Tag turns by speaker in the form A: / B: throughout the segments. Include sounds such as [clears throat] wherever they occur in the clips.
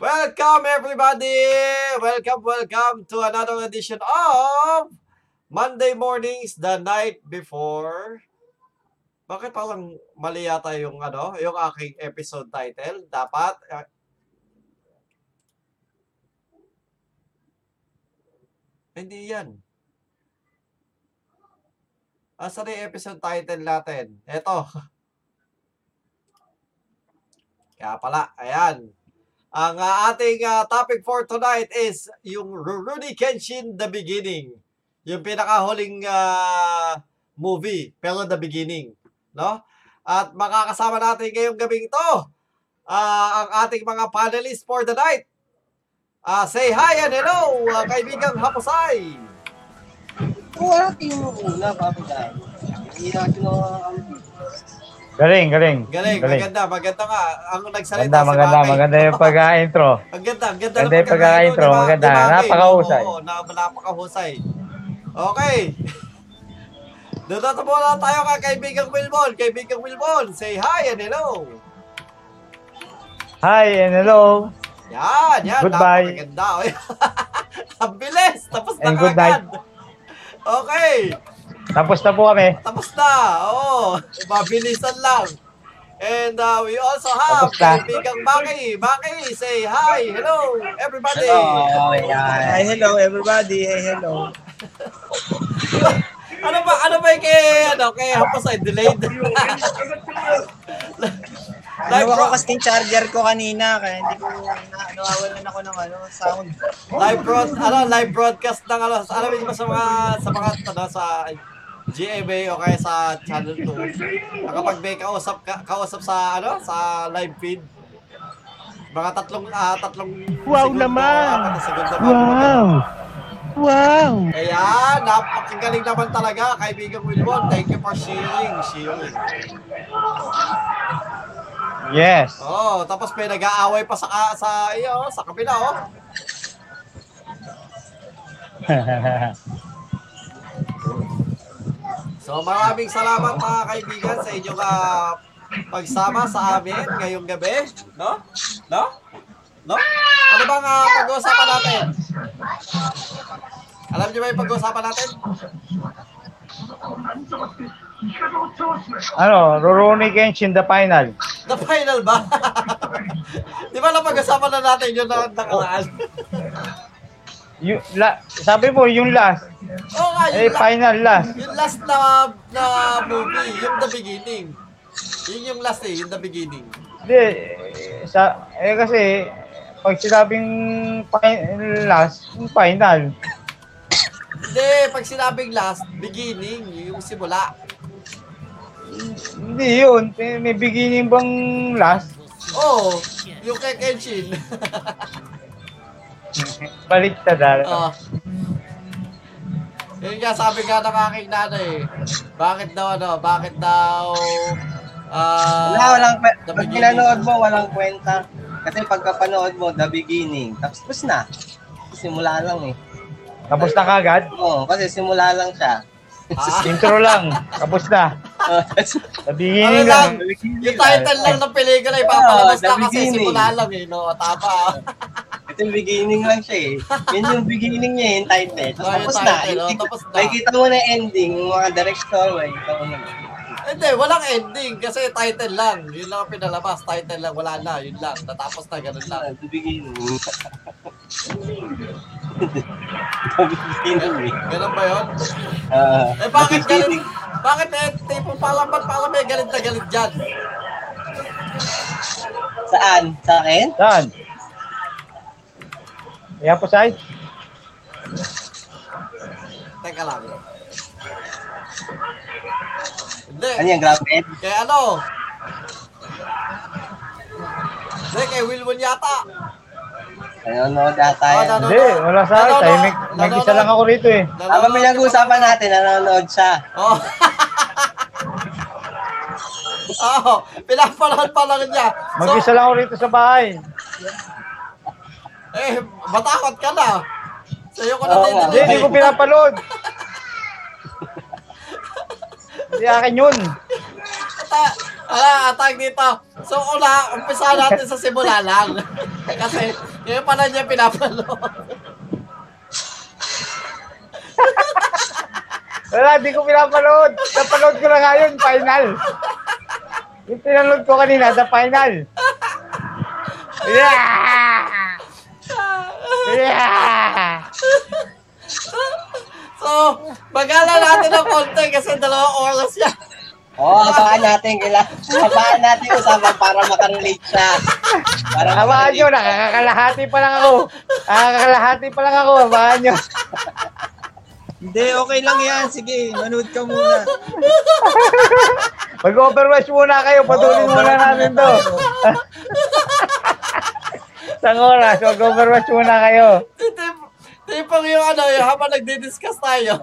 A: Welcome everybody! Welcome, welcome to another edition of Monday Mornings the Night Before. Bakit parang mali yata yung ano, yung aking episode title? Dapat eh, hindi yan. Asa na yung episode title natin? Eto. [laughs] Kaya pala, ayan. Ang ah, ating ah, topic for tonight is yung Rurouni Kenshin The Beginning. Yung pinakahuling ah, movie, pero The Beginning. No? At makakasama natin ngayong gabing ito ah, ang ating mga panelists for the night. Ah, say hi and hello, ah, kaibigang Hapusay.
B: Kung ano tingin mo una, Papa Dai? Hindi na ginawa ang
C: Galing, galing.
A: Galing, maganda, maganda nga. Ang nagsalita si
C: Maganda, maganda,
A: Bakay.
C: maganda
A: [laughs]
C: yung pagka-intro.
A: Ang ganda, ang ganda.
C: Ganda
A: ng
C: yung
A: pagkaka-intro, di
C: pagkaka-intro,
A: ba?
C: maganda.
A: Di ba, Kay?
C: Napakahusay.
A: Oo, na, napakahusay. Okay. [laughs] Dito muna tayo kay kaibigang Wilbon. Kaibigang Wilbon, say hi and hello.
C: Hi and hello.
A: Yan, yan.
C: Goodbye.
A: Napakaganda. [laughs] Oy. ang bilis. Tapos na
C: And good
A: kaagad. Okay.
C: Tapos na po kami.
A: Tapos na. Oo. Mabilisan lang. And uh, we also have
C: Tapos na.
A: kaibigang Maki. Maki, say hi. Hello, everybody.
B: Hello, yan.
D: Hi, hello everybody. Hi, hello.
A: ano ba ano ba yung kay ano kay hapos ay delayed. Live
D: Ano ako
A: bro-
D: kasi charger ko kanina kaya hindi ko na, nawawalan ako ng ano, sound.
A: [laughs] live broad ano live broadcast ng ano alam mo ba sa mga sa mga ano sa GMA o kaya sa Channel 2. Ah, Kapag may kausap ka, kausap sa ano sa live feed mga tatlong ah, tatlong ah, wow naman. wow. Wow! Ayan, napakagaling naman talaga, kaibigan Wilbon. Thank you for sharing, sharing. [laughs]
C: Yes.
A: Oh, tapos may nag-aaway pa sa ka- sa iyo, sa kabila oh. So maraming salamat mga kaibigan sa inyong ah, pagsama sa amin ngayong gabi, no? No? No? Ano bang ah, pag-uusapan natin? Alam niyo ba 'yung pag-uusapan natin?
C: ano, Rurouni Kenshin the final.
A: The final ba? [laughs] Di ba na pag-usapan na natin 'yun na nakaraan?
C: You, la, sabi mo, yung last.
A: Oo nga, yun
C: Eh,
A: lang.
C: final last.
A: Yung last na na movie, yung The Beginning. Yun yung last eh, yung The Beginning.
C: Hindi, eh, sa, eh kasi, pag sinabing final last, yung final.
A: Hindi, pag sinabing last, beginning, yung simula.
C: Hindi yun. Eh, May beginning bang last? [laughs]
A: Oo, oh, yung kay Kenshin.
C: Baliktad
A: Ah.
C: ah.
A: Yun nga, sabi nga ng aking nanay, bakit daw ano, bakit daw... ah
B: Wala, walang, kwe-
A: The
B: pag
A: beginning.
B: pinanood mo, walang kwenta. Kasi pagkapanood mo, the beginning, tapos tapos na. Simula lang eh.
C: Tapos na kagad.
B: Oo, kasi simula lang siya.
A: Ah,
C: Intro lang. Tapos na.
B: [laughs]
C: Sa
A: Ano
C: beginning lang.
A: lang? yung title lang ng pelikula ipapalabas
B: Oo, The
A: na kasi
B: Beginning.
A: simula lang eh, no? Tama. [laughs]
B: Ito yung beginning lang siya eh. Yan yung beginning niya, eh, yung title. Tapos
A: Oo, yung
B: tapos na.
A: title,
B: Yung-
A: oo, tapos na.
B: Nakikita mo na yung ending, yung mga direction, eh. Ikaw na.
A: Hindi, walang ending kasi title lang. Yun lang ang pinalabas, title lang, wala na, yun lang. Natapos na, ganun lang.
B: Ah, The beginning. the beginning eh.
A: Ganun ba yun?
B: Ah,
A: Eh bakit
B: the
A: galit?
B: beginning.
A: Bakit eh, tipo palang ba't parang may galit na galit dyan?
B: Saan? Sa akin?
C: Saan? Kaya po, Sai?
A: Teka lang. Hindi.
B: Ano yan, grabe?
A: Kaya ano? Hindi, kay Wilwon yata.
B: Nanonood na
D: Oh,
A: Ah,
B: tayo.
A: nanonood.
C: Hindi, wala sa akin. Tayo, may, may isa lang ako rito eh.
B: Habang pinag-uusapan natin, nanonood siya.
A: [laughs] Oo. Oo, pinapanood pa lang niya.
C: Mag-isa lang ako rito sa bahay.
A: eh, matakot ka na. Sa'yo ko na
B: Oo,
A: din.
C: Hindi, hindi ko pinapalood. Hindi akin yun.
A: Ta- ah, ala, atag dito. So una, umpisa natin sa simula lang. [laughs] Kasi Kaya pala niya pinapanood.
C: Wala, di ko pinapanood. Napanood ko na nga yun, final. Yung pinanood ko kanina, sa final. Yeah! Yeah!
A: [laughs] So, bagala natin ng konti kasi dalawang oras [laughs] yan.
B: Oo,
D: Ah.
B: oh, habaan natin. Kailan, habaan natin yung usapan para makarelate siya. Para
C: Habaan nyo,
B: makarelate.
C: nakakalahati pa lang ako. Nakakalahati pa lang ako, habaan nyo.
D: Hindi, okay lang yan. Sige, manood ka
C: [laughs]
D: muna.
C: Mag-overwatch muna kayo, patuloy
D: Oo,
C: muna
D: manood
C: natin to.
D: tayo.
C: [laughs] Isang oras, mag-overwatch muna kayo.
A: Tip- Tipong yung ano, yung habang nagdi-discuss tayo,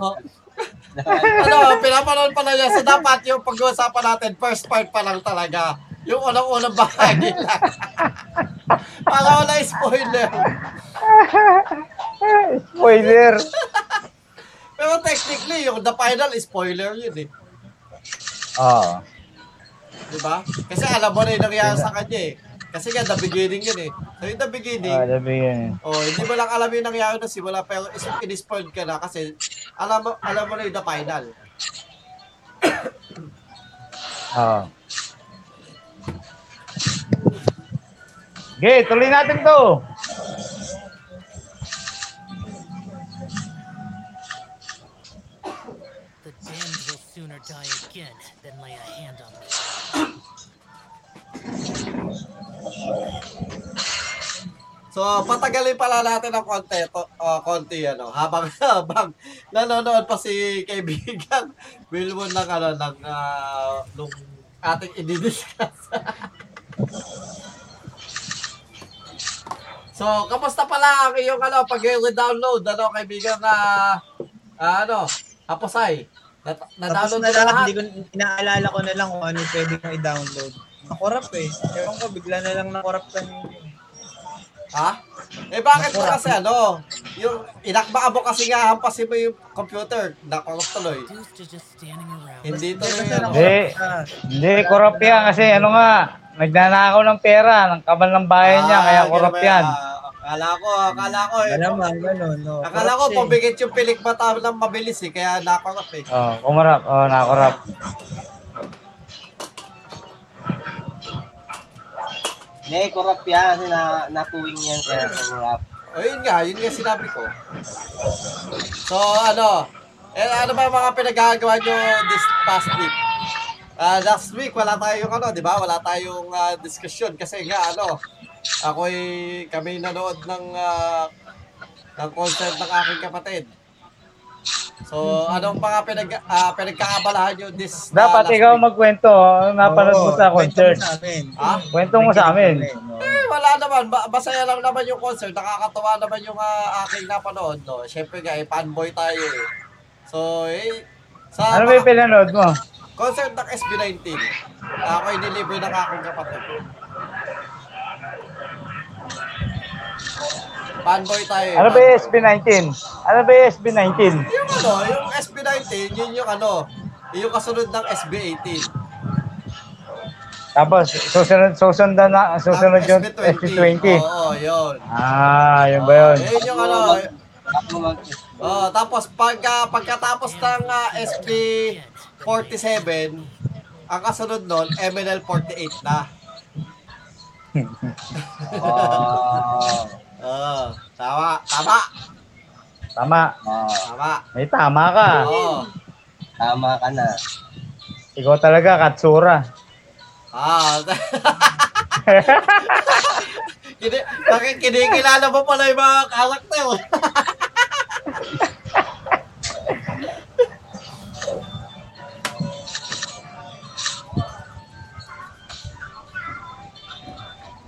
A: [laughs] ano, pinapanood pala niya. So, dapat yung pag-uusapan natin, first part pa lang talaga. Yung unang-unang bahagi lang. [laughs] Para wala spoiler.
C: Spoiler.
A: Pero technically, yung the final, spoiler yun eh.
C: Oo.
A: Di ba? Diba? Kasi alam mo na yung nangyari sa kanya eh. Kasi nga, the beginning yun eh. So, in the beginning,
C: Oh, sabi yun.
A: Oh, hindi mo lang alam yung nangyari na simula pero is in-spoiled ka na kasi alam mo alam mo na yung the final.
C: Oo. Okay, tuloy natin to.
E: The damned will sooner die again than lay a hand on me.
A: So, patagalin pala natin ang konti, to, uh, konti ano, habang [laughs] habang nanonood pa si kaibigan [laughs] Wilwon ng ano ng ah, nung ating i-discuss. [laughs] so, kamusta pala ang iyong ano pag-download ano kaibigan na ano, Aposay? Na,
D: Tapos
A: na-download
D: na
A: na,
D: lang,
A: lahat?
D: hindi ko, inaalala ko na lang kung ano yung pwede kong i-download. Nakorap eh. Ewan ko, bigla na lang nakorap kanina.
A: Ha? Eh bakit mo kasi ano? Yung inakbaan mo kasi nga hampasin mo yung computer. Nakorrupt tuloy.
E: Deuce is just standing around.
A: Hindi
D: Hindi,
A: tuloy
D: basta
A: ano.
D: nakorap
B: Eh.
C: Hindi.
D: siya.
C: Hindi, korap yan kasi ano nga, nagnanakaw ng pera, ng kabal ng bayan niya, kaya
A: Ah,
C: korap
A: ganun ba
C: yan.
A: Ah, akala ko, akala ko eh.
D: Malaman, ganun. No.
A: Akala ko, pabigit yung pilik mata ng mabilis eh. Kaya nakorrupt eh.
C: Oh, kumarap, oh, nakorap.
D: Ah,
B: Hindi, corrupt yan. Kasi na, nakuwing yan kaya corrupt.
A: O yun nga, yun nga sinabi ko. So ano, eh, ano ba mga pinagagawa nyo this past week? Ah, last week, wala tayong ano, di ba? Wala tayong ah, discussion kasi nga ano, ako'y kami nanood ng ah, ng concert ng aking kapatid. So, anong mga pinag, ah, pinagkaabalahan nyo this ah, last
C: Dapat ikaw
A: week?
C: magkwento, oh, napanood mo
D: Oo,
C: sa
D: kwento mo
C: concert.
D: sa amin.
A: Ah?
C: Kwento mo sa amin.
A: Eh, wala naman. Ba- masaya lang naman yung concert. Nakakatawa naman yung ah, aking napanood. No? Siyempre nga, eh, fanboy tayo eh. So, eh, sa
C: Ano ba yung pinanood mo?
A: concert ng SB19, ako inilibre ng aking kapatid. Fanboy tayo eh.
C: Ano ba
A: fanboy.
C: yung SB19? Ano ba yung SB19?
A: Yung ano, yung SB19, yun yung ano, yung kasunod ng SB18.
C: Tapos, susunod, susunod na, susunod
A: Ang
C: yung SB20.
A: Oo, yun.
C: Ah, yun ba yun?
A: Yun yung ano,
B: Ako mag-
A: Oh, tapos pagka pagkatapos ng ah, SP 47, ang kasunod nun, MNL 48 na.
B: Oh,
A: Oo, tama, tama,
C: Tama.
B: oh,
A: tama. Oh.
C: May tama ka.
A: Oo.
B: tama ka na.
C: Ikaw talaga, katsura.
A: Ah. [laughs] Kini, bakit kinikilala mo pala yung mga karakter? [laughs]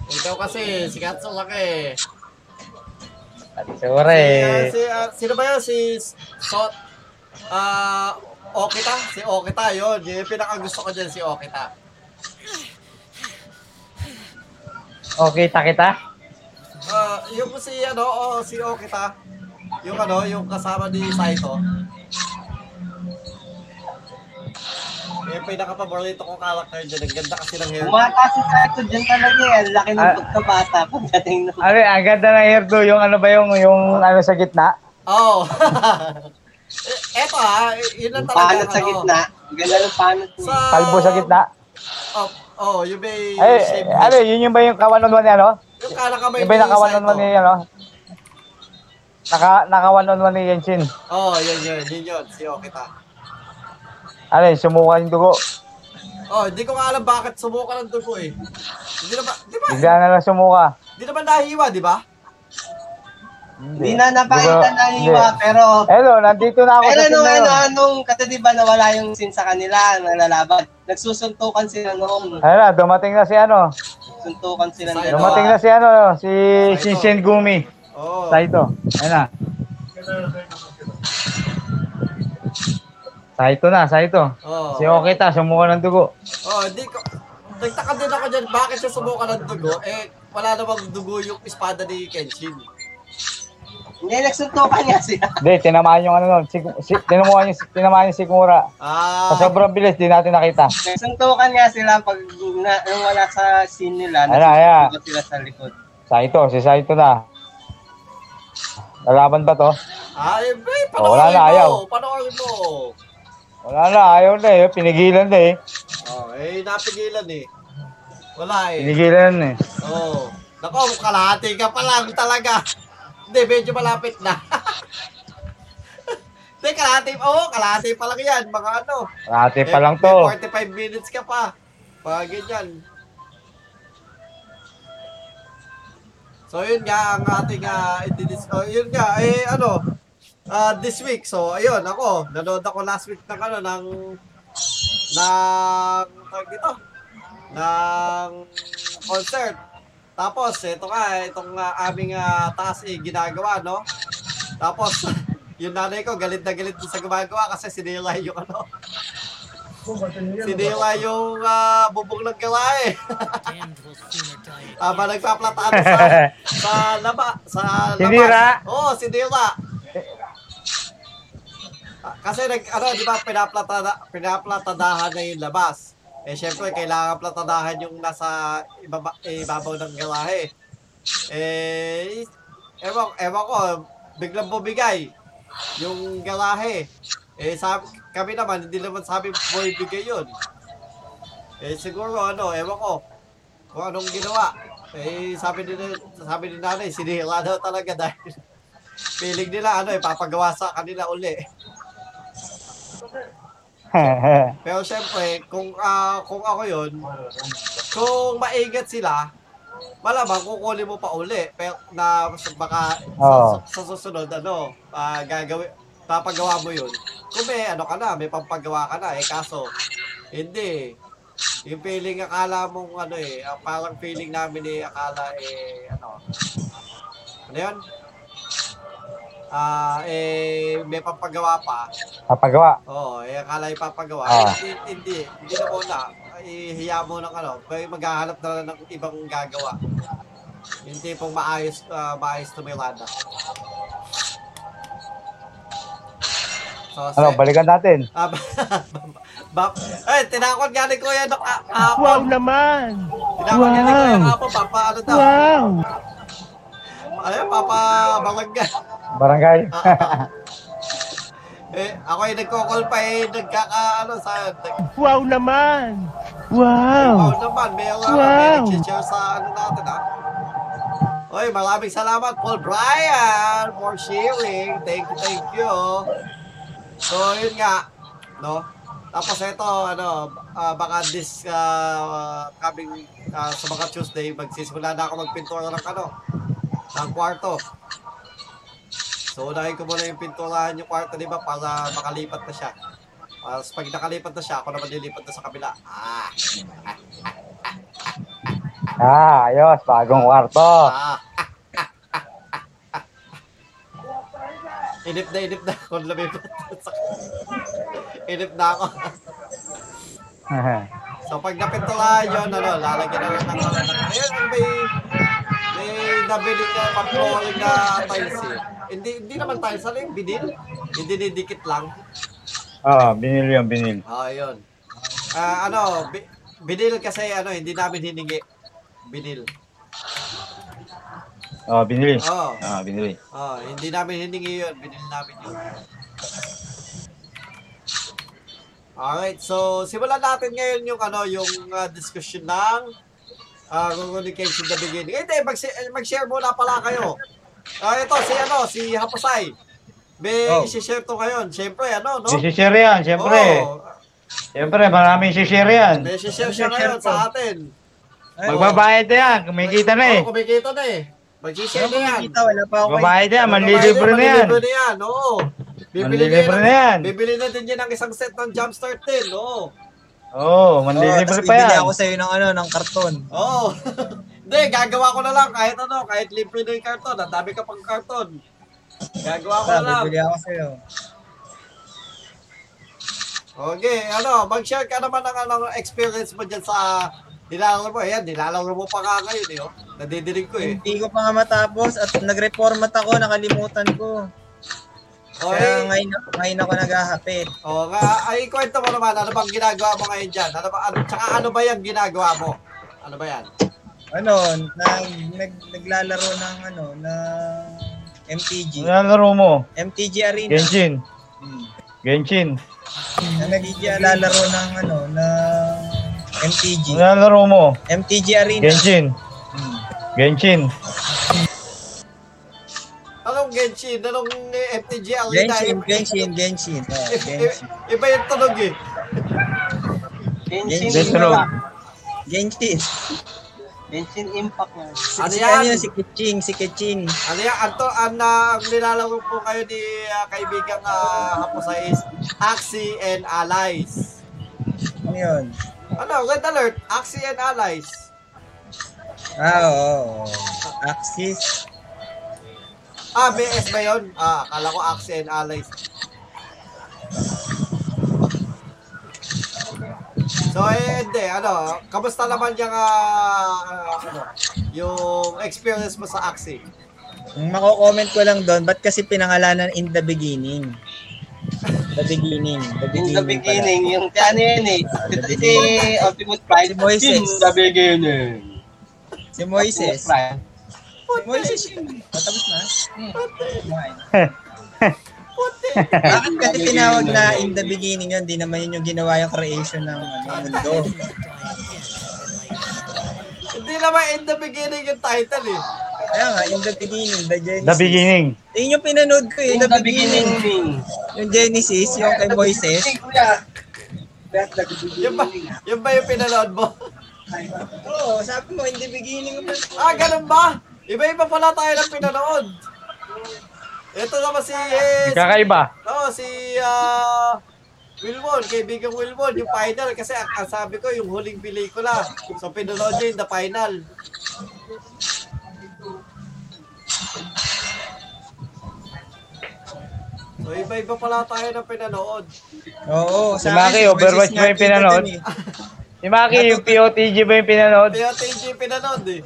A: Ikaw kasi, sikat sa laki.
C: Katsura eh.
A: Si, ah, sino ba yun? Si Sot? Ah, Okita? Si Okita yun. Yun Yung pinakagusto ko dyan, si Okita.
C: Okay, kita-kita?
A: Ah, yung si ano, oh, si Okita. Yung ano, yung kasama ni Saito. Eh, yung pinaka-paborito kong character dyan. Ang ganda kasi ng hair.
B: Bumata si Saito dyan talaga eh. Ang laki ng
C: Ah.
B: pagkabata pagdating ng...
C: Ano, ang ganda ng hairdo, yung ano ba yung, yung ano sa gitna?
A: Oo. Oh. [laughs] Eh, Eto ha, yun lang
B: Yung
A: talaga.
B: panat sa
A: ano.
B: gitna. Ang Ganda ng panat niya. eh.
C: Kalbo sa gitna.
A: Oh, oh you may
C: Ay,
A: shave
C: ano,
A: it.
C: yun yung ba yung kawanon mo ni ano?
A: Yung kala ka may
C: Yung ba yung nakawanon mo ni ano? Naka, nakawanon mo ni Yenshin.
A: Oo, oh, yun yun, yun yun. Siyo kita.
C: Ano, sumuka yung dugo.
A: Oh, hindi ko nga alam bakit sumuka ng dugo eh. Hindi na ba, di ba,
C: Bigla na lang sumuka.
A: di na ba nahiwa, di ba?
B: Hindi na napakita
C: Hindi.
B: na hiwa, pero...
C: Hello, nandito na
B: Pero
C: ako sa team
B: nung
C: na yun.
B: ano, nung kasi di ba nawala yung sin sa kanila, nalalaban. Nagsusuntukan sila noong,
C: Ayun na, dumating na si ano.
B: suntukan sila ng dalawa.
C: Dumating na si ano, si Shinshin Gumi.
A: Oo.
C: Saito. Ayun na. Saito na, Saito.
A: Oh.
C: Si Okita, sumuka ng dugo.
A: Oh, hindi ko Nagtaka din ako dyan, bakit siya sumuka ng dugo? Eh, wala namang dugo yung espada ni Kenshin.
B: Hindi, nagsuntukan niya sila. [laughs]
C: Hindi, tinamaan yung ano nun. Si, si, tinamaan yung, tinamaan yung Sikmura.
A: Ah,
C: Sa sobrang bilis, di natin nakita.
B: Nagsuntukan niya sila pag na, nung wala sa scene nila,
C: Ano, ayan.
B: nagsuntukan sila sa likod.
C: Saito, si Saito na. Lalaban ba to?
A: ay, ay,
C: Oh,
A: ah,
C: wala
A: eh, panoorin
C: na, ayaw.
A: mo, panoorin mo.
C: Wala na, ayaw na eh. Pinigilan na eh.
A: Oh, eh, napigilan eh. Wala eh.
C: Pinigilan na eh.
A: Oo. Oh. Nako, kalahati ka pa lang talaga. Hindi, medyo malapit na. [laughs] Hindi, kalahati. Oo, oh, kalahati pa lang yan. Mga ano.
C: Rati pa
A: May-
C: lang
A: may
C: to. [laughs]
A: 45 minutes ka pa. Mga ganyan. So, yun nga ang ating uh, itidis... Oh, yun nga, eh, ano, ah, this week. So, ayun, ako, nanood ako last week ng ano, ng... ng... tawag dito? ng concert. Tapos, ito nga, itong ah, aming ah, task eh, ginagawa, no? Tapos, [laughs] yung nanay ko, galit na galit din sa gumagawa kasi sinilay yung ano, sinilay yung ah, bubong ng gala eh.
E: Damned will sooner die
A: [laughs]
E: again.
A: Aba, nagpaplatano sa, sa laba, sa labas. Oh,
C: Sinira.
A: Oo, sinira. Ah, Kasi nag, ano, di ba, pinaplatada, pinaplatadahan na yung labas. Eh, syempre, kailangan platadahan yung nasa ibaba, ibabaw ng garahe. Eh, ewan, ewan ko, biglang bumigay yung garahe. Eh, sabi, kami naman, hindi naman sabi bumibigay yun. Eh, siguro, ano, ewan ko, kung anong ginawa. Eh, sabi ni, sabi ni nanay, sinihila daw talaga dahil [laughs] feeling nila, ano, ipapagawa sa kanila uli. Pero syempre, kung, ah, kung ako yun, kung maingat sila, malamang kukunin mo pa uli. Pero na baka
C: Oo.
A: sa, sa, susunod, ano, ah, gagawin, papagawa mo yun. Kung may, ano ka na, may pampagawa ka na, eh, kaso, hindi. Yung feeling akala mong ano eh, ah, parang feeling namin eh, akala eh, ano, ano yun? Ah, eh, may pampagawa pa.
C: Papagawa.
A: Oo, eh, akala ipapagawa.
C: Ah.
A: Hindi, hindi, hindi na muna. Ihiya mo ng ano, may maghahanap na lang ng ibang gagawa. Yung tipong maayos, ah, maayos tumilada. So,
C: Ano,
A: sa-
C: balikan natin.
A: Ah, [laughs] ba- ba- Ay, tinakot nga ni Kuya Dok a- Apo. Wow naman! Tinakot nga ni Kuya Dok Apo, papa ano daw? Wow! Ayun, papa
C: [laughs]
A: barangay.
C: Barangay.
A: Ah, ah. eh, ako ay nagko-call pa eh, nagkaka, ano, sa... Nag- wow naman! Wow! Wow naman, meron wow. kami nag-share sa ano natin, ha? Oy, maraming salamat, Paul Bryan, for sharing. Thank you, thank you. So, yun nga, no? Tapos ito, ano, ah, baka this ah, coming ah, sa mga Tuesday, magsisimula na ako magpintura ng ano, ng kwarto. So, unahin ko muna yung pinturahan yung kwarto, di ba, para makalipat na siya. Para pag nakalipat na siya, ako naman lilipat na sa kabila. Ah,
C: [laughs] Ah, ayos. Bagong kwarto. [laughs]
A: ah, inip na, inip na ako. Lumipat na sa Inip na ako. So, pag napinturahan yun, ano, lalagyan na lang ng mga Ayun, ang may, may nabili na pag-rolling na tiles eh. Hindi, hindi naman tiles, ano yung binil? Hindi, didikit lang.
C: Oo, binil Oh, yun, binil.
A: Ah, yun. Ah, ano, bi- binil kasi ano, hindi namin hiningi. Binil.
F: Oh, binili.
A: Oo.
F: Ah, binili.
A: Oh, hindi namin hiningi yun. Binil namin yun. Alright, so simulan natin ngayon yung ano, yung ah, discussion ng ah, communication the beginning. Eh, Hindi, magsi- eh, mag-share muna pala kayo. Ah, ito, si ano, si Hapasay. May
B: Oh.
A: isi-share to ngayon. Siyempre, ano, no?
C: Isishare yan, siyempre.
A: Oo,
C: Siyempre, maraming sishare yan.
A: may isi-share siya ngayon sa atin.
C: Magbabayad na yan, kumikita na eh.
A: Oo, kumikita na eh. Mag-share
D: Ano
A: na yan.
D: kita? Wala pa ako.
B: eh.
C: Magbabayad na yan,
A: Ano
C: manlilibre na yan.
A: Manlilibre na yan, oo.
C: Manlilibre
A: ng-
C: na yan.
A: Bibili na din yan ng isang set ng Jumpstart 10, oo.
C: Oo, oh,
D: Oo,
C: manlilibre
D: tas
C: pa
D: bibili
C: yan.
D: ako sa'yo ng ano, ng karton.
A: Oo. [laughs] Hindi, gagawa ko na lang kahit ano, kahit libre na yung karton. Ang dami ka pang karton. Gagawa ko na
D: Sabi,
A: lang.
D: bibili ako sa'yo.
A: Okay, ano, mag-share ka naman ng ano, experience mo dyan sa nilalaro mo. Ayan, nilalaro mo pa nga ngayon eh. Oh. Nadidinig ko eh.
D: Hindi ko pa nga matapos at nag-reformat ako, nakalimutan ko. Kaya
A: Okay.
D: ngayon, ngayon ako naghahapit.
A: Oo nga, ay kwento mo naman, ano bang ginagawa mo ngayon dyan? Ano ba, ano, tsaka ano ba yung ginagawa mo? Ano ba yan?
D: Ano, nag, nag, naglalaro ng ano, ng MTG.
C: Ano ang laro mo?
D: MTG Arena.
C: Genshin.
D: Hmm.
C: Genshin.
D: MTG lalaro ng ano, ng MTG.
C: Ano ang laro mo?
D: MTG Arena.
C: Genshin.
D: Hmm.
C: Genshin.
A: Anong Genshin? Anong eh, FTG Arena?
D: Genshin,
A: Iba-
D: Genshin, Genshin. Oh,
A: i-
D: Genshin.
A: i- Iba yung tunog eh.
B: Genshin
C: Genshin Impact.
B: Impact.
D: Genshin.
B: Genshin Impact nga.
D: Si,
A: Ano
D: si,
A: yan?
D: ano, si Kiching, si Kiching.
A: Ano yan? Anto, ang na- ang nilalaro po kayo ni ah, kaibigang uh, Hapusay is Axie and Allies.
D: Ano yun?
A: Ano? Red alert! Axie and Allies.
D: Ah, oo. Axis.
A: Ah, BS ba yun? Ah, akala ko Axie and Allies. So, eh, hindi. Ano, kamusta naman yung, ah, ah, ano, yung experience mo sa Axie?
D: Ang mako-comment ko lang doon, ba't kasi pinangalanan in the beginning? The beginning. The
B: In
D: beginning.
B: the beginning, yung ano yun eh. Si Optimus Prime.
D: Ah, Si Moises.
B: In the beginning.
D: Pala. Si Moises.
B: Optimus Prime.
D: Si Moises yun. Matapos na? Kumain. Bakit kasi tinawag na in the beginning yun, di naman yun yung ginawa yung creation ng ano, mundo.
A: Hindi naman in the beginning yung title eh.
D: Kaya nga, in the beginning, the Genesis.
C: The beginning.
D: Yun yung pinanood ko eh,
B: In
D: the,
B: the
D: beginning.
B: beginning.
D: Yung Genesis, yung kay Moises.
B: eh.
A: Yung ba, yung, ba yung pinanood mo?
D: Oo, sabi mo, in the beginning.
A: Ah, ganun ba? Iba-iba pala tayo ng pinanood. Ito naman si... Eh, si
C: Kakaiba.
A: oh, si... ah, Wilbon, kaibigang Wilbon, yung final. Kasi ang, ang sabi ko, yung huling pelikula. So, pinanood niya yung the final. So, iba-iba pala tayo ng pinanood.
D: Oo,
C: Si Maki, Overwatch ba yung pinanood?
D: eh.
C: Si Maki, yung POTG ba yung pinanood?
A: Kaya TJ pinanood eh.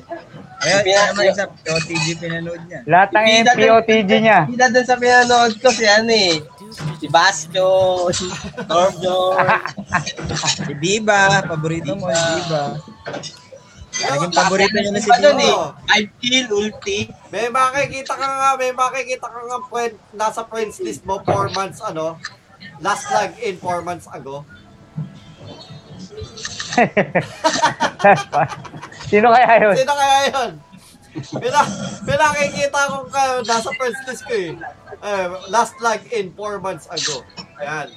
D: Ayan,
B: Pina-
D: tama yung sa OTG pinanood niya.
C: Lahat ng
B: Bida dun-
C: POTG niya.
B: Bida dun sa pinanood ko si ano eh. Si Bastion, si Torjo.
D: Si Biba, paborito mo si Biba. Naging [laughs] paborito niya na si
B: Iba dun
D: Biba.
B: eh. I kill ulti.
A: May makikita ka nga, may makikita ka nga friend, nasa friends list mo 4 months ano. Last log in 4 months ago.
C: Sino kaya yun?
A: Sino kaya yun? Pina, pinakikita ko kayo, nasa friends list ko eh. Eh, last log in 4 months ago. Ayan.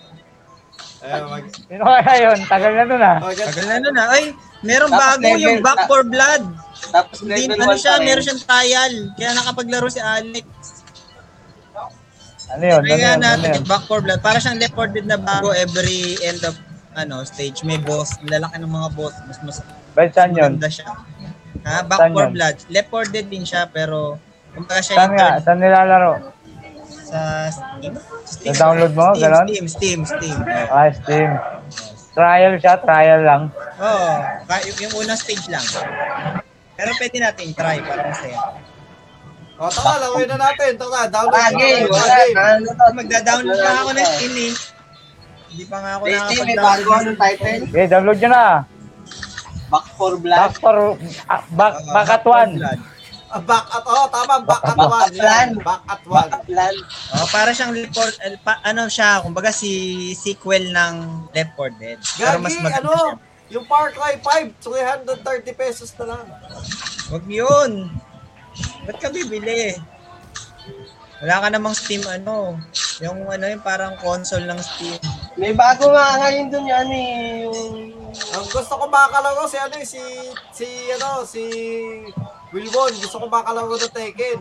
A: Ayan, mag...
C: Sino kaya yun? Tagal na nun ah.
A: mag-
D: Tagal na nun ah. Ay, merong
B: eh. Tapos
D: bago
B: level-
D: yung Back for Blood.
B: Tapos
D: Hindi,
B: level
D: ano
B: 1
D: siya,
B: pa rin.
D: meron siyang trial. Kaya nakapaglaro si Alex.
C: Ano yun? Ano
D: Kaya
C: yun? Ano
D: natin
C: yun?
D: yung Back for Blood. Para siyang Left 4 Dead na bago every end of ano stage. May boss. Lalaki ng mga boss. Mas mas
C: Ba't saan yun?
D: maganda siya.
C: Saan
D: Ha? Back for
C: yun?
D: Blood. Left 4 Dead din siya pero kumbaga siya
C: Saan
D: yung
C: nga?
D: third
C: Saan nilalaro?
D: sa Steam. Steam.
C: Na-download mo?
D: Steam,
C: Ganon?
D: Steam, Steam, Steam.
C: Ah, Steam. Trial siya, trial lang.
D: Oo. Oh, yung unang stage lang. Pero pwede natin try para masaya.
A: O, tara, laruin na natin. Tara, download
B: Ah,
A: na
B: game.
A: natin.
B: Wala.
A: Game.
B: Ano to?
D: Magda-download lang ako ng Steam eh. Hindi pa nga ako
B: Reggie, may
D: nakakapag-download.
B: bago ang title?
C: Okay, Eh, download nyo na.
B: Back for Blood?
C: Back for, ah, back,
D: Uh,
C: back at one.
A: Ah, back at, oh, tama, back at one.
B: Back at one.
A: Yan, Back at one.
B: Back at Blood?
D: Oh, para siyang Left 4 eh, pa, ano siya, kumbaga si sequel ng Left 4 Dead. Pero mas
A: Gagi,
D: maganda
A: ano,
D: siya.
A: yung Far Cry 5, 330 pesos na lang.
D: Wag yun. Ba't ka bibili? Wala ka namang Steam ano. Yung ano yung parang console ng Steam.
B: May bago nga ngayon dun yan eh. Yung
A: Ang gusto ko makalaro si ano eh, si si ano si Wilbon, gusto ko makalaro ng Tekken.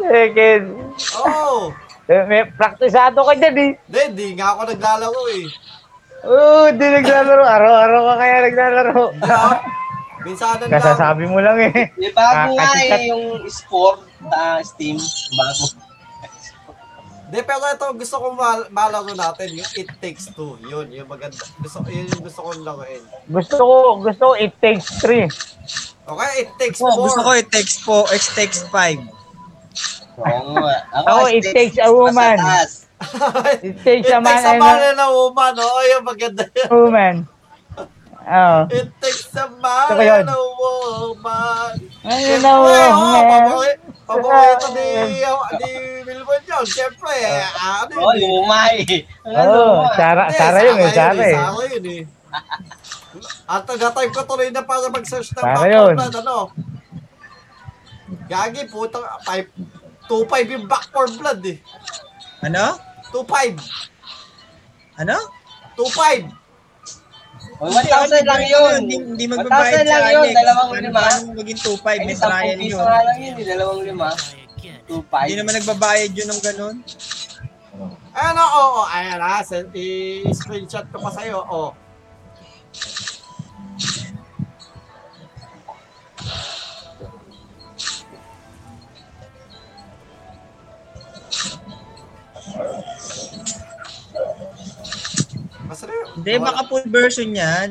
C: Sige.
A: Oh,
C: Eh, May praktisado ka dyan eh.
A: hindi, hindi nga ako naglalaro eh.
C: Oo, di naglalaro. Araw-araw ka kaya naglalaro.
A: Yeah. Minsanan lang.
C: Kasasabi mo lang eh.
B: May bago nga
C: Kakasikat.
B: eh, yung sport sa Steam. Bago.
A: De, pero ito, gusto ko mal malaro natin, yung It Takes Two. Yun, yung maganda. Gusto, yun yung gusto kong laruin.
C: Gusto ko, gusto ko, it takes three.
A: Okay, It Takes
D: Oh,
A: Four.
D: gusto
A: [laughs]
D: ko i text po, X text 5.
B: Oo nga. Ako,
C: Ako, it takes a woman.
B: Masataas.
C: It takes a man
A: It Takes a Man
C: and a
A: and a Woman. Oo, yung maganda yun.
C: [laughs] woman. Oh. Oo.
A: It Takes a Man
C: Saka yun.
A: and a Woman.
C: Ayun
A: Siyempre,
C: na,
A: oo,
C: woman.
A: pabori- Paborito ni, ni Wilbon yun. Siyempre, ano
B: Oo,
A: yun. eh.
B: lumay. Ano,
C: Oo,
B: lumay.
C: Sara,
A: Hindi,
C: Sara Oh, yun eh, Sara eh.
A: Sara yun eh. At nag-type ko tuloy na para mag-search ng
C: Sara
A: backward
C: yun.
A: blood, ano. Gagi, putang, 2-5 yung backward blood eh.
D: Ano?
A: 2-5.
D: Ano?
A: 2-5.
B: Uy, 1,000 Oh, lang yun.
D: Hindi, hindi
B: 1,000 lang
D: magbabayad sa eh.
B: yun.
D: Alex.
B: Dalawang
D: Paano-
B: lima.
D: Paano maging 2.5?
B: Ay,
D: May
B: 10
D: trial
B: piso
D: yun.
B: nga lang yun. eh, Dalawang lima.
E: Die again.
B: Two,
D: Hindi
B: five.
D: naman nagbabayad yun ng ganun.
A: Ayan o, oo, ayan ha. Send, i-screenshot ko pa sa'yo, oh. o. Basta na yun.
D: Hindi,
A: Wala.
D: baka full version yan.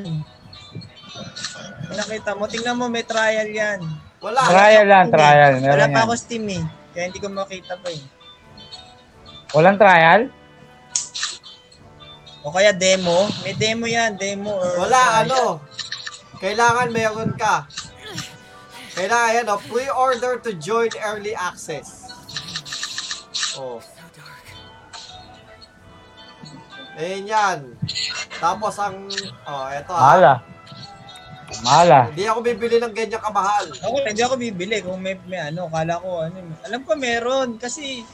D: Nakita mo, tingnan mo, may trial yan.
A: Wala.
C: Trial lang, trial.
D: Wala
C: Meron
D: pa
C: yan.
D: ako Steam eh. Kaya hindi ko makita pa eh.
C: Walang trial?
D: O kaya demo. May demo yan, demo. Or
A: Wala, ano. Kailangan meron ka. Kailangan, yan o. Pre-order to join early access.
E: So
A: Oh.
E: dark.
A: Ayan yan. Tapos ang... Oh, eto ah.
C: Mahala. Mahala.
A: Hindi ako bibili ng ganyan kamahal.
D: Ako, hindi ako bibili kung may, may ano. Kala ko, ano. Alam ko meron kasi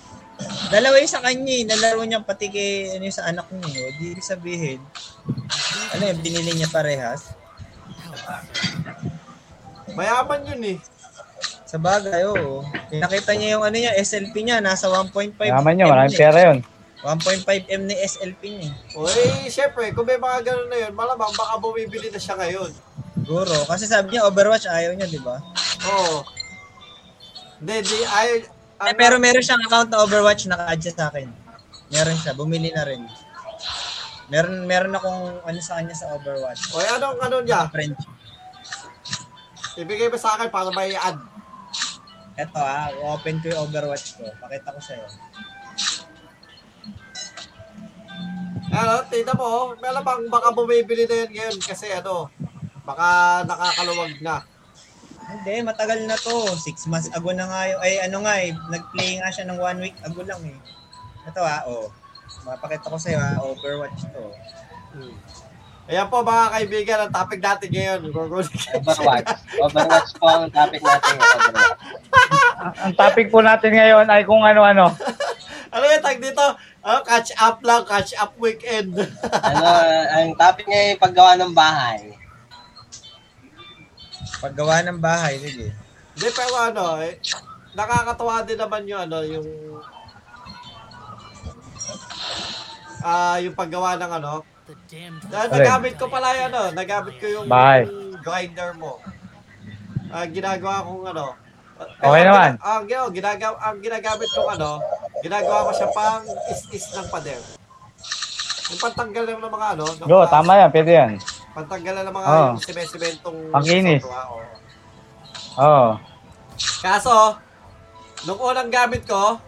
D: dalawa yung sa kanya eh. Nalaro niya pati kay ano, yung sa anak niya. O, di ibig sabihin. Ano yun, binili niya parehas.
A: Mayaman yun eh.
D: Sa bagay, oo. Nakita niya yung ano niya, SLP niya. Nasa 1.5
C: Yaman yun,
D: M
C: maraming
D: na eh.
C: pera yun.
D: 1.5M na SLP niya. eh.
A: Uy, syempre, kung may mga ganun na yun, malamang baka bumibili na siya ngayon.
D: Siguro. Kasi sabi niya, Overwatch ayaw niya, di ba?
A: Oo. Oh. Hindi, di, ano? ayaw...
D: Eh, pero meron siyang account na Overwatch naka-add siya sa akin. Meron siya, bumili na rin. Meron meron akong ano sa kanya sa Overwatch.
A: Uy, anong ano niya?
D: Friend.
A: Ibigay mo sa akin para may ad.
D: Eto ah, open ko yung Overwatch ko. Pakita ko sa'yo.
A: Ano, tingnan mo, oh. malamang baka bumibili na yun ngayon kasi ano, baka nakakaluwag na.
D: Hindi, matagal na to. Six months ago na nga yung, ay ano nga eh, nag-play nga siya ng one week ago lang eh. Eto ah, oh. Mapakita ko sa'yo ah, Overwatch to.
A: Hmm. Ayan po mga kaibigan, ang topic natin ngayon. Gugulong-
B: Overwatch. Overwatch po ang topic natin. Overwatch.
C: Ang ang topic po natin ngayon ay kung ano-ano.
A: [laughs] Ano yung tag dito? Ah, catch up lang, catch up weekend. [laughs]
B: Ano, ang topic niya yung paggawa ng bahay.
D: Paggawa ng bahay, sige.
A: Hindi, pero ano, eh, nakakatawa din naman yung ano, yung ah yung paggawa ng ano.
E: The damned.
A: Na,
C: Alin?
A: nagamit ko pala yung ano, nagamit ko yung
C: Bahay.
A: grinder mo. Ah, ginagawa kong ano.
C: Okay naman.
A: Ang, gina- ang, ginagawa, ang ginagamit kong ano, ginagawa ko siya pang is-is ng pader. Yung pantanggal lang ng mga ano. ng
C: Go,
A: mga-
C: tama yan, pwede yan.
A: Pantanggalan ng mga
C: Oo.
A: yung simentong
C: Panginis. Oo.
A: Kaso, nung unang gamit ko,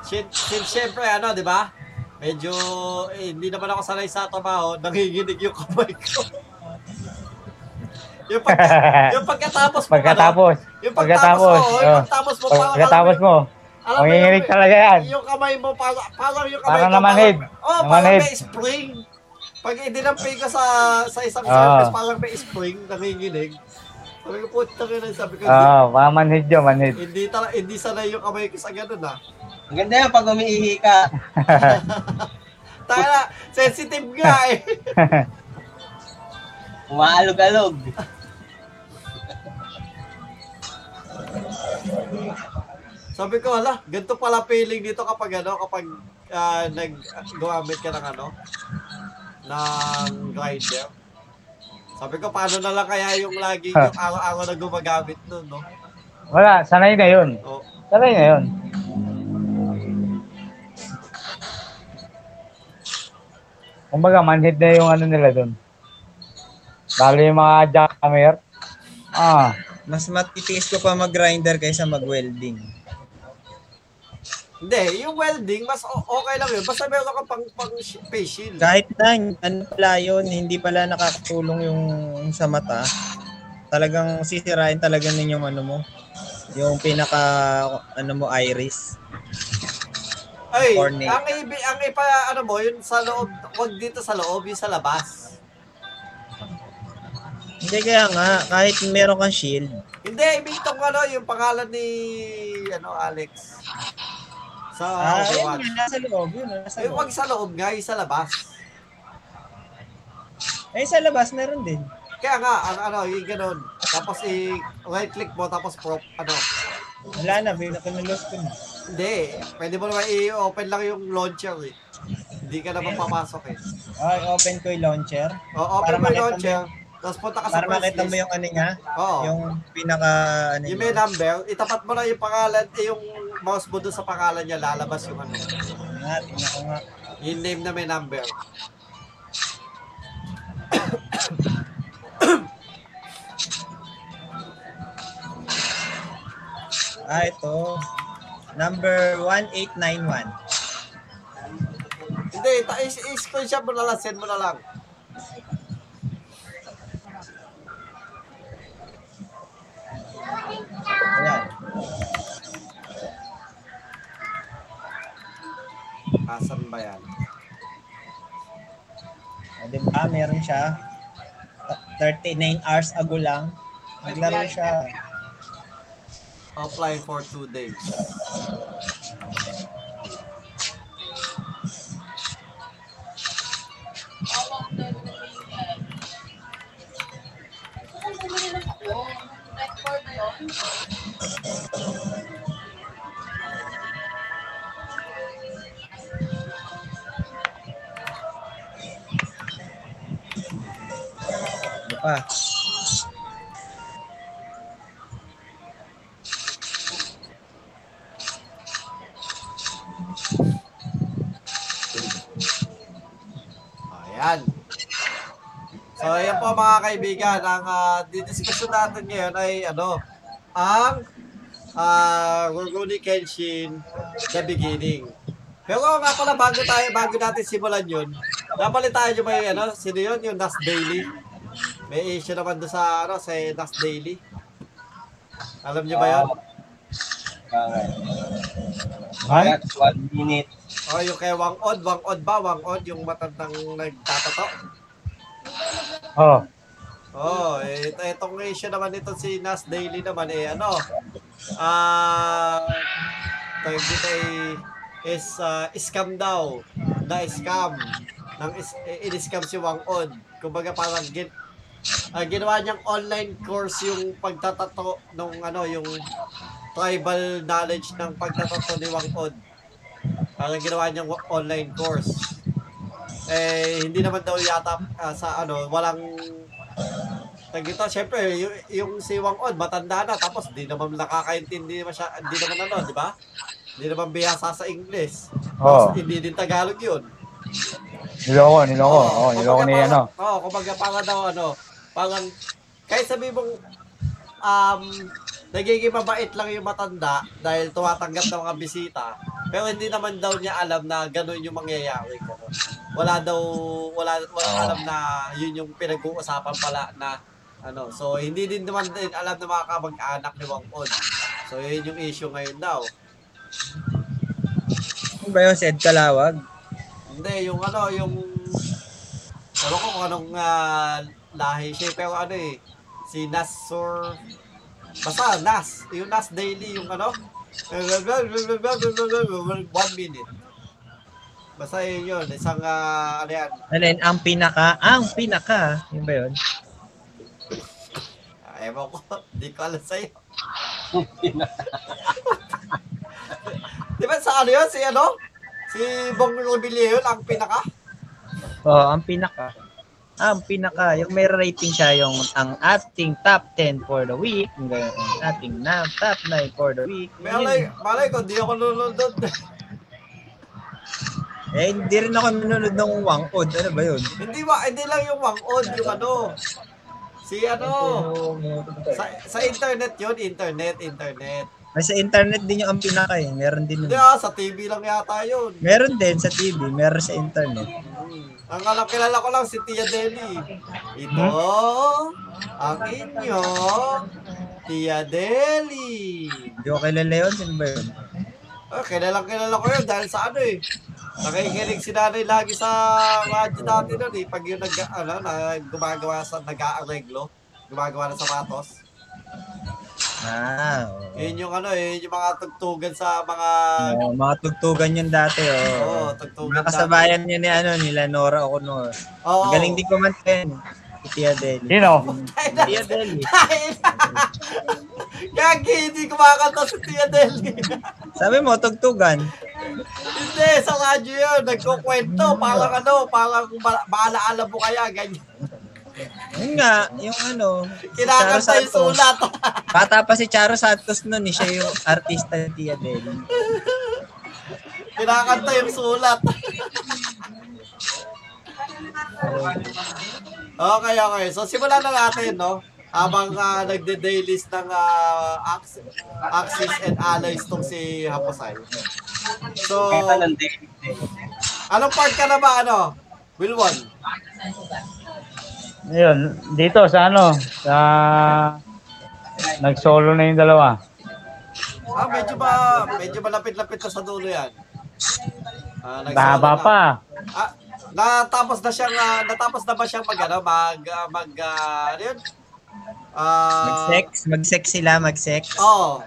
A: Sin- Since syempre, ano, di ba? Medyo, eh, hindi naman ako sanay sa trabaho, nanginginig yung kamay ko. yung, pagka,
C: [laughs]
A: yung pagkatapos mo,
C: Pagkatapos.
A: ano, yung pagkatapos,
C: Pagkatapos.
A: oo,
C: oh.
A: yung pagkatapos mo, parang-
C: Pagkatapos mo.
A: alam mo
C: Manginginig
A: yung-
C: talaga yan.
A: Yung kamay mo, parang, parang yung kamay
C: Parang
A: ko,
C: namanhid.
A: oh, parang
C: Namanhid.
A: may spring. Pag idinampay ko sa, sa isang
C: Oo.
A: surface, parang may spring, nanginginig. Sabi ko, puta ka na, sabi ko,
C: Oo, oh, mga manhid yun, manhid.
A: hindi, tala, hindi sanay yung kamay ko sa ganun ah.
B: Ang ganda yan pag umiihi ka.
A: Tara, sensitive nga eh.
B: Umaalog-alog.
A: Sabi ko, ala, ganito pala feeling dito kapag ano, kapag ah, nag-gumamit ka ng ano, ng grinder. Sabi ko, paano na lang kaya yung lagi yung araw-araw na gumagamit nun, no?
C: Wala, sanay na yun.
A: O,
C: Sanay na yun. Kumbaga, manhid na yung ano nila doon. Lalo yung mga jackhammer. Ah,
D: Mas matitiis ko pa mag-grinder kaysa mag-welding.
A: Hindi, yung welding, mas o- okay lang yun. Basta meron ka pang, pang sh- face shield.
D: Kahit na, ano pala yun, hindi pala nakakatulong yung sa mata. Talagang sisirain talaga nun yung ano mo. Yung pinaka, ano mo, iris.
A: Ay,
D: Corny.
A: ang, ibi, ang ipa, ano mo, yun sa loob, wag dito sa loob, yung sa labas.
D: Hindi kaya nga, kahit meron kang shield.
A: Hindi, I mean, tong ano, yung pangalan ni, ano, Alex. Sa
D: Ah, yun
A: Overwatch.
D: nga, nasa loob. Yun, nasa
A: Eh, wag
D: loob.
A: sa loob nga, yung sa labas.
D: Eh, sa labas meron din.
A: Kaya nga, ang ano, yung ganun. Tapos i-right click mo, tapos prop, ano.
D: Wala na, pinakinulos ko na.
A: Hindi, pwede mo naman i-open lang yung launcher eh. Hindi ka naman papasok eh.
D: Ay, open ko yung launcher.
A: O, open
D: Para
A: mo yung
D: makita mo
A: launcher, tapos punta ka sa
D: Para makita mo yung ano niya,
A: Oo.
D: yung pinaka, ano
A: Yung
D: niya.
A: may number, itapat mo na yung pangalan, eh, yung mouse mo doon sa pangalan niya, lalabas yung ano.
D: Nga, tingnan ko nga.
A: Yung name na may number.
D: Ah, ito. Number 1891.
A: Hindi, ita- is- i-screenshot mo na lang, send mo na lang.
D: Ayan.
A: Asan ba yan?
D: O, di ba? Meron siya. 39 hours ago lang. Naglaro siya.
A: Offline for two days.
D: Ano pa?
A: Ayan. So, yan po mga kaibigan. Ang uh, didiscussion natin ngayon ay ano, ang uh, Rurouni Kenshin The Beginning. Pero nga pala, bago tayo, bago natin simulan yun, napalitaan nyo ba yung ano, sino yun? Yung Nas Daily? May issue naman doon sa, ano, sa Nas Daily. Alam nyo ba yun?
B: Bakit?
A: Ay?
B: That's one minute.
A: O, Oh, yung kay Wang Od, Wang Od ba? Wang Od, yung matandang nagtatato?
C: oh.
A: Oh, eh, ito- itong issue naman nito si Nas Daily naman eh ano. Ah, tawag dito ay is ah, scam daw. Na scam ng is, eh, in-scam si Wang On. Kumbaga parang gin, ah, ginawa niyang online course yung pagtatato ng ano yung tribal knowledge ng pagtatato ni Wang On. Parang ginawa niyang wa- online course. Eh, hindi naman daw yata ah, sa ano, walang Tag ito, syempre, yung, yung si Wang On, matanda na, tapos di naman nakakaintindi masya, di naman ano, di ba? Di naman bihasa sa English. Tapos
C: Oo.
A: hindi din Tagalog yun.
C: Niloko, niloko. Oo, oh,
A: Oo, kumbaga
C: niloko ni
A: parang-
C: ano.
A: Oo, oh, kumbaga parang daw ano, parang, kahit sabi mong, um, nagiging mabait lang yung matanda dahil tumatanggap ng mga bisita, Pero hindi naman daw niya alam na ganun yung mangyayari ko. Wala daw, wala, wala
B: Oo.
A: alam na yun yung pinag-uusapan pala na ano. So, hindi din naman din alam ng mga kamag-anak ni Wang On. So, yun yung issue ngayon daw.
D: Ano ba yung said kalawag?
A: Hindi, yung ano, yung... Ewan ko kung anong ah, lahi siya, pero ano eh, si Nas Sur... Basta, Nas. Yung Nas Daily, yung ano... One minute. Basta yun yun, isang, ah, ano yan,
D: Ano yun? Ang pinaka, ah, ang pinaka. Yun ba yun?
A: Ah, Ewan ko, [laughs] di ko alam sa'yo. [laughs] di ba sa ano yun, si ano? Si Bong Rebellion, ang pinaka?
D: Oo, ang pinaka. Ah, ang pinaka. Yung may rating siya yung ang ating top 10 for the week. Yung ganyan. Ang ating na, top 9 for the week.
A: Malay, malay ko, di ako nunod doon. [laughs]
D: Eh, hindi rin ako nanonood ng Wangod. Ano ba yun?
A: Hindi ba, hindi lang yung wang-on, yung ano. Si ano, sa, sa internet yun, internet, internet.
D: Ay, sa internet din yung ang pinaka eh. Meron din
A: Hindi
D: yun.
A: ah, sa TV lang yata yun.
D: Meron din sa TV, meron sa internet.
A: Hmm. Ang alam, kilala ko lang si Tia Deli. Ito, ang inyo, Tia Deli.
D: Hindi ko kilala yun, sino ba yun?
A: Oh, kilala kilala ko yun dahil sa ano eh. Nakikinig si nanay lagi sa radyo dati nun eh. Pag yun nag, ano, na, gumagawa sa nag-aareglo, gumagawa ng sapatos.
D: Ah, oo.
A: Yun yung ano eh, yung mga tugtugan sa mga...
D: Oo, mga tugtugan yun dati,
A: Oo,
D: oh.
A: tugtugan.
D: Mga kasabayan yun ni, ano, nila Nora Oconor.
A: Oo. [laughs]
D: Galing din kumantin. Si Tia Deli.
C: Sino?
D: Tia Deli.
A: Gagi, hindi kumakanta si Tia Deli.
D: Sabi mo, tugtugan.
A: hindi, sa radyo yun, nagkukwento. Parang ano, parang ba- maalaala mo kaya, ganyan.
D: Yun nga, yung ano, si Charo
A: Kinakanta yung
D: Santos.
A: sulat. [laughs]
D: Bata pa si Charo Santos nun, eh, siya yung artista ni Tia Deli.
A: Kinakanta yung sulat. okay, okay. So, simulan na natin, no? Habang ah, nagde-dailies ng ah, Ax- Axis and Allies tong si Haposay. So,
B: Kita ng daily.
A: anong part ka na ba, ano? Wilwon?
C: Yun, dito sa ano, sa nag-solo na yung dalawa.
A: Ah, medyo ba, medyo malapit-lapit na sa dulo yan. Ah, nagsimula
C: Mahaba
A: na.
C: pa.
A: Ah, natapos na siyang, ah, natapos na ba siyang mag, ano, mag, ah, mag, ah, ano yun? Ah,
D: Mag-sex, mag-sex sila, mag-sex.
A: Oo.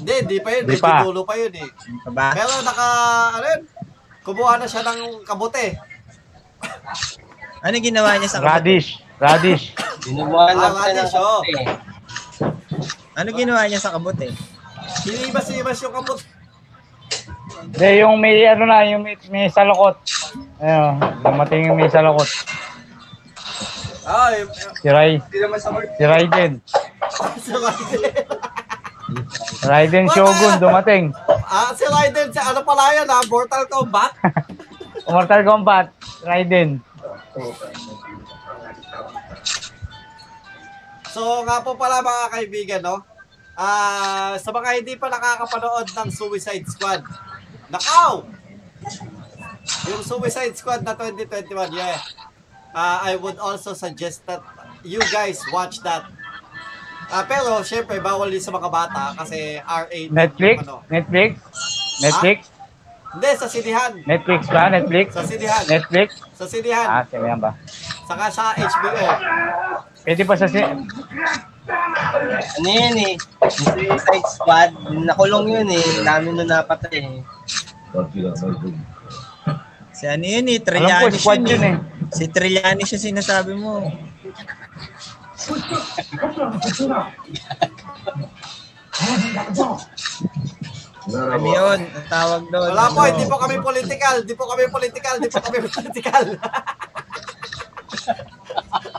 A: Hindi, hindi pa yun.
C: Di
A: Medyo
C: pa.
A: dulo pa yun eh.
D: Ano ba?
A: Pero naka, ano yun, kumuha na siya ng kabote.
D: Ano ginawa niya sa kapatid?
C: Radish, radish.
B: Binubuhan
A: Ah,
B: lang siya ng
A: Radish, oh.
B: kape.
D: Ano ginawa niya sa kabote?
A: Hinibas-hibas yung kabote.
C: Hindi, yung may ano na, yung may, may salukot. Ayun, dumating yung may salukot.
A: Ay,
C: Si Ray,
B: Hindi naman sa work.
C: si Raiden.
A: si Raiden.
C: Raiden Shogun dumating.
A: [laughs] ah, si Raiden, si ano pala yun ah, Mortal Kombat?
C: Mortal Kombat, Raiden.
A: So nga po pala mga kaibigan, no? Ah, sa mga hindi pa nakakapanood ng Suicide Squad. Nakaw! Yung Suicide Squad na 2021, yeah. Ah, I would also suggest that you guys watch that. Ah, pero syempre bawal din sa mga bata kasi R8
C: Netflix,
A: ano.
C: Netflix, Netflix,
A: Hindi sa sinihan.
C: Netflix ba? Netflix,
A: Sa sinihan.
C: Netflix.
A: Sa sinihan.
C: Ah, sino yan ba?
A: Saka sa HBO.
C: Pwede pa sa si-
B: Ano yun eh? Yung Suicide Squad. Nakulong yun eh. Dami nun napatay eh.
D: Si ano yun eh,
C: Alam ko,
D: Trillanes
C: squad yun eh.
D: Si Trillanes yung sinasabi mo. ano yun? Ang tawag doon.
A: Wala po,
D: Ano?
A: hindi po kami political, hindi po kami political, hindi po kami political. [laughs]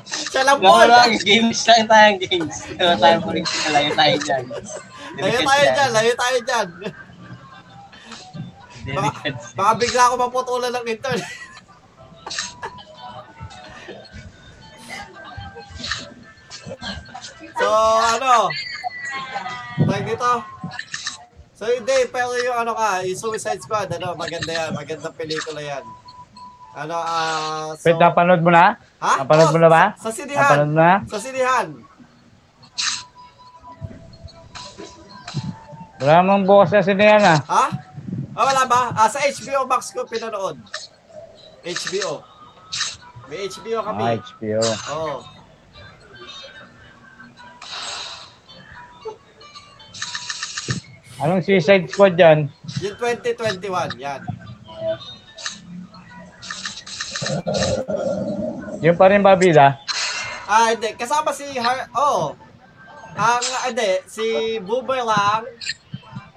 A: Siya lang po.
B: Naku lang, games lang tayo, games. Wala tayong political, layo tayo dyan.
A: Layo tayo dyan, layo tayo dyan.
B: Delicate yan.
A: Baka bigla ako maputulan ng intern. [laughs] so, ano? Tag dito. So hindi, pero yung ano ka, yung Suicide Squad, ano, maganda yan, magandang pelikula yan. Ano, ah, so...
C: Wait, napanood mo na?
A: ha?
C: napanood mo na ba?
A: Sa, sa sinihan.
C: Napanood mo na?
A: Sa sinihan.
C: Wala namang bukas na sinihan ah.
A: Ha? Ah, wala ba? Ah, sa HBO Max ko pinanood. HBO. May HBO kami. Oh,
C: Ah, HBO.
A: Oo.
C: Anong Suicide Squad yan?
A: Yung 2021, yan.
C: Yung pa rin ba, Bila?
A: Ah, hindi. Kasama si Har... Oo. Oh. Ang, ah, hindi. Si Boomer lang.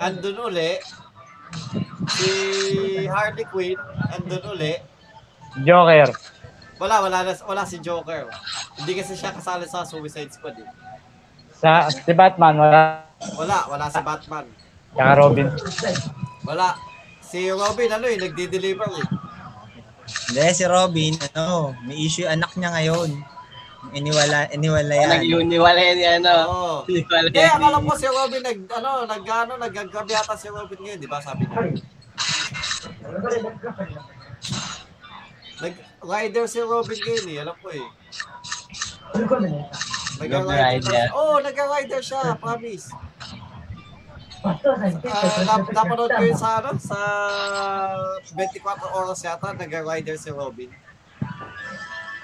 A: Andun uli. Si Harley Quinn. Andun uli.
C: Joker.
A: Wala, wala, na, wala si Joker. Hindi kasi siya kasali sa Suicide Squad eh.
C: Sa, si Batman, wala.
A: Wala, wala si Batman.
C: Saka Robin.
A: Wala. Si Robin, ano eh, nagdi-deliver eh.
D: Hindi, si Robin, ano, may issue yung anak niya ngayon. Iniwala, iniwala
A: Ano
D: yan.
B: Nag-uniwalay ni ano.
A: Oo.
B: Uniwalay
A: Hindi, akala
B: ni-
A: ko si Robin nag, ano, nag, ano, nag-grab yata si Robin ngayon, di ba, sabi niya. Nag-rider si Robin ngayon eh, alam ko eh. Nag-rider.
B: Nag-rider.
A: Oo, oh, nag-rider siya, promise. Ah, nap napanood ko yun sa, ano, sa 24 oras yata, nag-rider si Robin.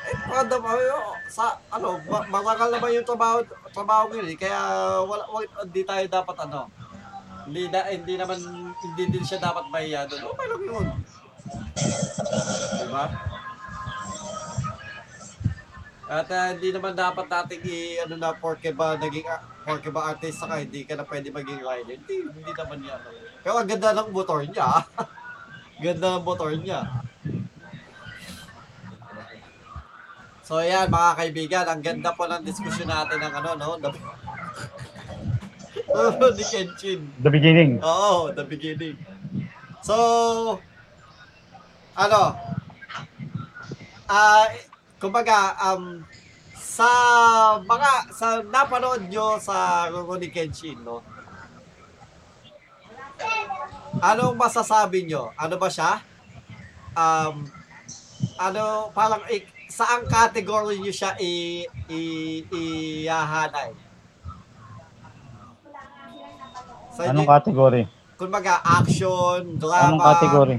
A: Eh, proud naman yun. Sa, ano, ma- matagal naman yung trabaho, trabaho yun eh. Kaya, wala, wala, hindi tayo dapat, ano, hindi, na, hindi naman, hindi din siya dapat mahiya doon. Okay lang yun. Diba? At ah, hindi naman dapat nating i, ano na, porke ba, naging, ah, porke ba artist ka, hindi ka na pwede maging rider. Hindi, hindi naman yan. ano. Pero ang ganda ng motor niya. [laughs] ganda ng motor niya. So yan mga kaibigan, ang ganda po ng diskusyon natin ng ano no, [laughs] the... Oh, ni Kenshin.
C: The beginning.
A: Oo, the beginning. So ano? Ah, kumbaga um sa mga sa napanood nyo sa Rurouni Kenshin, no? Anong masasabi nyo? Ano ba siya? Um, ano, parang ik- saang category nyo siya i, i, iahanay? Sa
C: Anong
A: inyo-
C: category?
A: kumbaga, action, drama,
C: Anong category?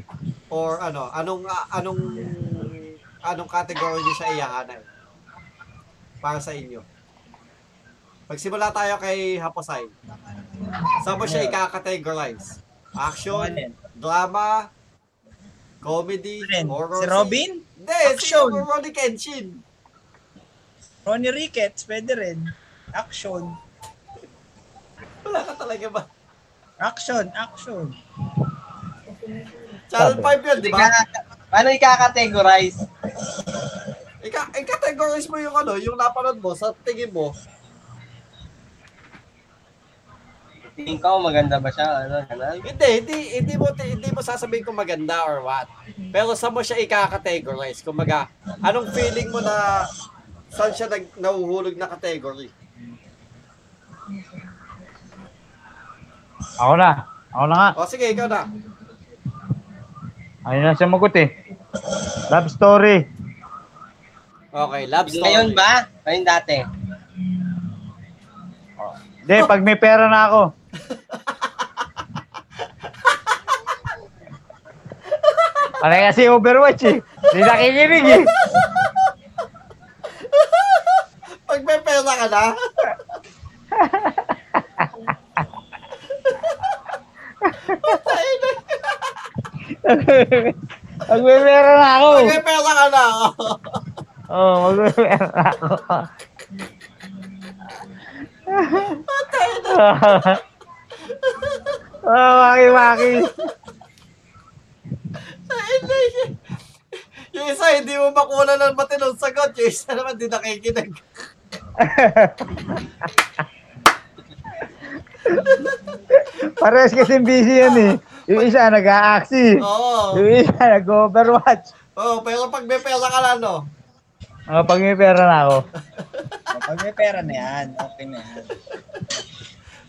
A: or ano, anong, ah, anong, anong category nyo siya iahanay? Para sa inyo. Magsimula tayo kay Haposay. Saan mo siya ikakategorize? Action,
D: Ano
A: drama, comedy,
D: yan?
A: horror.
D: Si Robin?
A: Hindi,
D: Action.
A: si Ronnie Kenshin.
D: Ronnie Ricketts, pwede rin. Action.
A: Wala ka talaga ba?
D: Action, action.
A: Channel
C: Sabi.
A: 5 yun, di ba?
B: Ika- Paano ikakategorize?
A: Ika, i-categorize mo yung ano, yung napanood mo, sa tingin mo,
B: Tingin ko maganda ba siya? Ano, ganun.
A: Hindi, hindi, hindi mo hindi mo sasabihin kung maganda or what. Pero sa mo siya i-categorize. Kumaga, anong feeling mo na saan siya nag, nahuhulog na category?
C: Ako na. Ako na nga.
A: O sige, ikaw na.
C: Ayun na siya magot eh. Love story.
A: Okay, love story.
B: Ngayon ba? Ngayon dati.
C: Hindi, pag may pera na ako. Parang kasi Overwatch eh. Hindi nakikinig eh.
A: Pag may pera ka na. Patay na.
C: Pag may pera na ako.
A: Pag may pera ka na.
C: Oo, oh, pag may pera na ako.
A: Patay na.
C: [laughs] oh, waki-waki.
A: Hindi. Yung isa, hindi mo makuha ng matinong sagot. Yung isa naman, di nakikinig.
C: Parehas kasi busy yan eh. Yung isa nag-aaksi.
A: Oo.
C: [laughs] Yung isa nag-Overwatch.
A: Oo, pero pag may pera ka na, no?
C: Oh, pag may pera na ako.
D: Kapag may pera na yan, okay na yan.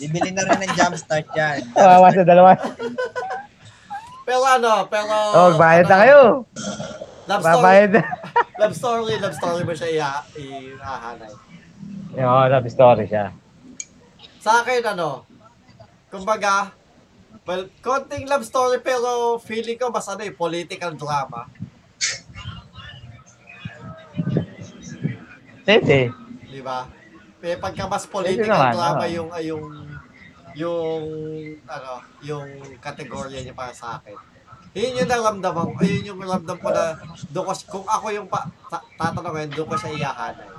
D: Bibili na rin ng jumpstart yan.
C: Kawawa sa dalawa.
A: Pero ano, pero...
C: Oh, bayad na
A: ano,
C: kayo.
A: Love story,
C: Babayad na.
A: [laughs] love story, love story mo siya iha- ihahanay.
C: Yung oh, love story siya.
A: Sa akin, ano, kumbaga, well, konting love story pero feeling ko mas ano eh, political drama.
C: Pwede.
A: Di ba? Eh, pagka mas
C: Pwede
A: political
C: naman,
A: drama
C: oo.
A: yung, ay, yung, yung, ano, yung kategorya niya para sa akin. Yun yung naramdaman ko. Yun yung naramdaman ko na doon ko, kung ako yung pa, ta- tatanungin, doon ko siya iyakanay.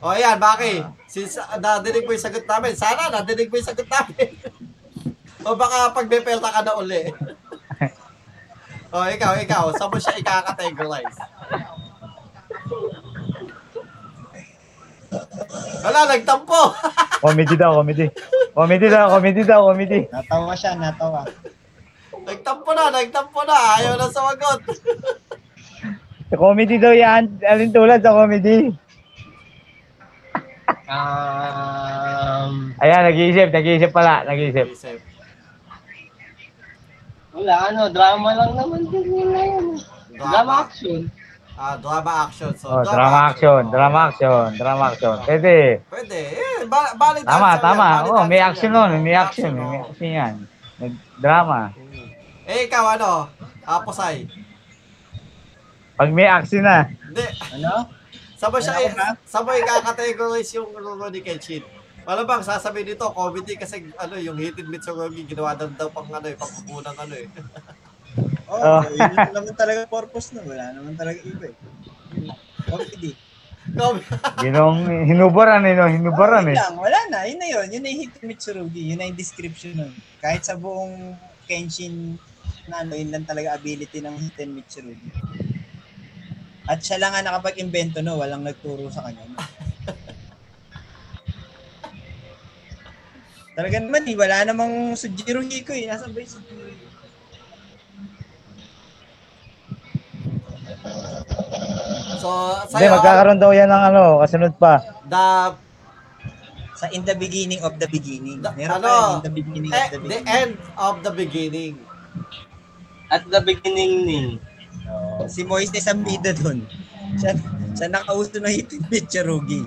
A: O ayan, Maki. Since uh, nadinig mo yung sagot namin, sana nadinig mo yung sagot namin. [laughs] o baka pag may pelta ka na uli. o ikaw, ikaw, saan mo siya ikakategorize? Wala, nagtampo! [laughs]
C: Comedy daw, comedy. Comedy daw, comedy daw, comedy.
D: Natawa siya, natawa.
A: Nagtampo na, nagtampo na. Ayaw na sumagot.
C: Sa comedy daw yan. Alin tulad sa comedy?
B: Um,
C: Ayan, nag-iisip, nag-iisip pala,
A: [laughs]
C: nag-iisip.
A: Isip.
B: wala, ano, drama lang naman din yun na yun. Drama
A: Drama.
B: action.
A: Ah, drama action. So,
C: Oh, drama action, drama action, drama action. Pwede.
A: Pwede. Eh, ba- bali dancer
C: Tama, tama.
A: yan, bali
C: Oh, may
A: dancer
C: action
A: yan.
C: nun,
A: Oh,
C: may action,
A: oh.
C: may action yan. May Drama.
A: Eh, ikaw ano? Ah, Posay.
C: Pag may action na,
A: Hindi.
D: Ano?
A: Sabay siya, eh,
D: Ano ako ba?
A: sabay kakategorize yung Rurouni Kenshin. Wala bang sasabihin nito, comedy kasi ano, yung Hated Mitsurugi ginawa na daw pang ano, eh, pangkukunan ano eh. [laughs]
D: Oo,
C: Oh.
D: oh, yun lang naman talaga purpose na. Wala naman talaga iba eh. Comedy.
A: Com-
C: ginong hinubaran eh, no? hinubaran
D: Yun
C: eh.
D: lang, wala na. Yun na yun. Yun na yung hit ni Mitsurugi. Yun na yung description nun. Kahit sa buong Kenshin na ano, yun lang talaga ability ng hit ni Mitsurugi. At siya lang ang nakapag-invento no, walang nagturo sa kanya. Talaga naman eh, wala namang Sujiro Hiko eh. Nasaan ba yung Sujiro Hiko?
A: so,
C: Hindi,
A: sa'yo,
C: magkakaroon daw yan ng ano, kasunod pa.
A: the,
D: Sa in the beginning of the beginning.
A: the,
D: Meron
A: ano,
D: pa yun, in the beginning
A: eh,
D: of the
A: the
D: beginning.
A: end of the beginning.
B: At the beginning ni.
D: Si Moise ni Sambida dun. Siya, siya nakauso na hipin Mitsurugi.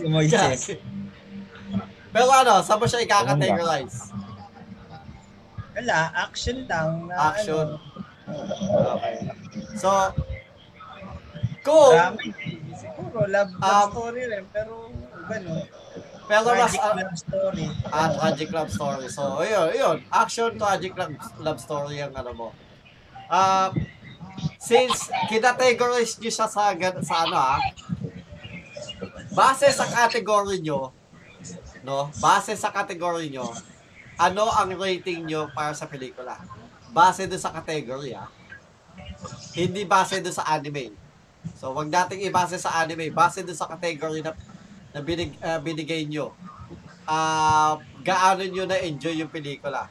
D: Si Moises.
A: Yes. Pero ano, saan mo siya ikakategorize?
D: Wala, action lang. Na,
A: Action.
D: Ano,
A: Okay. So, cool.
D: drama. Siguro, love, love
A: Um,
D: story rin. Pero, gano'n.
A: Pero mas,
D: Tragic
A: ah,
D: love story.
A: ah, tragic love story. So, yun, yun. Action, tragic love, love story ang ano mo. Um, since kinategorize nyo siya sa, gan- sa ano ah, base sa category nyo, no? Base sa category nyo, ano ang rating nyo para sa pelikula? Base doon sa category ah. Hindi base doon sa anime. So, wag nating ibase sa anime. Base doon sa category na, na binig, ah, binigay nyo. Ah, gaano nyo na-enjoy yung pelikula.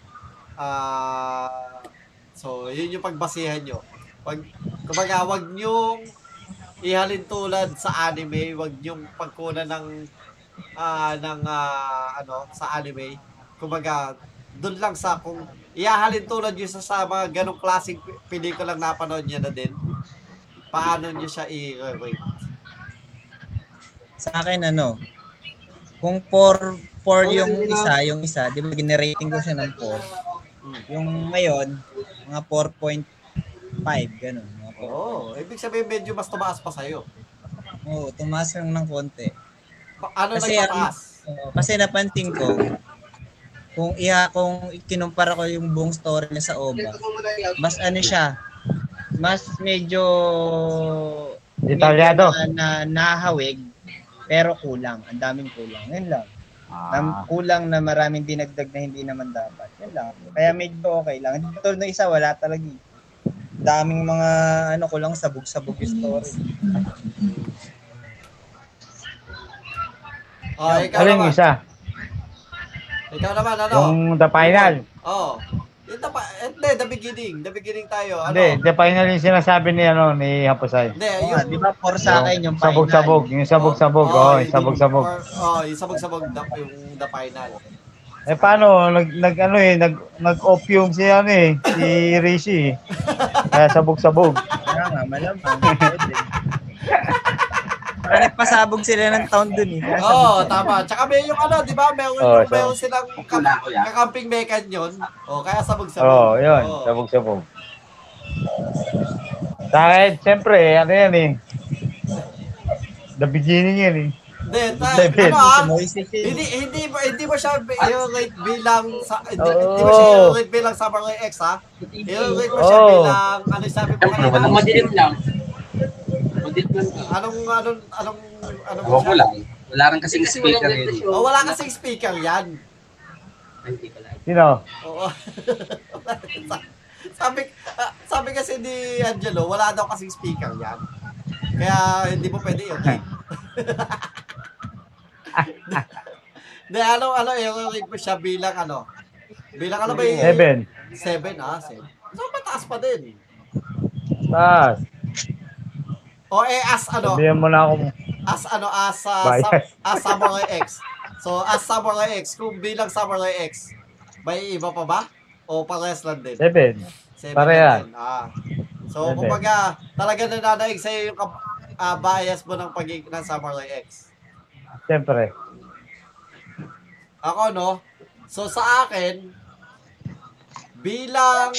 A: Ah, so, yun yung pagbasihan nyo. Wag, kumbaga, wag nyong ihalin tulad sa anime, wag nyong pagkunan ng ah, ng ah, ano sa anime. Kumbaga, doon lang sa kung ihalin tulad yung sa, sa mga ganong klaseng pe- pelikulang napanood niya na din. Paano niyo siya i-rate?
D: Sa akin, ano, kung 4 4 yung isa, yung isa, di ba ginerating ko siya ng 4. Yung ngayon, mga 4.5, gano'n. Mga 4.5.
A: Oo, oh, ibig sabihin medyo mas tumaas pa sa'yo.
D: Oo, tumaas lang ng konti.
A: Pa- Ano
D: Kasi ang-
A: nagpataas?
D: Oo, kasi napansin ko, kung iya kung kinumpara ko yung buong story niya sa OVA, mas ano siya, mas medyo
C: Detalyado.
D: medyo na, na nahawig pero kulang, ang daming kulang. Yun lang.
C: Ah,
D: Tam- kulang na maraming dinagdag na hindi naman dapat. Yun lang. Kaya medyo okay lang. Hindi tulad ng isa, wala talaga. eh. Daming mga ano ko lang sabog-sabog yung story.
A: Oh, ikaw
C: alin
A: naman.
C: isa?
A: Ikaw naman, ano?
C: Yung the final.
A: Oo. Oh. Yung tapa, eh, hindi, the beginning. The beginning tayo. Ano?
C: Hindi, the final yung sinasabi ni, ano, ni Hapusay.
A: Hindi,
D: Oo nga,
A: yung...
D: Ah,
A: Oh,
D: di ba? For sa akin yung final.
C: Sabog-sabog, oh, yung sabog-sabog,
A: Oo,
C: oh, yung sabog-sabog. [laughs]
A: or- Oo, oh, yung sabog-sabog, the- yung the final.
C: Eh paano, nag, nag ano eh, nag, nag-opium si ano eh, si Rishi eh. Kaya sabog-sabog.
D: Kaya nga, malamang. Pwede. [laughs] Parang nagpasabog sila ng town dun eh. Kaya sabi
A: Oo,
D: ko,
A: Oh, tama. Tsaka may yung ano, di ba? May yung,
C: Oo,
A: may
C: so-
A: yung silang
B: Wala
A: ka-
B: ko yan.
A: kakamping mekan yun. O, kaya sabog-sabog.
C: Oo, oh, yun,
A: Oo.
C: sabog-sabog. Dahil, siyempre, ano yan eh. The beginning yan eh. [laughs]
A: Hindi, ta-
C: Level.
A: ano ah,
D: Moises eh.
A: hindi, hindi, mo, hindi mo siya i-rate bilang, sa, hindi,
C: Oo.
A: hindi mo siya
C: Oh.
A: i-rate bilang Samurai X, ha? I-rate mo siya
C: Oo.
A: bilang, ano yung sabi mo kanina?
B: Ang madilim lang. Madilim lang.
A: Anong, anong, anong, anong,
B: Ako ko lang. Wala rin kasing speaker eh. yun.
A: Oh, wala kasing speaker yan.
B: Hindi pala.
C: Sino?
A: Oo. [laughs] Sa- sabi, ah, sabi kasi ni Angelo, wala daw kasing speaker yan. Kaya hindi mo pwede
B: [laughs]
A: yun. Hindi, ano, ano, i-rate mo siya bilang ano? Bilang ano ba yun?
C: Heaven.
A: Seven, ah, seven. So, mataas pa din.
C: Taas.
A: O, eh, as ano,
C: Sabihan mo na ako.
A: as ano, as, ah,
C: Bias.
A: sam- as Samurai X. So, as Samurai X, kung bilang Samurai X, may iba pa ba? O parehas lang din?
C: Seven.
A: Seven
C: Parehan.
A: and ten. Ah. So,
C: Seven.
A: kumbaga, talaga nananaig sa'yo yung kap- ah, bias mo ng pagiging ng Samurai X.
C: Siyempre.
A: Ako, no? So, sa akin, bilang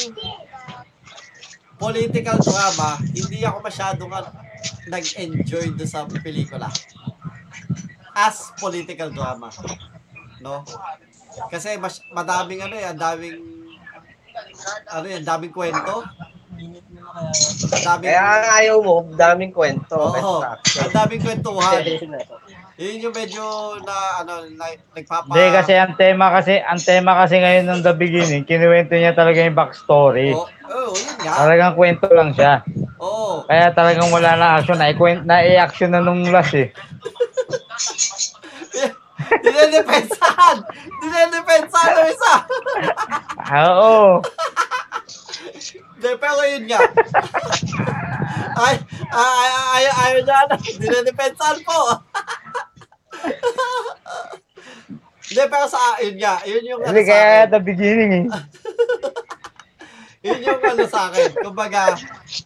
A: political drama, hindi ako masyadong ah, nag-enjoy do sa pelikula. As political drama. No? Kasi mas, madaming ano eh, ang daming ano eh, ang daming kwento. Ang daming,
B: Kaya oh, ang ayaw mo, daming kwento.
A: Oo, ang daming kwentuhan.
B: Kaya
A: Yun yung medyo na ano, na, nagpapa...
C: Hindi kasi ang tema kasi, ang tema kasi ngayon ng the beginning, kinuwento niya talaga yung backstory.
A: Oo, oh, yun nga.
C: Talagang kwento lang siya.
A: Oo.
C: Kaya talagang wala na action. Nai-kwent- Nai-action na nung last eh.
A: Dinedepensahan! Dinedepensahan ng isa!
C: Ah, Oo.
A: De, pero yun nga. Ay, ay, ay, ay, ayaw niya na. Dinedepensahan po. Hindi, pero sa, yun nga, yun yung ano
C: Hindi
A: sa
C: kaya
A: akin.
C: the beginning eh.
A: Yun yung ano sa akin. Kumbaga,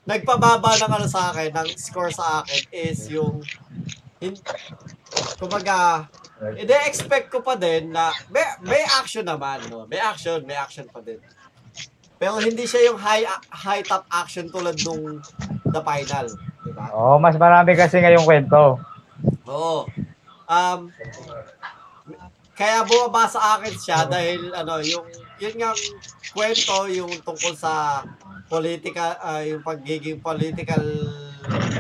A: nagpababa ng ano sa akin, ng score sa akin is yung, hin, kumbaga, ide-expect ko pa din na may, may action naman, no? May action, may action pa din. Pero hindi siya yung high high top action tulad nung the final, di ba?
C: Oo, mas marami kasi ngayong kwento.
A: Oo. Um, kaya bumaba sa akin siya dahil ano, yung yun nga ang kwento yung tungkol sa political ah, yung pagiging political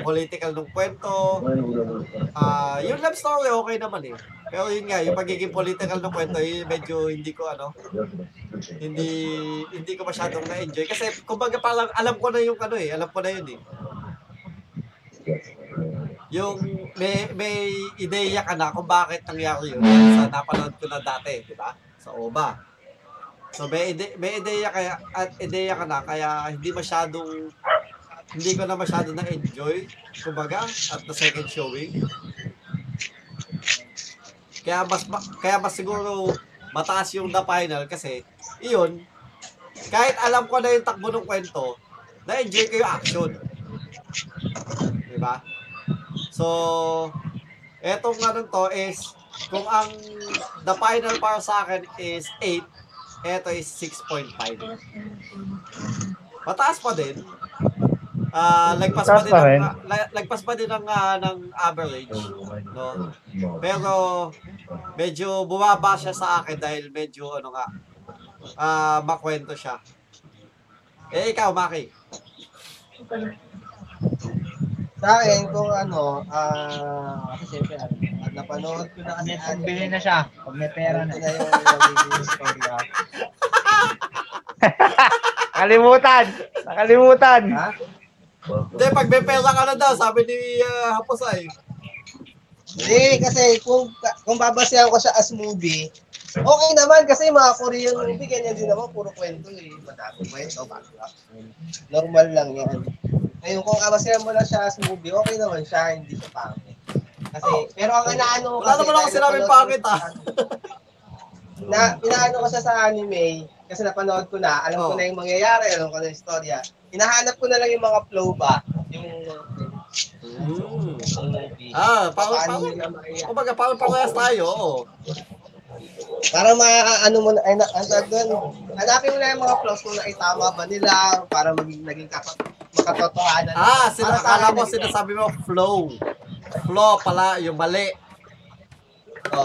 A: political ng kwento. Ah, yung love story okay naman eh. Pero yun nga, yung pagiging political ng kwento, yun medyo hindi ko ano, hindi hindi ko masyadong na-enjoy kasi kumbaga parang alam ko na yung ano eh, alam ko na yun eh. Yung may may ideya ka na kung bakit nangyari yun sa napanood ko na dati, di ba? Sa OBA. So may ide, may ideya kaya at ideya ka na kaya hindi masyadong hindi ko na masyado na-enjoy kumbaga at the second showing. Kaya mas ma- kaya mas siguro mataas yung the final kasi iyon kahit alam ko na yung takbo ng kwento, na-enjoy ko yung action. Di ba? So, etong ano to is kung ang the final para sa akin is 8, eto is 6.5. Mataas pa din. Ah, lagpas pa
C: Mataas
A: din
C: pa
A: ang,
C: rin.
A: ah, la- lagpas pa din ang ah, ng average, no? Pero medyo bumaba siya sa akin dahil medyo ano nga ah makwento siya. Eh ikaw, Maki.
B: Sa akin, kung ano, ah, kasi siyempre, ano, ah, napanood ko na kasi ano,
D: Bili na siya. Pag may pera
B: ano
D: na.
B: na yung magiging istorya.
C: Nakalimutan! Nakalimutan!
B: Ha?
A: Hindi, pag may pera ka na daw, sabi ni ah, Haposay.
B: Hindi, Eh, kasi kung, kung babasayan ko siya as movie, okay naman kasi mga Korean movie, ganyan din naman, puro kwento eh. Madami kwento, background. Normal lang yan. Ngayon, kung babasayan mo lang siya as movie, okay naman siya, hindi siya pangit. Kasi, pero ang inaano ko
A: Wala naman ako
B: dahil
G: [laughs]
A: sinabing ah.
B: napanood ko
A: pangit, ah.
B: sa-
G: na inaano ko siya sa anime kasi napanood ko na, alam ko
A: Oh.
G: na yung mangyayari, alam ko na yung storya. Hinahanap ko na lang yung mga flow ba, yung yung movie.
A: Ah,
G: Paano
A: pa pa
G: nila mangyayari.
A: Kumbaga, paul-paulayas tayo, oo.
G: Para ma ano mo na- ay na ang tawag doon. Hanapin mo na yung mga flows kung naitama ba nila para maging naging kapat makatotohanan.
A: Ah, sin
G: Para sa
A: akala
G: akin,
A: ko
G: naging-
A: sinasabi mo flow. Flow pala, yung mali.
G: Oo.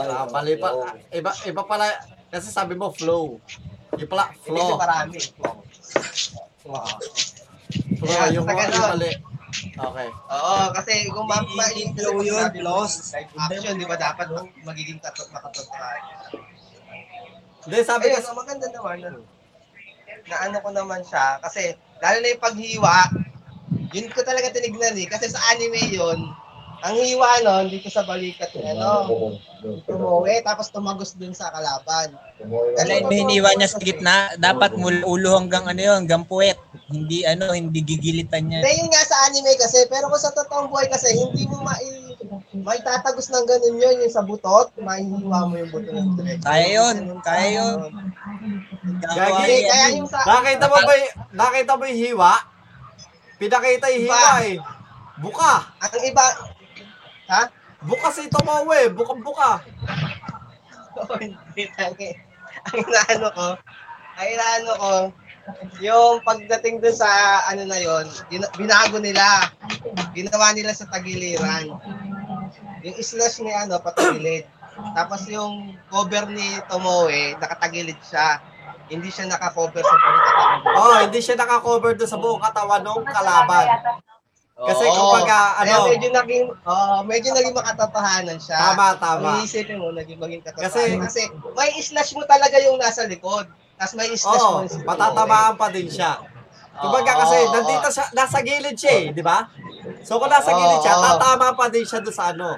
A: Ah,
G: yun,
A: mali pa.
G: yun.
A: Iba, iba pala, kasi sabi mo flow. Yung pala,
G: Hindi
A: flow.
G: marami. Wow.
A: Flow, yung,
G: Basta ganun.
A: yung mali. Okay.
G: Oo, kasi kung ma ma
D: Flow yun, lost.
G: Like action, di ba dapat mag- magiging katot makatotohanan.
A: Hindi, sabi
G: Ayun,
A: kasi,
G: ang maganda naman yun. Na ano ko naman siya, kasi lalo na yung paghiwa, yun ko talaga tinignan eh. Kasi sa anime yun, ang hiwa nun, dito sa balikat niya, ano, tumuwi, tapos tumagos dun sa kalaban.
D: Alay, may hiniwa Ano, niya sa gitna. Dapat mula ulo hanggang ano yun, hanggang puwet. Hindi ano, hindi gigilitan niya.
G: Hindi, yun nga sa anime kasi, pero kung sa totoong buhay kasi, hindi mo mai may tatagos ng ganun yun, yung sa butot, maihiwa mo yung buto ng diretso.
D: Kaya yun, kaya yun. Gawa
G: Kasi,
A: Gagi.
D: yan.
G: kaya yung sa...
A: nakita mo ba, y- nakita mo yung hiwa? Pinakita yung hiwa eh. Buka.
G: Ang iba... Ha?
A: Buka si Tomoe, eh. Bukang-buka.
G: Oo, [laughs] hindi tangi. Ang inaano ko, ang inaano ko, yung pagdating dun sa ano na yon, binago nila. Ginawa nila sa tagiliran. Yung slash ni ano, patagilid. Tapos yung cover ni Tomoe, nakatagilid siya. Hindi siya nakakover sa buong katawan.
A: Oh, hindi siya nakakover doon sa buong katawan ng kalaban. Kasi
G: Oo.
A: kapag ah,
G: Kaya
A: ano,
G: medyo naging, oo, medyo naging makatotohanan siya.
A: tama, tama.
G: Ang iisipin mo, naging maging
A: Kasi-
G: katotohanan. Kasi, may slash mo talaga yung nasa likod. Tapos may slash mo
A: Oo,
G: yung sa
A: matatamaan pa din siya. Kumbaga kasi,
G: Oo.
A: nandito siya, nasa gilid siya eh, di ba? So kung nasa gilid siya,
G: Oo.
A: tatama pa din siya doon sa ano,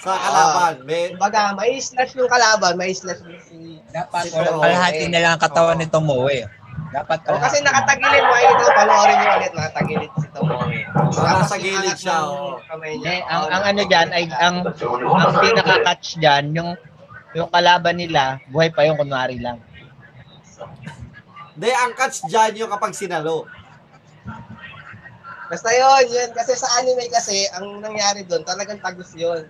A: sa kalaban.
G: Ah.
A: May,
G: Kumbaga, may slash yung kalaban, may slash yung si...
D: Dapat
G: si
A: walang
G: Tomoe.
D: kalahati na lang ang katawan
G: Oo.
D: ni Tomoe. Dapat
G: Oo,
D: kalahati.
G: kasi nakatagilid mo, ayun ito, panoorin nyo ulit, nakatagilid si Tomoe. Tapos
A: Ah, nasa gilid
G: yung angat
A: siya,
G: ng
A: oo.
G: kamay niya.
B: Eh, ang,
G: Oo,
B: ang ano dyan, ay, ang, ang pinaka-catch dyan, yung, yung kalaban nila, buhay pa yung kunwari lang.
A: hindi, ang catch dyan yung kapag sinalo.
G: Basta yun, yun. Kasi sa anime kasi, ang nangyari doon, talagang tagos yun.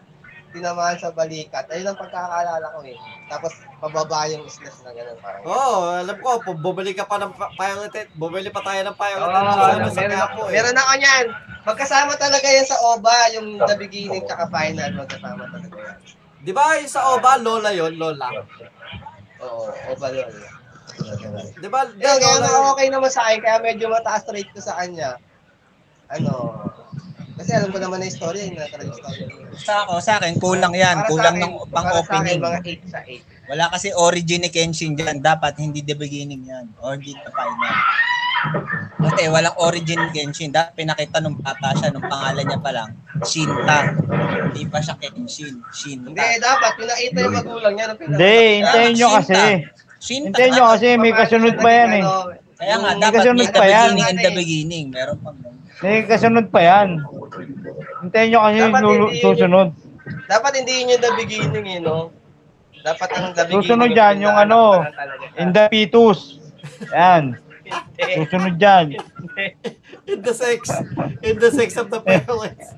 G: Tinamaan sa balikat. Ayun ang pagkakaalala ko eh. Tapos, pababa yung slash na gano'n. Parang,
A: Oo, alam ko, pu- bumili ka pa ng pa- pirated, bumili pa tayo ng pirated.
G: Oo,
A: Oh, sa
G: Ah, meron
A: kapo eh.
G: Meron ako niyan. Magkasama talaga yan sa OVA, yung the beginning tsaka final, magkasama talaga yan.
A: eh. Di ba yung sa OBA, Lola yon Lola.
G: Oo, OVA yun.
A: Di ba? Di,
G: Eh, kaya
A: Lola
G: na
A: yun.
G: okay naman sa akin, kaya medyo mataas rate ko sa kanya. Ano, kasi alam ko naman na yung story, yung natural story.
D: Sa ako, sa akin, kulang yan.
G: Para sa
D: Kulang
G: akin-
D: ng
G: para sa akin,
D: pang-opening.
G: mga 8 sa 8.
D: Wala kasi origin ni Kenshin dyan. Dapat hindi the beginning yan. Or hindi the final. Kasi walang origin ni Kenshin. Dapat pinakita nung bata siya, nung pangalan niya pa lang, Shinta. Hindi pa siya Kenshin.
G: Hindi,
D: Shinta.
G: dapat pinakita yung magulang niya. nung pinakita.
C: Hindi, hintayin nyo kasi.
D: Shinta.
C: Hintayin nyo kasi, may kasunod pa yan eh.
G: Ano,
D: Kaya nga,
G: yung-
D: dapat
C: kasunod
D: meet the
C: pa yan.
D: beginning and the beginning. Meron pang
C: May Eh, kasunod pa yan. Hintayin nyo kasi
G: Dapat
C: lulu-
G: hindi-
C: susunod.
G: Dapat hindi yun yung the beginning eh, no? Dapat ang the beginning.
C: Susunod dyan yung ano, in the fetus. Yan. Susunod dyan.
A: In the sex. In the sex of the parents.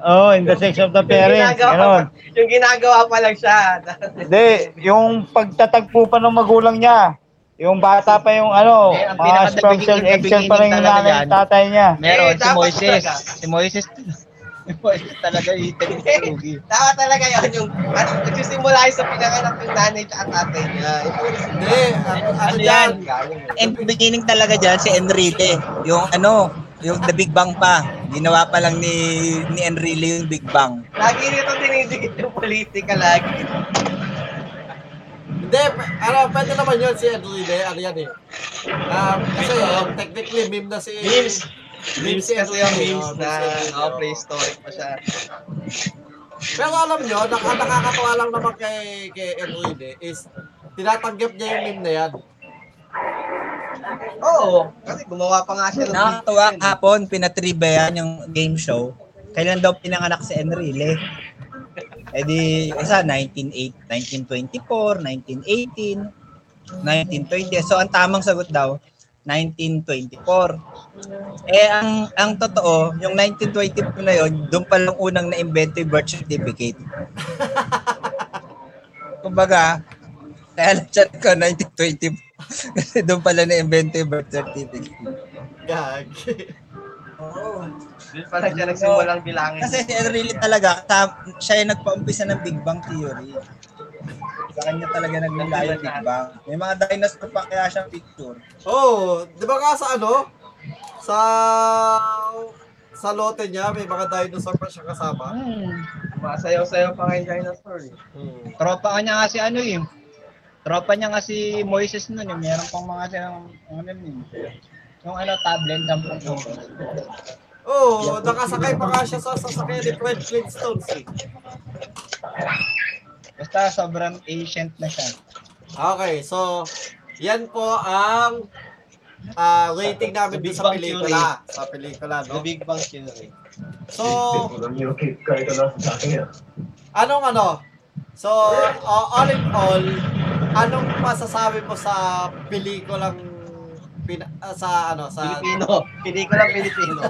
C: Oh, in the sex of the parents. Ganon.
G: yung ginagawa pa lang siya.
C: Hindi, yung pagtatagpo pa ng magulang niya. Yung bata pa yung ano,
B: Eh, ang
C: mga
B: pinakadagdag
C: sperm cell,
B: yung
C: egg cell pa lang yung
B: talaga
C: nanay
B: yan.
C: at tatay niya.
B: Meron,
G: Eh,
B: si
G: dapat
B: Moises.
G: talaga.
B: Si Moises, si Moises talaga yung italit sa lugi.
G: [laughs] Dapat talaga yun yung at nagsisimula yun sa pinanganak yung nanay at tatay niya. Ito yung
A: Hindi, ang- ano
D: Ano
A: dyan?
D: yan?
G: galing.
D: And the beginning talaga dyan, si Enrique. Yung ano, yung The Big Bang pa. Ginawa pa lang ni, ni Enrique yung Big Bang.
G: Lagi nito dinidikit yung politika lagi.
A: Hindi, p- ano, pwede naman yun si Enrile, ano yan eh. Um, kasi um, technically meme na si...
G: Memes.
A: Memes
G: Memes kasi
A: Enrile,
G: yung
A: oh,
G: memes na
A: memes Enrile,
G: oh,
A: oh.
G: prehistoric pa siya.
A: Pero alam nyo, naka, nakakatawa lang naman kay, kay Enrile is tinatanggap niya yung meme na yan.
G: Oo, kasi gumawa pa nga siya ng
D: Nakakatuwa
G: memes yun.
D: kahapon, pinatribayan yung game show. Kailan daw pinanganak si Enrile? Eh di, isa, 1908, 1924, 1918, 1920. So, ang tamang sagot daw, 1924. Eh, ang ang totoo, yung 1924 na yun, doon pa lang unang na-invento yung birth certificate. [laughs] Kumbaga, kaya chat ko 1924. [laughs] Kasi doon pala na-invento yung birth certificate.
A: Gag. [laughs]
D: Oo.
B: Doon pala siya nagsimulang bilangin.
D: Kasi really talaga, ta- siya yung nagpaumpisa ng Big Bang Theory. Sa kanya talaga nagmula yung Big Bang. May mga dinosaur pa kaya siyang picture.
A: Oh, di ba nga sa ano? Sa sa lote niya, may mga dinosaur pa siya kasama.
F: Hmm.
B: Masayaw-sayaw pa kayo dinosaur. eh.
A: Hmm.
F: Tropa ka niya nga si ano eh. Tropa niya nga si Moises nun eh. Meron pang mga silang, ano yun eh. Yung ano, tablet, dampong puto.
A: Oh, nakasakay pa nga siya sa sasakyan ni Fred Flintstones eh.
F: Basta sobrang ancient na siya.
A: Okay, so yan po ang ah, rating namin dun
B: The Big
A: sa
B: Bang
A: pelikula. Sa pelikula,
B: The
A: no?
B: Big Bang eh. Theory.
A: So, anong ano? So, uh, all in all, anong masasabi mo sa pelikulang pina, ah, sa ano sa
B: Pilipino. Pelikula Pilipino.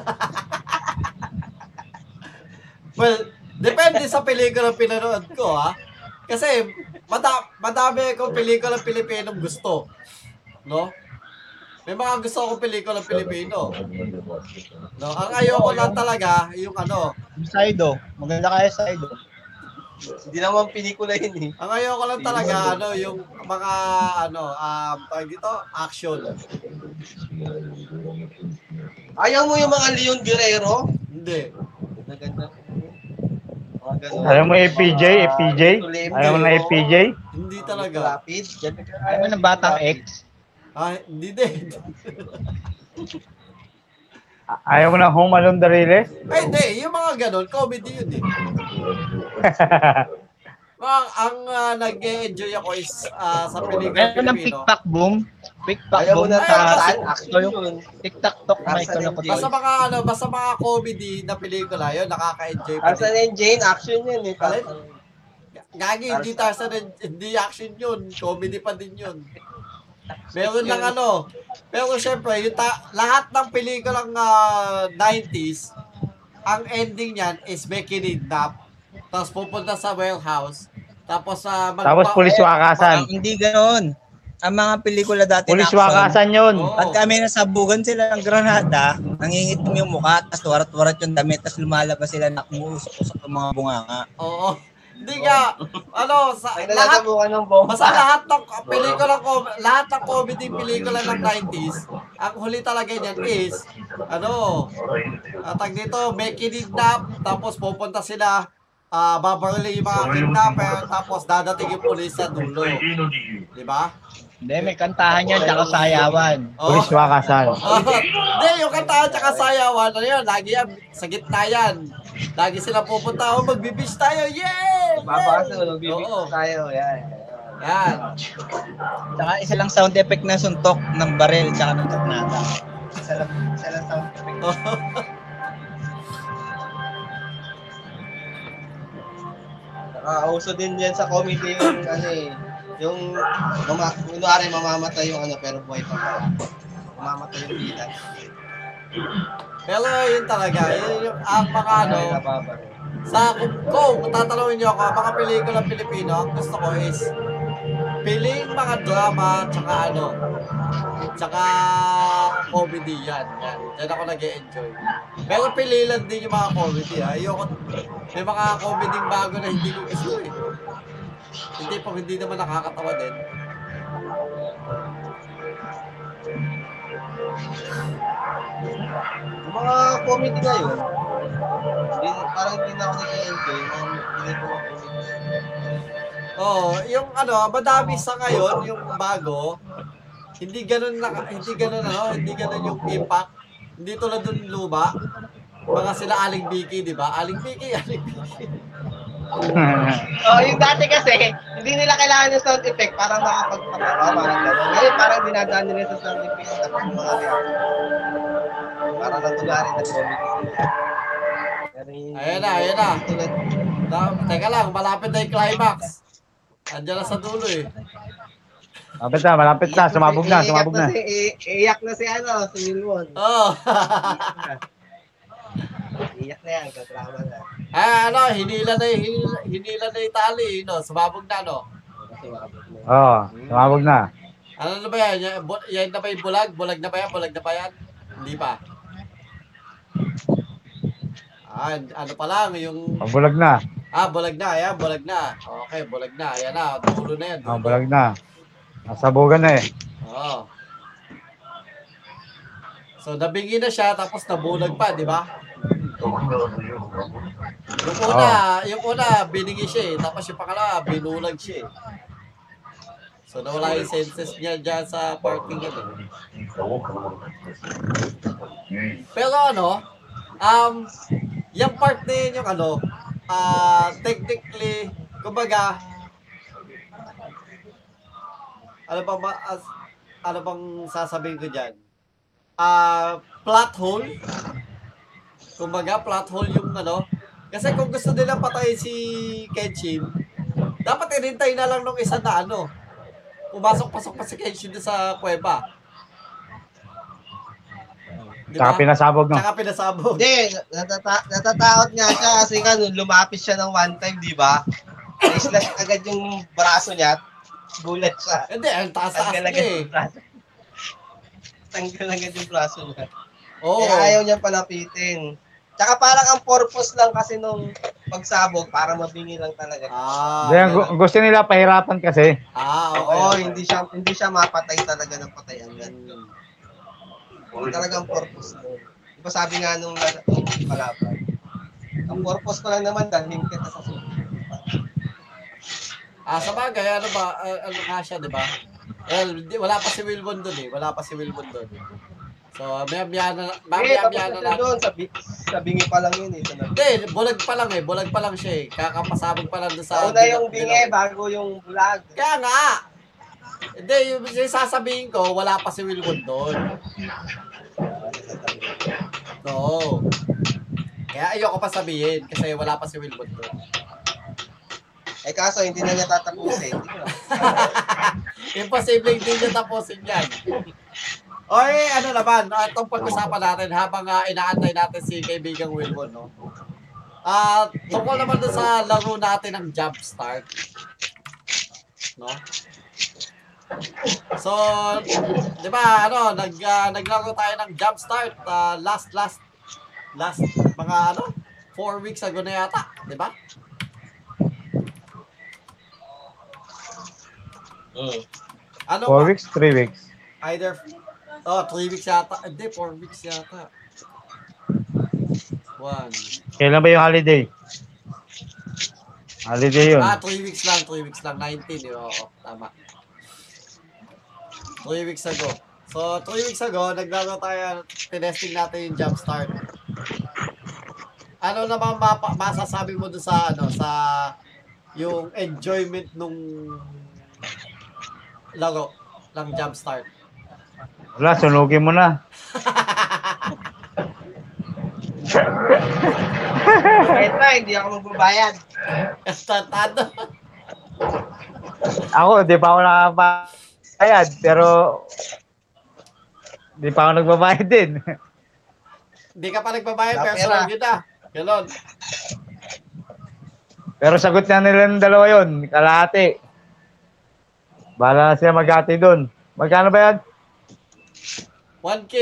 A: Well, depende sa pelikulang pinanood ko ha. Kasi mada madami akong pelikulang Pilipinong gusto. No? May mga gusto akong pelikulang Pilipino. No, ang ayoko lang talaga yung ano,
F: Saido. Maganda kaya Saido.
B: Hindi naman pelikula yun eh.
A: Ang ayoko lang talaga, ano, yung mga, ano, um, tawag dito, action.
B: Ayaw mo yung mga Leon Guerrero?
A: Hindi.
B: Maganda. Mga ganun.
C: Alam mo APJ,
B: Mga
C: APJ?
B: tulim,
C: Alam mo na
B: oo.
C: APJ?
A: Hindi
F: Ah,
B: Mga
A: talaga.
B: Rapid. Ganun ka-
F: Ano ng batang X?
A: Ah, hindi din.
C: Ayaw mo na home alone the realist?
A: Ay, hindi. Yung mga ganun, comedy yun
F: [laughs]
A: eh. Ang, ang ah, nag-enjoy ako is ah, sa pelikula
F: Meron Ano ng
A: Pilipino.
F: pickpack boom. Pickpack
B: Ayaw mo
F: boom.
B: na
A: Tarzan.
B: Tarzan.
F: So,
B: Action
F: yung
B: yun.
F: tiktak tok may
B: Tarzan and
F: kalakutoy.
A: Basta mga, ano, basta mga comedy na pelikula, yun, nakaka-enjoy
F: Ah,
A: pa
B: Tarzan
A: din.
B: and Jane, action yun eh.
A: Alin?
B: Tarzan.
A: Gagi, hindi Tarzan, and- hindi action yun. Comedy pa din yun. Meron lang ano. Pero syempre, yung ta- lahat ng pelikulang ah, 90s, ang ending niyan is may kinidnap. Tapos pupunta sa warehouse. Tapos sa
C: Tapos pulis
D: Ah,
C: wakasan.
D: hindi ganoon. Ang mga pelikula dati
C: Pulis
D: action,
C: wakasan yun.
A: Oo.
D: Pag kami nasabugan sila ng granada, nangingitim yung mukha, tapos warat-warat yung damit, tapos lumalabas sila na kumuusok-usok ng mga bunganga.
A: Oo. Hindi nga, ano, sa,
B: Ay,
A: lahat,
B: nalalabukan ng bomba.
A: basta lahat ng pelikula, com- lahat ng comedy pelikula ng 90s, ang huli talaga niyan is, ano, Atag dito, may kinidnap, tapos pupunta sila, uh, babarili yung mga kidnapper, tapos dadating yung pulis sa dulo. Di ba?
F: Hindi, may kantahan yan, tsaka sayawan.
A: Oh.
C: Pulis
A: [laughs]
C: wakasan.
A: Hindi, yung kantahan tsaka sayawan, ano yun, lagi yan, sa gitna yan. Lagi sila pupunta, oh, magbibis tayo, yay!
B: Babasa,
A: Oo.
B: bibigyan tayo. Yan.
A: Yan.
D: Tsaka isa lang sound effect na suntok ng baril tsaka ng tornado. Isa lang, isa lang sound effect.
B: Nakauso din yan sa comedy yung ano eh. Yung, mama, kunwari mamamatay yung ano, pero buhay pa pala. Mamamatay yung bida.
A: Pero yun talaga, yun yung ang mga ano,
B: Ay, nababaro.
A: sa kung, kung tatanungin niyo ako, ang mga pelikula Pilipino, ang gusto ko is piliin mga drama tsaka ano, tsaka comedy yan. Yan, Diyan ako nag enjoy Pero pili lang din yung mga comedy ha. Ayoko, may mga comedy bago na hindi ko gusto eh. Hindi po, hindi naman nakakatawa din.
B: Yung mga comedy ngayon, din, parang hindi na ako nag-enjoy. Ang hindi ko mga comedy.
A: Oo, yung ano, madami sa ngayon, yung bago, hindi ganun na, hindi ganun ano, hindi ganun yung impact. Hindi tulad dun luma. Mga sila Aling Biki, di ba? Aling Biki, [laughs] Aling Biki.
B: Oh, yung dati kasi, hindi nila kailangan ng sound effect. Parang nakapagpapakawa, parang gano'n. Ngayon, parang dinadaan nila sa sound effect. Tapos yung mga reaction. Parang natunarin na comedy. Pero yung-
A: Ayun na, ayun na.
B: Tulad,
A: Na, teka lang, malapit na yung climax. Andiyan na sa dulo eh.
C: [laughs] Malapit na, malapit na. Sumabog na,
G: Iiyak
C: sumabog na.
G: si, i- iiyak na si ano, si Wilwon.
A: Oh. [laughs]
G: Iiyak na yan, katrama na.
A: ah, ano, hinila na, yung- hinila, hinila na yung tali, eh, no? Sumabog na, no?
G: Sumabog na.
C: Oo, oh, sumabog na.
A: Ano na ba yan? Yan, bu- yan na ba yung bulag? Bulag na ba yan? Bulag na ba yan? Hindi pa. Ah, ano pa lang, yung...
C: Pabulag na.
A: Ah, bulag na, ayan, bulag na. Okay, bulag na, ayan na, dulo na yan.
C: Oh,
A: dulo.
C: bulag na. Nasabogan na eh.
A: Oo. So, nabingi na siya, tapos nabulag pa, di ba? Yung una, yung una, biningi siya eh. Tapos yung pangalawa, binulag siya eh. So, nawala yung senses niya dyan sa parking lot. eh. Pero ano, um, yung part na yun yung ano, ah, technically, kumbaga, ano bang ma- as- ano bang sasabihin ko diyan? Ah, plot hole. Kumbaga plot hole yung ano. Kasi kung gusto nila patayin si Kenshin, dapat inintay na lang nung isa na ano. Pumasok-pasok pa si Kenshin dun sa kuweba. Di ba?
C: Tsaka pinasabog no.
A: Tsaka pinasabog.
G: Hindi, natata- natataot nga siya kasi nga nung lumapit siya ng one time, di ba? Islash agad yung braso niya, gulat siya.
A: Hindi, ang taas-taas
G: Tanggal
A: niya
G: agad
A: eh.
G: yung braso. Tanggal agad yung braso niya.
A: Oo.
G: Kaya Eh, ayaw niyang palapitin. Tsaka parang ang purpose lang kasi nung pagsabog, para mabingi lang talaga.
A: Ah,
C: Hindi, ang gu- gusto nila pahirapan kasi.
A: ah, okay.
G: Oo,
A: okay.
G: hindi siya hindi siya mapatay talaga ng patay agad. Yun Talagang purpose nun. Di ba sabi nga nung nasa- nung palaban, ang purpose ko lang naman, dalhin kita sa susunod.
A: Ah, sa bagay, ano ba, ah, ano nga siya, di ba? Well, di, wala pa si Wilbon doon eh. Wala pa si Wilbon doon. So, maya-maya na,
G: Eh, tapos
A: maya-maya
G: na
A: na
G: siya
A: lang.
G: doon, sa, bi- sa bingi pa lang yun eh. Sa nag-
A: Hindi, bulag pa lang eh. Bulag pa lang siya eh. Kakapasabog pa lang doon sa...
G: Una yung
A: dilaw-
G: bingi,
A: dilaw.
G: bago yung vlog.
A: Kaya nga! Hindi, yung, yung sasabihin ko, wala pa si Wilbon doon. No. Kaya ayoko pa sabihin kasi wala pa si Wilbon doon.
G: Eh kaso, hindi na niya tatapusin. Hindi ko
A: [laughs] Imposible hindi niya tapusin yan. Oy, ano naman, ah, itong pag-usapan natin habang ah, inaantay natin si kaibigang Wilbon, no? Ah, tungkol naman doon sa laro natin ng jump start. No? So, 'di ba, ano, nag ah, naglaro tayo ng jump start ah, last last last mga ano, four weeks ago na yata, 'di ba? Ano ba?
C: Four weeks, three weeks.
A: Either, oh, three weeks yata. Hindi, four weeks yata. One.
C: Kailan ba yung holiday? Holiday yun.
A: Ah, three weeks lang, three weeks lang. 19, yun. Oo, tama. Three weeks ago. So, three weeks ago, naglaro tayo, tinesting natin yung jump start. Ano naman mapa- masasabi mo doon sa, ano, sa, yung enjoyment nung laro ng jump start? [laughs]
C: Wala, sunugin mo na.
G: [laughs] Kahit na, hindi ako magbabayad.
A: Tartado.
C: Ako, di pa ako nakabayad, pero di pa ako nagbabayad din. [laughs]
A: Hindi ka pa nagbabayad, pero
G: Tapera.
A: sunod yun ah. Ganon.
C: pero sagot na nila ng dalawa yun, kalahati. Bala na sila maghati doon. Magkano ba yan?
A: 1K.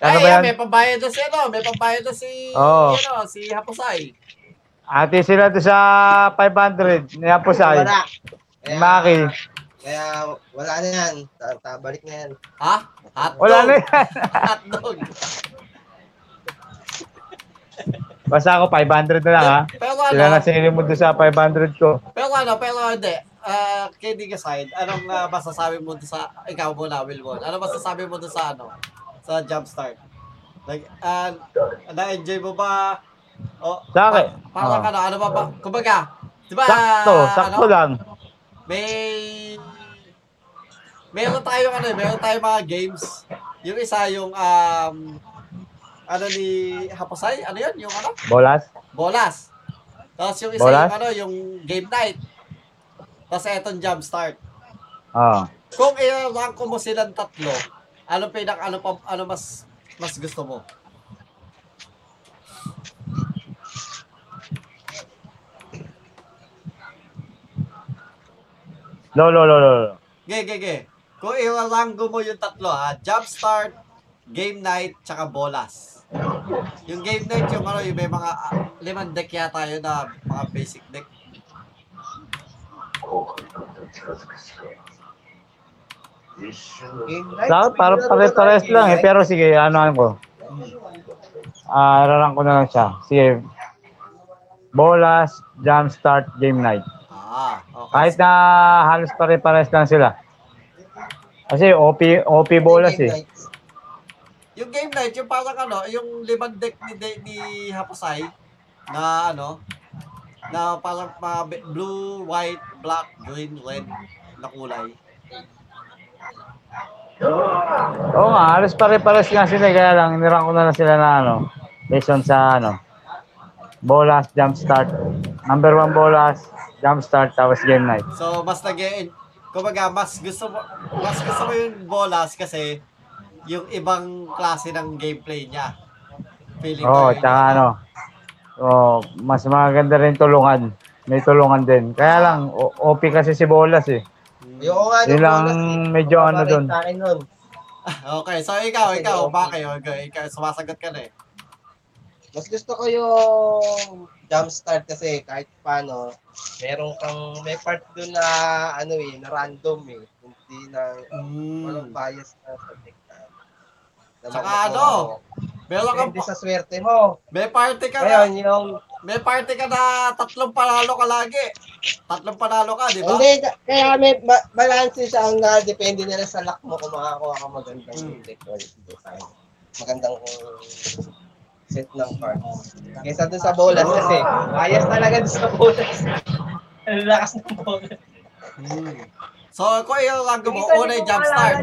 A: Ay,
C: Ano ba
A: yan,
C: yan? Oh.
A: may pambayad na si ano, may pambayad na si,
C: Oo.
A: ano, si Haposay.
C: Ate sila to sa 500, niyapusay.
G: Wala. Kaya,
C: Maki.
G: Kaya wala na yan. Ta- Tabalik na yan.
A: Ha? Hotdog.
C: Wala na yan.
A: [laughs]
C: [laughs]
A: Hotdog.
C: Basta ako, 500 na lang ha.
A: Pero
C: Sila
A: ano,
C: na sinili mo doon sa 500 ko.
A: pero ano, pero hindi. Uh, kidding aside, anong ah, masasabi mo dun sa, ikaw muna, Wilbon, ano masasabi mo dun sa ano, sa Jumpstart? Like, ah, na-enjoy mo ba? O,
C: Sa akin?
A: Pa, parang
C: Oo.
A: ano, ano ba ba? Kumbaga, di ba?
C: Sakto,
A: ano,
C: sakto lang.
A: may meron tayong ano, eh, meron tayong mga games. Yung isa yung um ano ni Haposay, ano yun? Yung ano?
C: Bolas?
A: Bolas. Tapos yung isa
C: Bola?
A: yung ano, yung game night. Tapos etong jump start.
C: Oo.
A: Kung i-rank mo silang tatlo, ano pinaka ano pa ano mas mas gusto mo?
C: Low, low, low, low. low.
A: Ge, ge, ge. Kung iwaranggo mo yung tatlo ha, Jumpstart, Game Night, tsaka Bolas. Yung Game Night, yung ano, yung may mga ah, limang deck yata yun na mga basic deck.
B: Game
C: Lahat parang pare-pares lang eh. Pero sige, ano ano ko. Ah, rarang ko na lang siya. Sige. Bolas, jump start, game night.
A: Ah, okay.
C: Kahit na halos pare-pares lang sila. Kasi OP, OP bolas eh.
A: Yung Game Night, yung parang ano, yung limang deck ni, de, ni Hapasay, na ano, na parang mga be- blue, white, black, green, red na kulay.
C: Oo nga, halos pare-pares lang sila. Kaya lang, nirang ko na lang sila na ano. Based on sa ano. Bolas, jump start. Number one bolas, jump start, tapos game night.
A: So, mas nag kumbaga, mas gusto mo, mas gusto mo yung bolas kasi yung ibang klase ng gameplay niya. Feeling
C: Oo, oh,
A: ko yun.
C: tsaka ano. Oh, mas maganda rin tulungan. May tulungan din. Kaya lang, o- OP kasi si Bolas eh.
B: Yung nga
G: ano,
C: Yun lang
G: eh.
C: medyo ano dun.
B: doon.
A: [laughs] Okay, so ikaw, ikaw, bakit? Oh, Ikaw, ikaw, sumasagot ka na eh.
B: Mas gusto ko yung jumpstart kasi kahit paano, meron kang, may part doon na, ano eh, na random eh. Hindi na, walang
A: Mm.
B: bias na subject na. na
A: Tsaka
B: makukuha
A: ano?
B: mo.
A: Meron kang,
B: Depende sa swerte mo.
A: may party ka na,
B: Ngayon, yung,
A: may party ka na tatlong panalo ka lagi. Tatlong panalo ka, di ba?
B: hindi, kaya may ba- balance siya ang na, depende na lang sa luck mo kung makakuha ka magandang
C: Hmm.
A: Mm.
B: subject or design. Magandang uh, set ng cards. Kesa dun sa bolas kasi, bias talaga dun sa bolas. Ang lakas ng bolas.
A: Mm. So, kung yung rango mo, una yung jumpstart.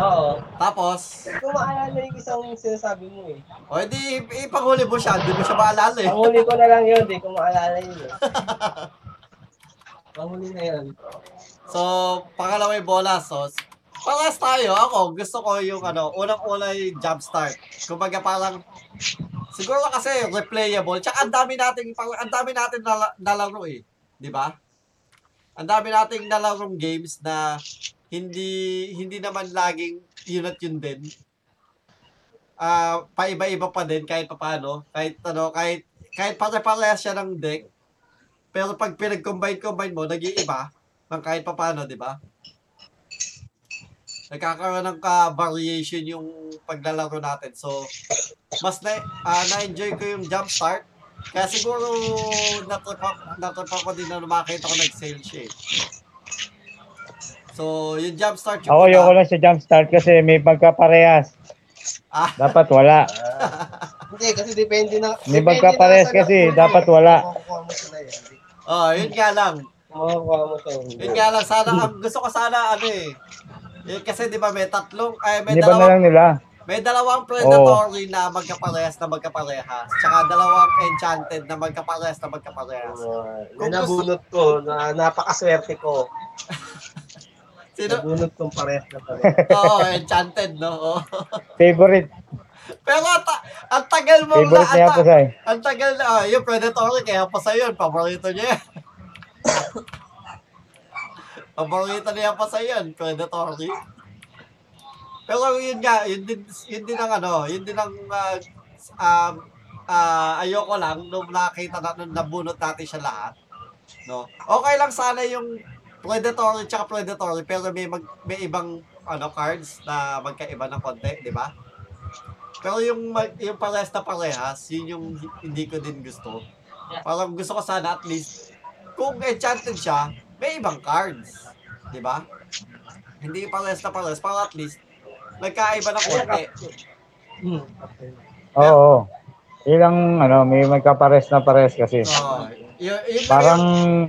B: Oo.
A: Tapos,
B: Kung maalala yung isang sinasabi mo eh.
A: o hindi, ipanghuli mo siya, hindi mo siya maalala eh.
B: Ang huli ko na lang yun, di ko maalala yun eh. Ang huli na yun.
A: So, pangalawa yung bola. So, parehas tayo. Ako, gusto ko yung ano, unang-una yung jump start. Kumbaga parang, siguro kasi replayable. Tsaka ang dami nating, parang ang dami natin nala, nalaro eh. Di ba? Ang dami nating nalarong games na hindi hindi naman laging yun at yun din. Ah, paiba-iba pa din kahit papaano, kahit ano, kahit kahit pare-parehas siya ng deck. Pero pag pinag-combine-combine mo, nag-iiba ng kahit papano, di ba? Nagkakaroon ng ka-variation yung paglalaro natin. So, mas na, ah, na-enjoy ko yung jump start. Kaya siguro natrip ako, natrip ako din na makita ko nag-sale siya eh. So, yung jump start yung...
C: Ako, ayoko lang sa jump start kasi may pagkaparehas.
A: Ah.
C: Dapat wala.
B: Hindi, kasi depende na.
C: May
B: depende na
C: magkapares
B: sa
C: kasi,
B: luck mo
C: dapat
B: eh.
C: wala.
B: Makukuha mo sila yun.
A: Oh, yun nga lang.
B: Makukuha mo sila yun.
A: Yun nga lang. Sana, ang gusto ko sana ano eh. Yun, kasi di ba may tatlong, ay may
C: Hindi ba na
A: dalawang
C: lang nila?
A: May dalawang predatory na magkaparehas na magkaparehas. Tsaka dalawang enchanted na magkaparehas na magkaparehas.
B: Na nabunot ko, na napakaswerte ko.
A: Sino?
B: Nabunot kong pares na pare.
A: Oo, enchanted, no? Oo. [laughs]
C: Favorite.
A: Pero ang ta- ang tagal mo na,
C: Favorite
A: ang,
C: niya po
A: ta-
C: siya eh.
A: ang tagal na, ah, yung predatory, kaya pa sa'yo, yun, [laughs] paborito niya. yan. paborito niya pa sa'yo, yun, predatory. Pero yun nga, yun din, yun din ang ano, yun din ang, ah, um, ah, ayoko lang, nung nakita na, nung nabunot natin siya lahat, no? Okay lang sana yung predatory tsaka predatory, pero may, mag, may ibang, ano, cards na magkaiba ng konti, di ba? Pero yung, mag- yung parehas na parehas, yun yung hi- hindi ko din gusto. Parang gusto ko sana at least, kung enchanted siya, may ibang cards. Di ba? Hindi parehas na parehas, para at least, nagkaiba ng konti.
C: Oo. oo. Ilang, ano, may magkapares na pares kasi.
A: Oh, yun, yun lang
C: Parang,
A: yun.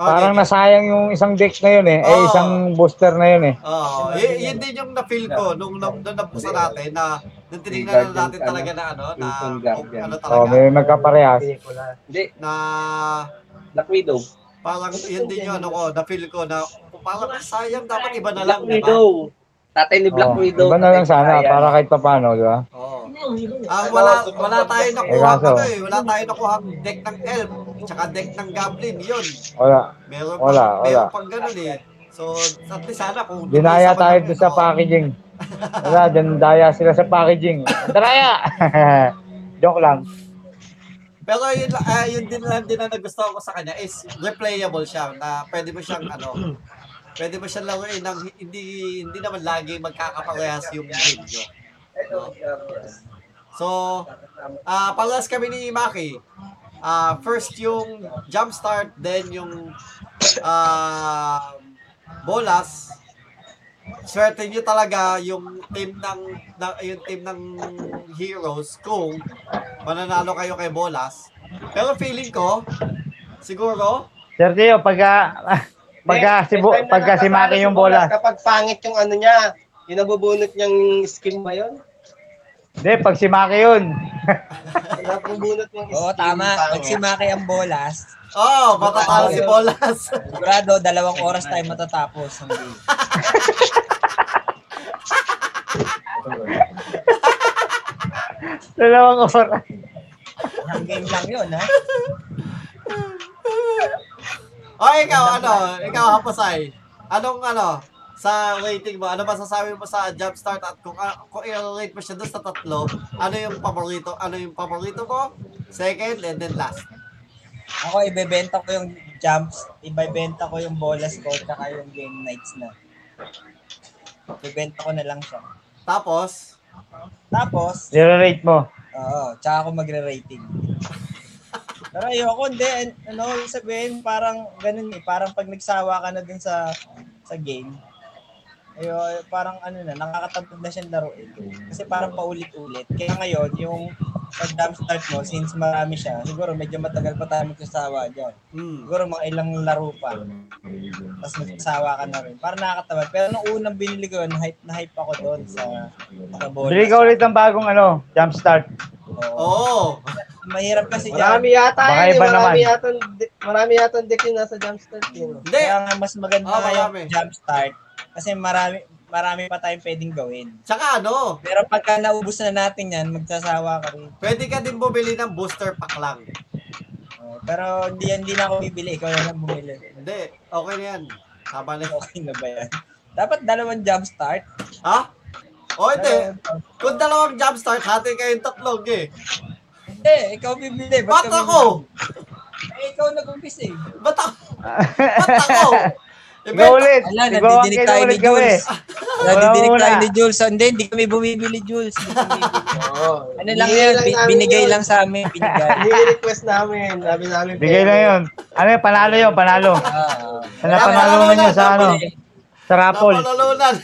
A: Okay.
C: parang nasayang yung isang deck na yun eh. Eh,
A: Oo.
C: isang booster na yun eh.
A: Oo, y- yun din yung na-feel ko nung, nung, nung nabusa natin na Doon
H: Guardian,
A: tinignan na natin
H: ano,
A: talaga na ano, na
H: Crimson
A: kung
H: Guardian.
A: ano
C: Oh,
A: talaga,
C: may magkaparehas.
H: Hindi,
A: na
H: Black Widow.
A: parang yun din yung ano ko, na feel ko na parang ah, sayang, dapat iba na lang,
H: Black
A: di ba?
H: Widow. Tatay ni Black
C: Oh,
H: Widow.
C: iba na
H: tatay
C: lang
H: ni
C: sana,
H: Ryan.
C: para kahit papano, di ba?
A: Oo. Ah, wala wala tayo nakuha ano eh. Wala tayo nakuha deck ng elf, tsaka deck ng goblin, yun.
C: Wala.
A: Meron pang,
C: Wala,
A: meron
C: wala.
A: pang ganun eh. So, at least sana kung...
C: Dinaya
A: isa pa
C: tayo
A: lang
C: doon
A: yun,
C: sa
A: oo. [laughs]
C: packaging. Wala, dindaya sila sa packaging. Daraya! [laughs] Joke lang.
A: Pero yun, ah, yun din lang din na nagustuhan ko sa kanya is replayable siya na pwede mo siyang ano, pwede mo siyang laruin ng hindi hindi naman lagi magkakaparehas yung game nyo. No? So, ah parehas kami ni Maki. Ah, first yung jumpstart, then yung ah bolas. Swerte nyo talaga yung team ng, ng yung team ng heroes kung mananalo kayo kay Bolas. Pero feeling ko, siguro,
C: Sir Tio, pagka, [laughs] pagka, si, Bo- pagka si Maki yung bola,
B: Kapag pangit yung ano niya, yung nabubunot niyang skill ba yun?
C: Hindi, pag si Maki yun.
B: Nabubunot niyang skill.
D: Oo, tama. Pag
B: pangit.
D: si Maki ang bolas,
A: oh, matatalo si Bolas. [laughs]
D: sigurado dalawang oras tayo matatapos. ang game.
C: Dalawang oras.
D: Ang game lang yun, ha?
A: o ikaw, ano, ikaw, Hapasay, anong ano, sa rating mo, ano masasabi mo sa Jumpstart at kung, ah, kung i-rate mo siya doon sa tatlo, ano yung paborito, ano yung paborito mo, second, and then last.
D: Ako, ibebenta ko yung jumps, ibebenta ko yung bolas ko, tsaka yung game nights na. Ibebenta ko na lang siya.
A: Tapos,
D: Tapos,
C: Nire-rate mo.
D: oo, tsaka ako magre-rating. Pero ayoko, hindi. An- Ano, ibig sabihin, parang ganun eh. Parang pag nagsawa ka na dun sa sa game, ayo parang ano na, nakakatamad na siyang laruin. Kasi parang paulit-ulit. Kaya ngayon, yung pag dump start mo, since marami siya, siguro medyo matagal pa tayo magsasawa dyan.
A: hmm,
D: Siguro mga ilang laro pa. Tapos magsawa ka na rin. Parang nakakatamad. Pero nung unang binili ko yun, hype na hype ako doon sa, sa bola.
C: Bili ka ulit ng bagong ano, jump start.
A: oo,
D: Oo. Mahirap kasi
B: [laughs] Marami
D: dyan.
B: yata
C: Baka
B: yun. eh.
C: iba
B: Marami
C: naman.
B: yata, marami yata deck yung nasa jumpstart eh, yun.
A: hindi,
D: Kaya nga mas maganda
A: Oo,
D: nga
A: marami.
D: yung jump start. Kasi marami marami pa tayong pwedeng gawin.
A: tsaka ano,
D: Pero pagka naubos na natin yan, magsasawa ka rin.
A: pwede ka din bumili ng booster pack lang.
D: Oo. Pero hindi, hindi na ako bibili. Ikaw na lang bumili.
A: Hindi, okay na yan. Tama na.
D: Okay na ba yan? Dapat dalawang jump start.
A: Ha? O hindi.
D: Dalawang-
A: Kung dalawang jumpstart, hati kayong tatlong eh.
D: Hindi, eh, ikaw bibili.
A: Ba't
D: ka
A: ako?
D: bibili? Eh, ikaw nag-umpisa eh.
A: Ba't ako?
B: [laughs]
A: Ba't ako?
C: Ikaw ulit.
D: Wala,
C: Ikaw ang
D: nandidinig tayo
C: kayo
D: ni
C: ulit gawin.
D: [laughs] Jules. Nandidinig
C: Wala,
D: tayo
C: wala.
D: ni Jules. So, Hindi, hindi kami bumibili, Jules. Hindi kami bumibili. Ano lang
B: Binigay
D: yun,
B: lang
D: bi-
B: namin
D: binigay
B: yun.
D: lang sa amin,
B: [laughs]
D: binigay.
B: Ni-request namin. Sabi namin.
C: Bigay
B: pero-
C: lang yun. Ano yun, panalo yun, panalo.
D: Ah,
C: Sana panalunan nyo sa ano, sa
A: Napol.
C: raffle.
A: Napalalunan.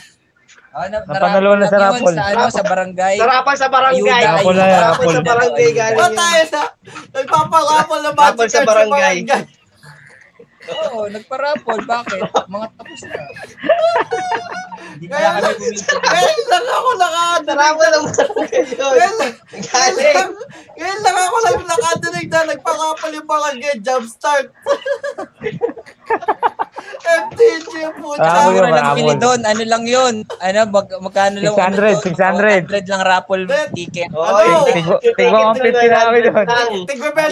D: Ah, na,
C: Napanalunan
D: nararamdaman
C: sa
D: yun
C: Rapol.
D: Sa, ano, sa barangay.
B: Sarapan sa barangay.
D: Ayuda,
C: Rapol na yan,
B: Sarapan sa
C: Rapol.
B: barangay. Galing
A: Ba't
B: yun.
A: tayo sa... Nagpaparapol na
B: Rapol
A: magic
B: sa
A: card
B: barangay.
D: Oo, nagparapol. Bakit? Mga tapos na. Hindi
A: Ngayon
D: kaya kami
A: lang,
D: bumibili.
A: ngayon lang ako nakadinig.
B: Sarapan ng barangay yun.
A: Ngayon lang- ngayon
B: Galing.
A: lang, ngayon lang ako lang nakadinig na nagparapol yung barangay
B: [laughs]
A: jumpstart. [laughs] MTG po.
C: Rapol yun,
D: Mura lang
C: Rapol.
D: bili doon. Ano lang yun? Ano, mag, magkano lang?
C: 600, 600.
D: 600 lang rapol
A: Bet.
D: ticket.
A: Ano?
C: Tigo- tigo ang 50 na ako doon.
A: Tigbe 20 lang yung
D: Tigbe
A: kapag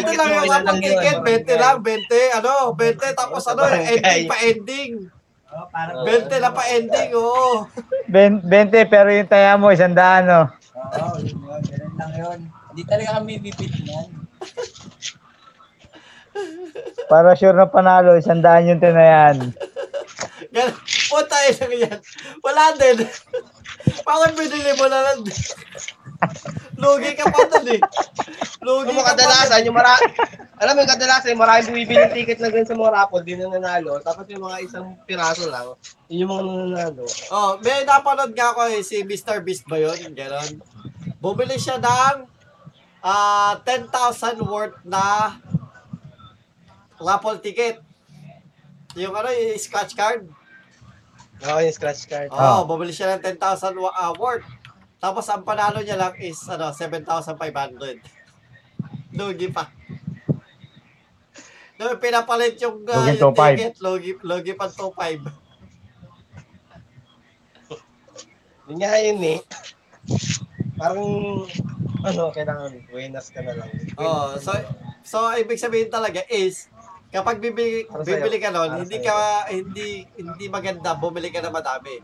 D: lang
A: ticket,
D: yun.
A: 20 lang, 20, ano, 20, tapos ano,
B: Barangay.
A: ending pa ending.
D: Oh, parang
A: 20 na pa ending, oh. oo.
C: Ben- 20, pero yung taya mo, isang daan, no?
D: Oo, yun yun. Ganun lang yun. Hindi talaga kami bibit niyan.
C: Para sure na panalo, isang daan yung tinayan.
A: Yan, punta lang yan. Wala din. Parang binili mo na lang. din. Lugi ka pa dun eh. Lugi
B: Yung
A: ka pa
B: mga
A: dun.
B: kadalasan, yung mara... Alam mo yung kadalasan, yung maraming bumibili ng ticket na ganun sa mga raffle, di na nanalo. Tapos yung mga isang piraso lang, yun yung mga nananalo.
A: Oh, may napanood nga ako eh, si Mr. Beast ba yun? Ganon. Bumili siya ng ah 10,000 worth na raffle ticket. Yung ano, yung scratch card.
B: Oo, yung scratch card.
A: Oo, oh, bumili siya ng 10,000 wa- ah, worth. Tapos ang panalo niya lang is ano, 7,500. Lugi pa. No, pinapalit yung, uh,
C: Luging
A: yung
C: 2,500.
A: ticket, lugi, lugi pa 2,500.
B: Yun nga yun eh. Parang, ano, kailangan buenas ka na lang.
A: Oh, so so ibig sabihin talaga is kapag bibili
B: Para sa'yo.
A: bibili ka
B: Para
A: noon, hindi
B: sa'yo.
A: ka hindi hindi maganda bumili ka na madami.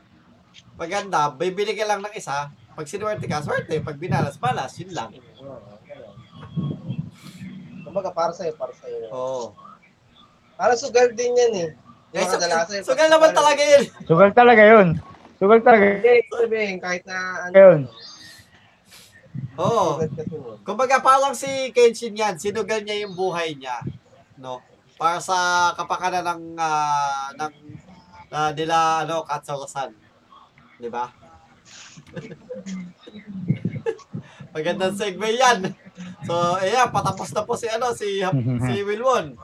A: Maganda, bibili ka lang ng isa. Pag sinuwerte ka, swerte. Pag binalas, balas. Yun lang.
B: Kumbaga, para sa'yo, para sa'yo.
A: Oo.
B: Parang sugal din yan eh.
A: Eh,
B: Yung
A: so,
B: kadalasan, yung
A: sugal naman
B: pagsugal.
A: talaga yun.
C: Sugal talaga yun. Sugal talaga
B: Hindi, sabihin, kahit na ano.
C: yun.
A: Oo.
B: sugal kasi mo.
A: Kumbaga, parang si Kenshin yan, sinugal niya yung buhay niya, no? Para sa kapakanan ng, ah, ng ah, nila, ano, Katsurosan. Di ba? [laughs] Magandang segue yan. So, ayan, patapos na po si, ano, si, si Wilwon.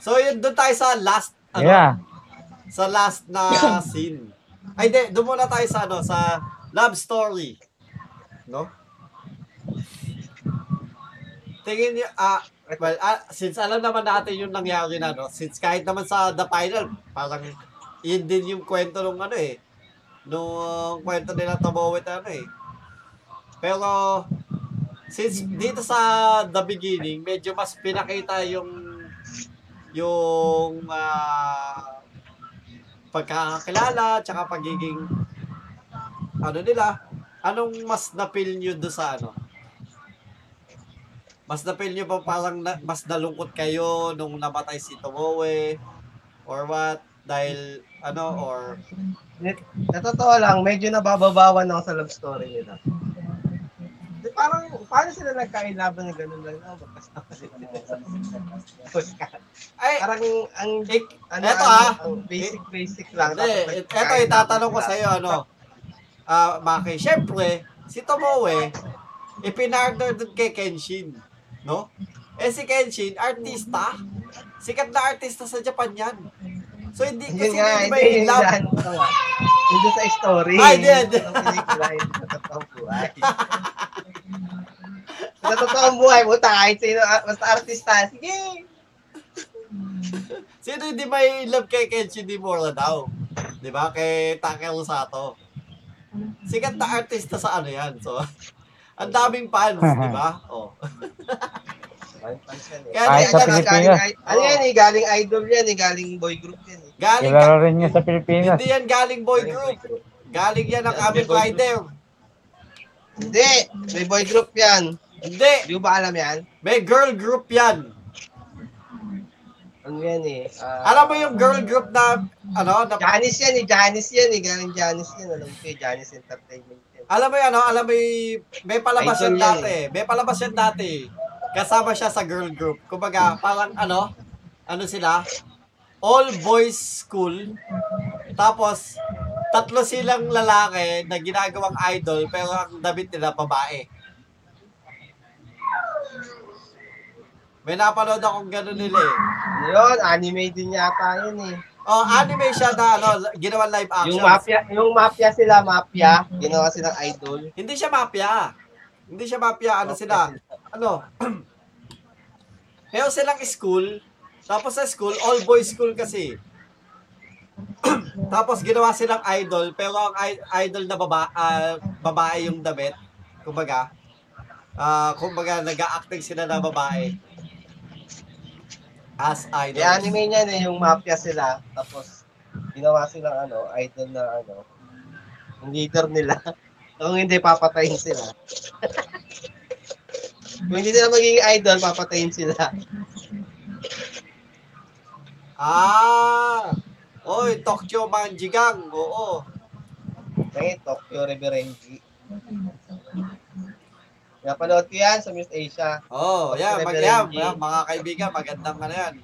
A: So, yun, doon tayo sa last, ano,
C: Yeah.
A: sa last na scene. Ay, hindi. Doon muna tayo sa, ano, sa love story. No? Tingin niyo, ah, well, ah, since alam naman natin yung nangyari na, no? Since kahit naman sa The Final, parang yun din yung kwento nung ano eh. Nung kwento nila Tobowit ano eh. Pero, since dito sa the beginning, medyo mas pinakita yung yung ah, pagkakakilala, tsaka pagiging ano nila, anong mas napil nyo do sa ano? Mas napil nyo ba parang na, mas nalungkot kayo nung namatay si Tomoe or what? Dahil ano or
B: Sa totoo lang, medyo nabababawan ako sa love story nila. Di parang, paano sila nagkailaban na gano'n lang? Oh, magkasama sila.
A: ay
B: parang, ang,
A: ik,
B: ano,
A: Eh, eto
B: ang-
A: ah.
B: ang basic, basic lang.
A: Hindi,
B: Tapos
A: et- eto
B: nagkakailaban
A: itatanong ko
B: sila.
A: sa iyo ano. Ah, Maki, syempre si Tomoe ipinartner dun kay Kenshin, no? Eh si Kenshin, artista. Sikat na artista sa Japan 'yan. So hindi
B: Yun
A: kasi
B: nga,
A: hindi ba
B: hindi,
A: in
B: yun
A: love?
B: lang. Hindi sa story.
A: Ah, hindi, hindi.
B: Sa pelikula, hindi sa totoong buhay. Sa totoong buhay, buta kahit sino, ah, basta artista, sige.
A: Sino hindi may in love kay Kenshi Dimura daw? Di ba? Kay Takeru Sato. Sikat na artista sa ano yan. So, [laughs] ang daming fans, di ba? Oh.
C: Kahit sa
B: Galing-
C: Pilipinas.
B: galing- Ano yan eh, galing idol yan eh, galing boy group yan eh.
A: Galing,
C: Kilala rin niya sa Pilipinas.
A: hindi yan galing boy group. Galing yan ang Kamen Rider.
B: Hindi, may boy group yan.
A: Hindi,
B: Di mo ba alam yan?
A: may girl group yan.
B: Ano yan eh? ah,
A: Alam mo yung girl group na, ano, na,
B: Janice yan eh, Janice yan eh, galing Janice yan. Alam ko eh, Janice Entertainment yan.
A: alam mo yan, ano, alam mo yung, may palabas
B: Idol eh.
A: yan
B: yan
A: dati. May palabas yan dati. Kasama siya sa girl group. Kumbaga, parang ano, ano sila, all boys school. Tapos, tatlo silang lalaki na ginagawang idol pero ang damit nila babae. May napanood akong gano'n nila eh.
B: Ano Yun, anime din yata yun eh.
A: Oh, anime siya na ano, ginawa live action.
B: Yung mafia, yung mafia sila, mafia, ginawa silang idol.
A: Hindi siya mafia. Hindi siya mafia. Ano sila? Ano? [clears throat] Meron silang school. Tapos sa school, all boys school kasi. [clears throat] tapos ginawa silang idol. Pero ang i- idol na baba, ah, babae yung damit. Kumbaga. ah kumbaga, nag-a-acting sila na babae. As idol.
B: Yung Eh, anime niya na yung mafia sila, tapos ginawa silang ano, idol na ano, yung leader nila. Kung hindi, papatayin sila. Kung hindi sila magiging idol, papatayin sila.
A: Ah! Oy, Tokyo Manjigang. Oo.
B: Okay, Tokyo Reverenji. Napanood ko yan sa Miss Asia.
A: Oh, yeah, mag
B: Reverend
A: yeah,
B: G.
A: yeah, mga kaibigan, magandang ano yan.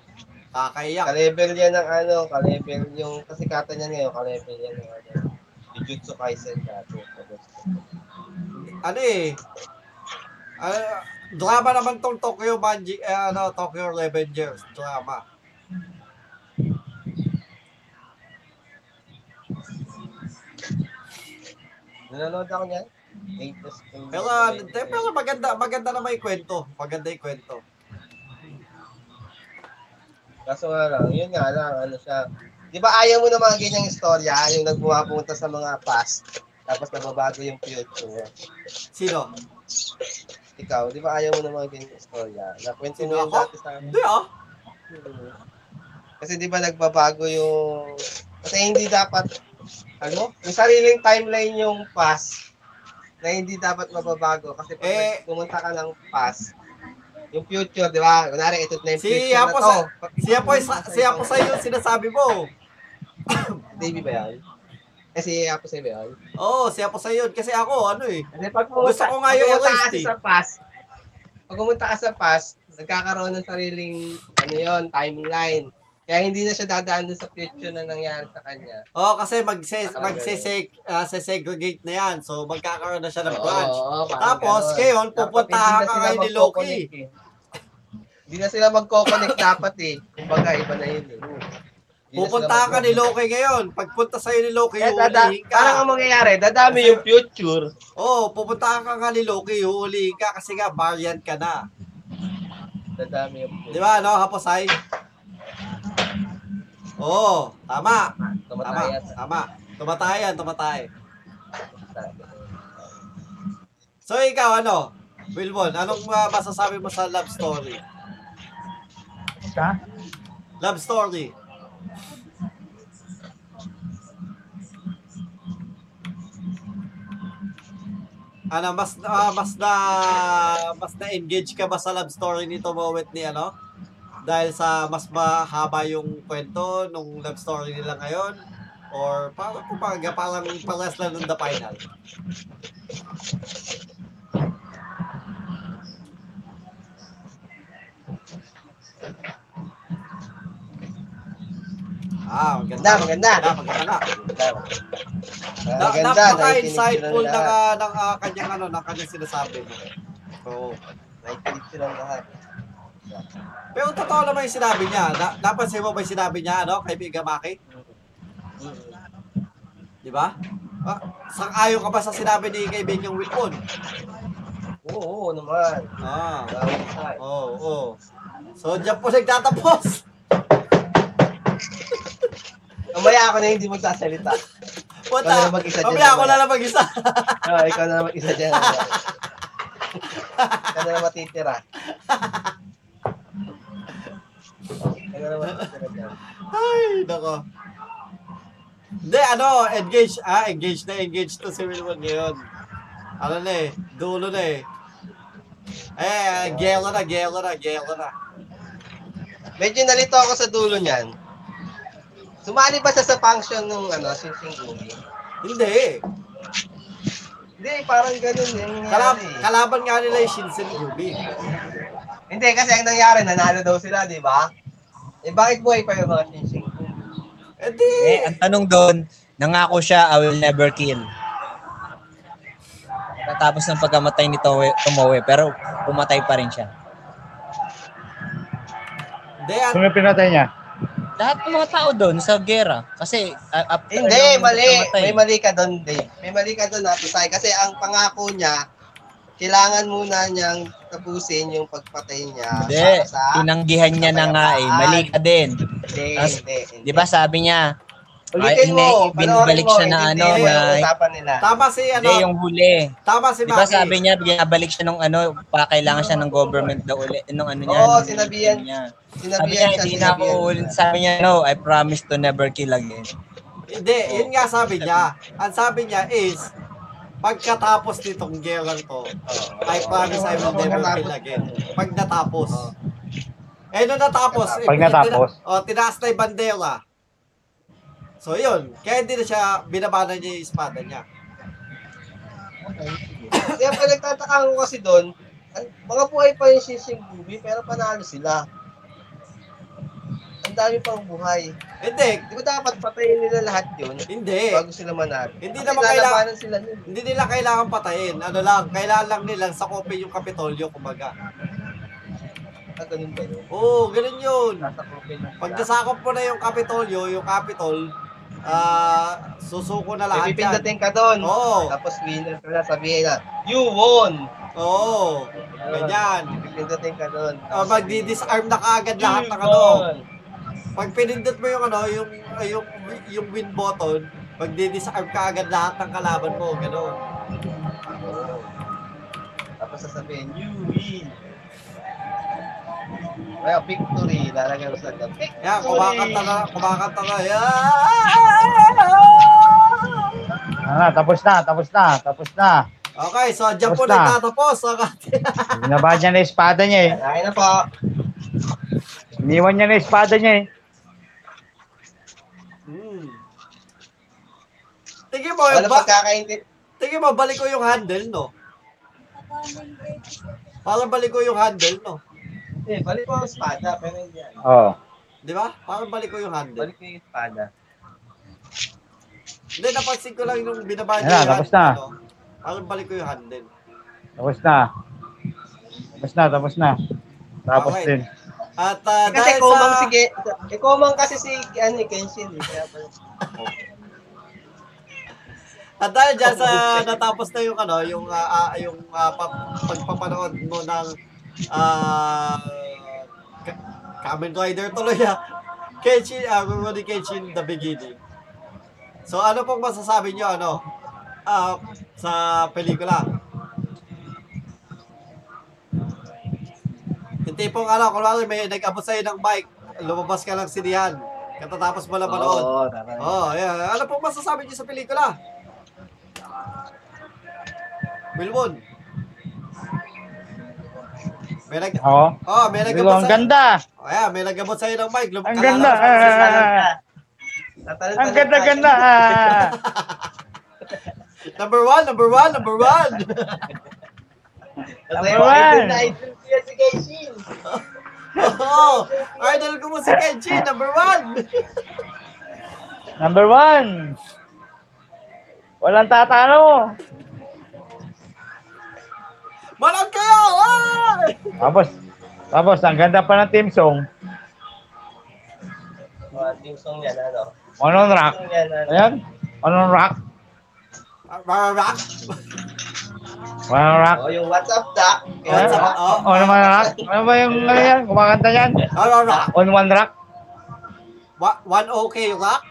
A: Kakaiyak.
B: Ka-level yan ng ano, ka-level yung kasikatan niya ngayon, ka-level yan ng ano. Jujutsu Kaisen dati.
A: Ano eh? Ah, drama naman tong Tokyo Manji, eh, ano, Tokyo Revengers drama.
G: Nanonood ako niyan. Eight plus two.
A: Pero, ah, pero maganda, maganda na may kwento. Maganda yung kwento.
G: Kaso nga lang, yun nga lang, ano siya. Di ba ayaw mo na mga ganyang istorya, yung nagpupunta sa mga past, tapos nababago yung future.
A: Sino?
G: Ikaw, di ba ayaw mo na mga ganyang istorya? Nakwento mo
A: Sino
G: yan
A: ako?
G: dati sa amin.
A: Hindi ah.
G: Hmm. Kasi di ba nagbabago yung... Kasi hindi dapat, ano, yung sariling timeline yung past na hindi dapat mababago kasi pag
A: Eh.
G: pumunta ka ng past, yung future, di ba? Kunwari, ito na yung
A: Si
G: future na
A: Apo
G: to.
A: sa- Siya po, sa- siya po sa iyo sinasabi mo.
G: Davey ba yan? Eh, si Apo sa ba yun?
A: Oo, oh, siya po sa iyo. Kasi ako, ano eh.
G: Kasi pag
A: Gusto ko nga yung eh.
G: pag pumunta
A: LSD.
G: kasi sa past, pag pumunta ka sa past, nagkakaroon ng sariling, ano yon timeline. Kaya hindi na siya dadaan dun sa future na nangyari sa kanya.
A: Oo, Oh, kasi magse magseseg ah, sesegregate na yan. So magkakaroon na siya ng branch.
G: oo, parang
A: Tapos,
G: ganon.
A: ngayon,
G: Dapat
A: pupuntahan
G: hindi na
A: ka
G: sila
A: kay ni
G: magkoconnect eh. Hindi na sila magkoconnect dapat eh. Kumbaga, iba na yun eh. Hindi na sila
A: Pupunta ka ni
G: magkoconnect.
A: Loki ngayon. Pagpunta sa iyo ni Loki,
G: Kaya dada-
A: huhulihin
G: parang
A: ka.
G: ang mangyayari, dadami yung future.
A: Oo, oh, pupunta ka nga ni Loki, huhulihin ka kasi nga variant ka na.
G: Dadami yung
A: Di
G: future.
A: ba, no, Haposay? Oo, tama. Tama,
G: Tumataya sa
A: tama. Tumatay yan, tumatay. So ikaw, ano? Wilbon, anong uh, masasabi mo sa love story?
C: Ha?
A: Love story. Ano, mas, ah, mas na, mas na-engage ka ba sa love story nito Mowet ni ano? Dahil sa mas mahaba yung kwento nung love story nila ngayon? Or parang kumpaga, parang parehas lang nung the final? Ah,
G: Maganda,
A: maganda.
G: maganda.
A: Maganda, maganda.
G: Maganda.
A: Na,
G: Maganda,
A: napaka-insightful
G: naikinig
A: na ka
G: sila lahat.
A: ng ah, kanyang ano, ng kanyang sinasabi mo. Oo.
G: Naikinig silang lahat.
A: Pero totoo naman yung sinabi niya. Na, napansin mo ba yung sinabi niya, ano, kay Bigamaki? Di ba? Ah, sang-ayon ka ba sa sinabi ni kaibigan yung Wilpon?
G: Oo, oo naman.
A: Ah.
G: Maraming insight.
A: Oo, oh, oo. Oh. So, diyan po nagtatapos.
G: Mamaya ako na hindi magsasalita. Ikaw na
A: Punta.
G: lang mag-isa dyan.
A: Mamaya ako na lang mag-isa. [laughs]
G: Oo, Ah, ikaw na naman isa dyan. ikaw na lang matitira. Ikaw na lang matitira dyan.
A: Ay, nako. Hindi, ano, engage, ah, engage na engage to si Wilbon ngayon. Ano na eh, dulo na eh. Eh, gela na, gela na, gela na.
G: Medyo nalito ako sa dulo niyan. Sumali ba siya sa function nung ano, Sinsing Umi?
A: Hindi,
G: Hindi, parang ganun yung
A: kalab
G: nangyari.
A: kalaban nga nila yung Shinsen Yubi.
G: Hindi, kasi ang nangyari, nanalo daw sila, di ba? Eh, bakit buhay pa yung mga Sinsing Umi?
A: Eh di,
D: Eh, ang tanong doon, nangako siya, I will never kill. Natapos ng pagkamatay ni Towe, Tomoe, pero pumatay pa rin siya.
A: hindi, at
C: Sino pinatay niya?
D: Lahat ng mga tao doon sa gera. Kasi uh, after
G: Hindi,
D: ng
G: mali.
D: pagkamatay-
G: May mali ka doon, Dave. May mali ka doon, Atisay. Kasi ang pangako niya, kailangan muna niyang tapusin yung pagpatay niya.
D: Hindi,
G: para sa...
D: tinanggihan niya na nga eh. Mali ka din.
G: Hindi,
D: Tas-
G: hindi, hindi.
D: Di ba sabi niya, Ay,
G: Ulitin mo,
D: hindi, binabalik siya na ano,
G: Hindi,
D: na-
G: usapan nila.
A: tama si,
D: hindi
A: ano,
D: yung huli.
A: tama si
D: Di ba
A: Maki.
D: sabi niya, binabalik siya nung ano, pa kailangan siya ng government daw uli, nung ano niya.
G: Oo,
D: nung-
G: sinabihan-
D: niya. Sabi
G: Sinabihan
D: niya,
G: siya,
D: hindi na ako
G: sinabihan
D: ulit.
G: siya.
D: Sabi niya, no, I promise to never kill again.
A: Hindi, yun nga sabi niya. Ang sabi niya is, pagkatapos nitong gera to, I promise I will never kill again. Pag natapos. Eh, nung natapos. eh,
C: Pag natapos.
A: Tina, oh, tinaas na yung bandera. So, yun. Kaya hindi na siya, binabana niya yung espada niya.
G: Kaya pa nagtataka ko kasi doon, ang- mga buhay pa yung Shinshin Bubi, pero panalo sila. Ang dami pang buhay.
A: Hindi,
G: Di ba dapat patayin nila lahat yun?
A: hindi.
G: bago sila manalo.
A: Hindi
G: Kasi
A: naman kailangan-
G: lalabanan sila nun.
A: Hindi nila kailangan patayin. Ano lang, kailangan lang nilang sakopin yung Kapitolyo, kumbaga.
G: Ah, ganun ba yun?
A: Oo, ganun yun.
G: Nasa profile
A: Pag nasakop mo na yung Kapitolyo, yung Capitol, ah, susuko na lahat yan.
B: Pipindutin ka doon.
A: Oo.
B: Tapos winner ka na, sabihin na, you won!
A: Oo. Ganyan.
B: Pipindutin ka doon.
A: Uh, magdi-disarm na kaagad lahat ng ano. Pag pinindot mo yung ano, yung yung yung win button, magdi-disarm ka agad lahat ng kalaban mo, gano'n.
B: Tapos sasabihin, you win! Well, victory. Lalagyan mo sa gab.
A: Yan, kumakanta na, kumakanta na. Yan!
C: Ano na, tapos na, tapos na, tapos na.
A: Okay, so dyan po
C: Basta.
A: nagtatapos ang ating
C: Binaba niya na yung espada niya eh.
B: Ay na po.
C: Iniwan niya na yung espada niya eh.
A: [laughs] Hmm. Tingin mo,
B: Wala
A: ba,
B: pagkakaintindi.
A: tingin mo, balik ko yung handle, no? Parang balik ko yung handle, no?
B: Eh, balik ko ang espada. Pero hindi yan.
C: Oo.
A: Di ba? Parang balik ko yung handle.
B: Balik ko yung espada.
A: Hindi, napansin ko lang nung binaba
C: Ayan,
A: niya yung
C: tapos
A: handle,
C: na.
A: no? Parang balik ko yung handle.
C: Tapos na. Tapos na, tapos na. Tapos
A: Okay.
C: din.
A: At ah, dahil
B: Kasi kumang
A: sa...
B: si Ge-
G: eh,
B: kumang kasi si ano, Kenshin. Eh. Kaya pala-
A: At dahil dyan sa natapos na yung ano, yung ah, ah, yung ah, pa- pagpapanood mo ng ah Ka- Kamen Rider tuloy ah. Kenshin, ah, Rurouni Kenshin The Beginning. So ano pong masasabi niyo ano ah, sa pelikula? Yung tipong ano, kunwari may nag-abot sa'yo ng bike, lumabas ka ng sinihan, katatapos mo lang manood.
B: Oo, tama.
A: Oh, yeah. Ano pong masasabi niyo sa pelikula? Wilwon. May nag
C: Ako?
A: Oh, may
C: Digo,
A: nagabot
C: ang
A: sa.
C: ganda!
A: Oh, yeah, may nagabot sa ng mic. Lum-
C: Ang
A: kalala
C: ganda!
A: ko sa-
C: Ah, ang
B: [laughs]
C: ganda-ganda! Ah.
A: Number one, number one, number one. [laughs]
B: Number
C: Number
B: one.
C: one.
B: Idol siya si Kenshin.
A: oh, idol ko mo si Kenji, number one.
C: Number one! Walang tatalo!
A: Manood kayo! Ay!
C: Tapos, tapos, ang ganda pa ng team song.
B: Mga team song yan, ano?
C: One on rock.
B: Song yan, ano?
C: Ayan. One on rock.
A: Rock, rock.
C: One on rock.
B: Oh, yung What's Up, Doc? Yung
C: Ayan.
B: What's Up, Doc?
A: Oh,
C: One on rock. Ano ba yung ano yan? Kumakanta yan?
A: rock, rock, rock.
C: On kan, one rock.
A: Wa- One okay rock.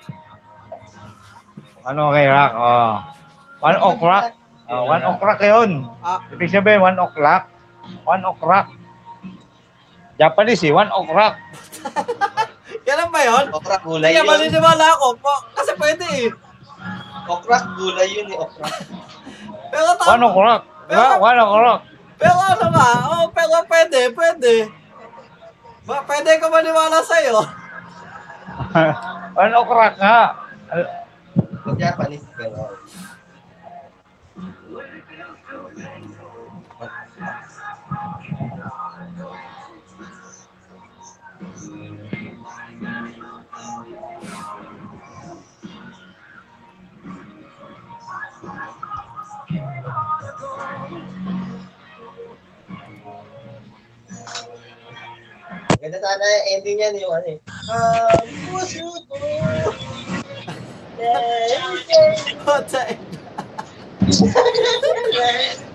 C: Ano kay rock? Oh. One o'clock. Oh, one o'clock yun.
A: Ah,
C: Ibig sabihin, one o'clock. One o'clock. Japanese eh, one o'clock.
A: kailan ba yun?
B: Okra gulay
A: Kaya
B: yun.
A: maniniwala ako po. Kasi pwede eh.
B: Okra gulay yun eh. Okra.
A: Pero tama.
C: One o'clock. Diba? One o'clock.
A: Pero ano nga, oh, pero pwede, pwede. Ba, pwede ka maniwala sa'yo.
C: one o'clock nga. Al-
B: Yung Japanese gano'n. Ganda sana yung ending niyan yung ano eh. Ah, puso ko. Yeah,
A: Patay.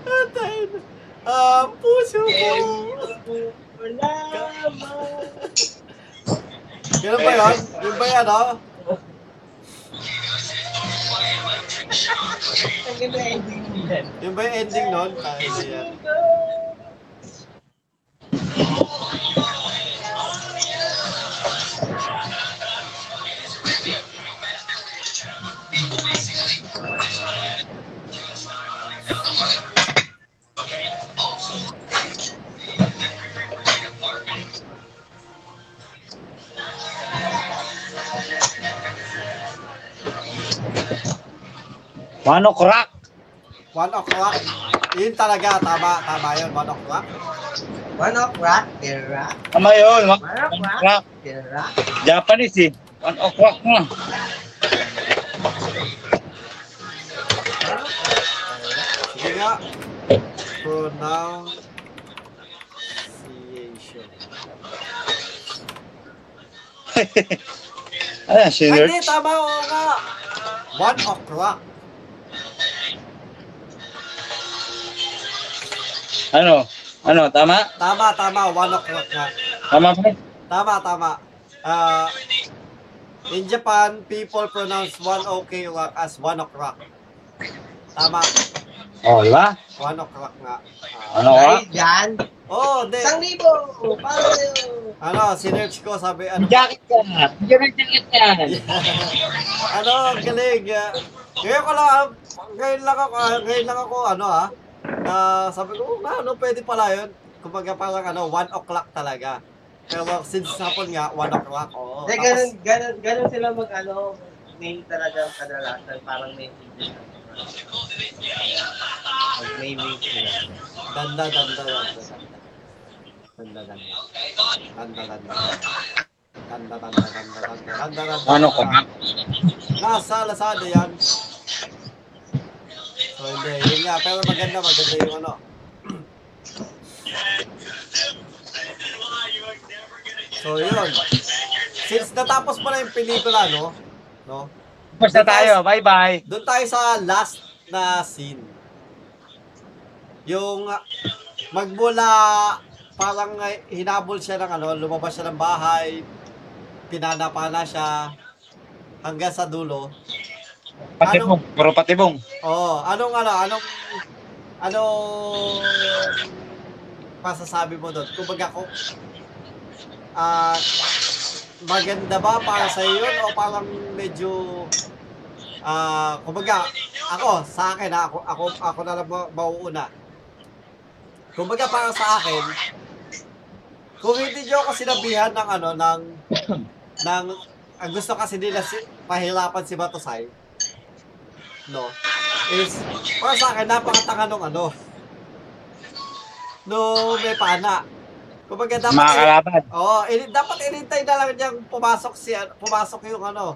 A: Patay. Ah, puso ko. Ganun ba yun? Yun ba yan, oh? Yun ba yung ending nun? Ah, hindi yan.
C: One o'clock.
A: One o'clock. Yun talaga, tama, tama yun, one o'clock.
B: One of rock, the rock,
C: Tama yun. One
B: One o'clock.
C: o'clock.
B: the rock.
C: Japanese eh. One o'clock nga.
A: Sige nga. Pronunciation.
I: Ayan,
A: Ay,
I: senior.
A: hindi, tama, oo nga. One o'clock.
I: Ano? Ano, tama?
A: Tama, tama, one o'clock na.
I: Tama pa?
A: Tama, tama. Ah, in Japan, people pronounce one okay rock as one o'clock. Tama,
I: Oh, wala.
A: one o'clock nga.
I: Ano ka?
B: Ay, dyan.
A: Oo, oh, hindi.
B: Isang libo. Paano yun?
A: Ano, sinerge ko, sabi, ano,
I: Jacket ka. Bigyan ng jacket yan.
A: [laughs] ano, ang galing. ah. Ngayon ko lang, ah, ngayon lang ako, ah, ngayon lang ako, ano ha, na sabi ko, oh, ano, pwede pala yun. Kumbaga parang, ano, one o'clock talaga. Pero since hapon nga, one o'clock, oo.
B: Hindi, Eh, ganun, ganun, ganun sila mag, ano, name talaga ang kadalasan. Parang may English. May name sila.
A: Ganda, ganda, ganda. Ganda, ganda. Ganda, ganda. Ganda, ganda, ganda, ganda, ganda, ganda.
I: Ano ka?
A: Nasa Lazada yan. So, hindi. Yun nga. Pero maganda, maganda yung ano. So, yun. Since natapos mo na yung pelikula, no? No?
C: Tapos na tayo. Bye-bye.
A: Doon tayo sa last na scene. Yung ah, magmula parang ah, hinabol siya ng ano, lumabas siya ng bahay, pinanapana siya hanggang sa dulo.
I: Patibong. Puro patibong.
A: Oh, anong ano, anong anong masasabi mo doon? Kumbaga ko ah maganda ba para sa iyo o parang medyo ah kumbaga ako sa akin ha, ako ako ako na lang ma- mauuna. Kumbaga para sa akin kung hindi niyo ako sinabihan ng ano ng ng ang gusto kasi nila si pahirapan si Batosay no is para sa akin napakatanga nung ano no may pana kumbaga dapat
I: Mga kalaban.
A: Oo, ini dapat inintay na lang niyang pumasok si ano- pumasok yung ano.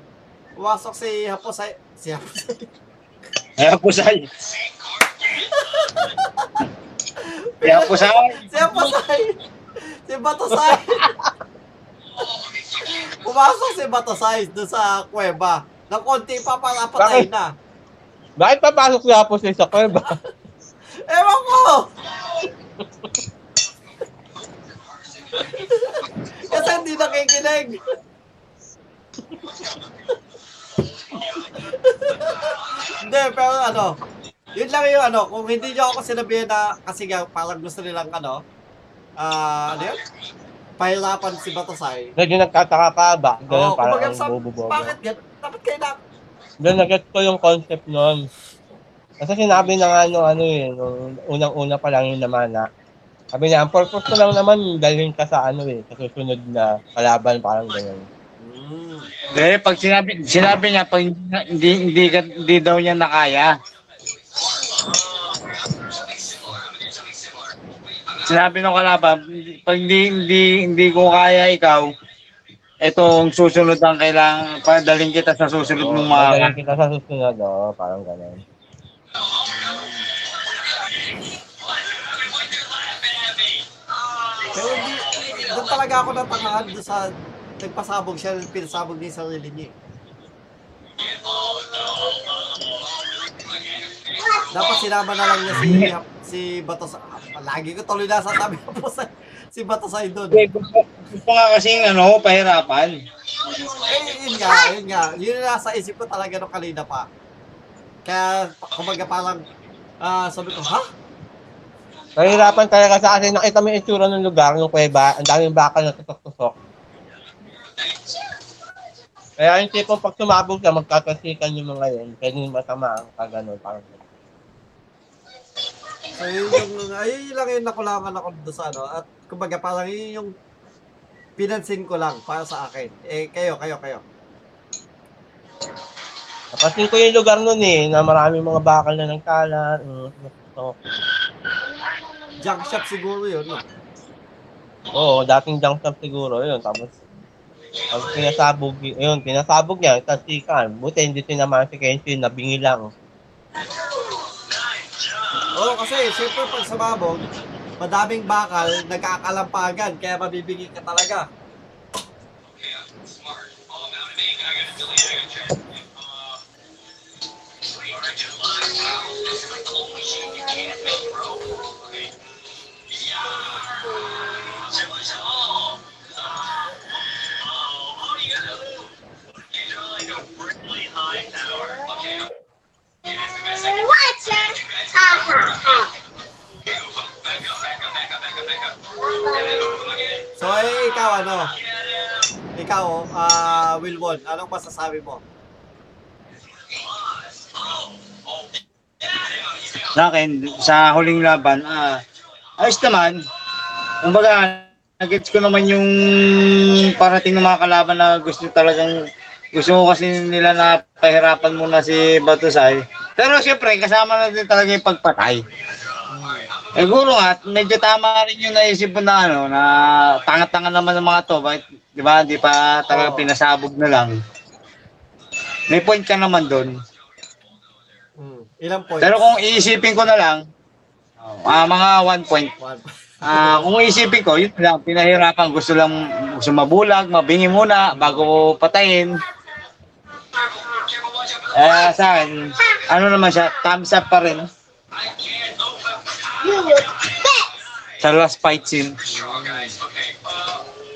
A: Pumasok si Haposay si Haposay.
I: Ay,
A: [laughs]
I: apusay. Ay, apusay.
A: si Haposay. si Batosay. pumasok si Batosay doon sa kuweba. Nang konti pa pang apatay
G: Bakit?
A: na.
G: Bakit papasok si Hapos na sa kuweba?
A: Ewan ko! Kasi hindi nakikinig. hindi, pero ano, yun lang yung ano, kung hindi nyo ako sinabihan na, kasi nga, parang gusto nilang ano, ah, ano yun? Pahirapan si Batosay.
G: [laughs] Medyo nagtataka ka ba? Ganun
A: Oo,
G: parang
A: kumbaga,
G: ang
A: sa-
G: bububobo.
A: Bakit gan? Dapat kayo na,
G: Doon nag ko yung concept nun. Kasi sinabi na nga nung ano eh, nung unang-una pa lang yung namana. Sabi niya, ang purpose ko lang naman, dalhin ka sa ano eh, sa susunod na kalaban, parang ganyan.
A: mm,
I: Dahil pag sinabi, sinabi niya, pag hindi, hindi, ka- hindi daw niya nakaya. Sinabi ng kalaban, pag hindi, hindi, hindi ko kaya ikaw, itong susunod ang kailangan, padaling kita sa susunod mong mga...
G: Dalhin kita sa susunod, oo, parang ganyan.
A: Pero hindi, doon talaga ako natangahan doon sa nagpasabog siya, pinasabog niya yung sarili niya. eh. Dapat sinama na lang niya si si Bato sa lagi ko tuloy na sa tabi [laughs] po sa si Bato sa doon.
I: Hindi, Gusto, gusto nga kasing ano, pahirapan.
A: Eh, yun nga, yun nga. Yun na sa isip ko talaga nung kanina pa. Kaya, kumbaga parang, ah, sabi ko, ha?
G: Nahihirapan talaga sa akin, nakita mo yung itsura ng lugar, ng kuweba, ang daming bakal na tutok-tutok. Kaya yung tipong pag sumabog ka, magkakasikan yung mga yun, pwede masama ang kagano'n, parang ganun.
A: So, yun yung, ayun lang yung nakulangan ako doon sa ano. At, kumbaga, parang yun yung pinansin ko lang para sa akin. Eh, kayo, kayo, kayo.
G: Napansin ko yung lugar nun eh, na maraming mga bakal na nagkalat. Mm, so,
A: Junk shop siguro yun, no?
G: oo, dating junk shop siguro yun. Tapos, pag pinasabog, yun, pinasabog niya, tasikan. Buti hindi sinamaan si Kenshin, nabingi lang.
A: Oo, kasi, syempre, pag sumabog, madaming bakal, nagkakalampagan, kaya mabibigyan ka talaga. So, eh, ikaw ano? Ikaw, ah, Wilbon, anong masasabi mo?
C: sa akin, sa huling laban, ah, ayos naman. Kumbaga, nag-gets ko naman yung parating ng mga kalaban na gusto talagang, gusto ko kasi nila na pahirapan muna si Batusay. Pero siyempre, kasama na din talaga yung pagpatay. Eh, guro nga, medyo tama rin yung naisip mo na ano, na tanga-tanga naman ng mga to. Bakit, di ba, di pa talaga pinasabog na lang. May point ka naman doon.
A: Hmm. Ilang points?
C: Pero kung iisipin ko na lang, ah, mga one point.
A: One.
C: Ah, kung iisipin ko, yun lang, pinahirapan, gusto lang gusto mabulag, mabingi muna bago patayin. Eh, sa akin, ano naman siya, thumbs up pa rin. Sa last fight scene,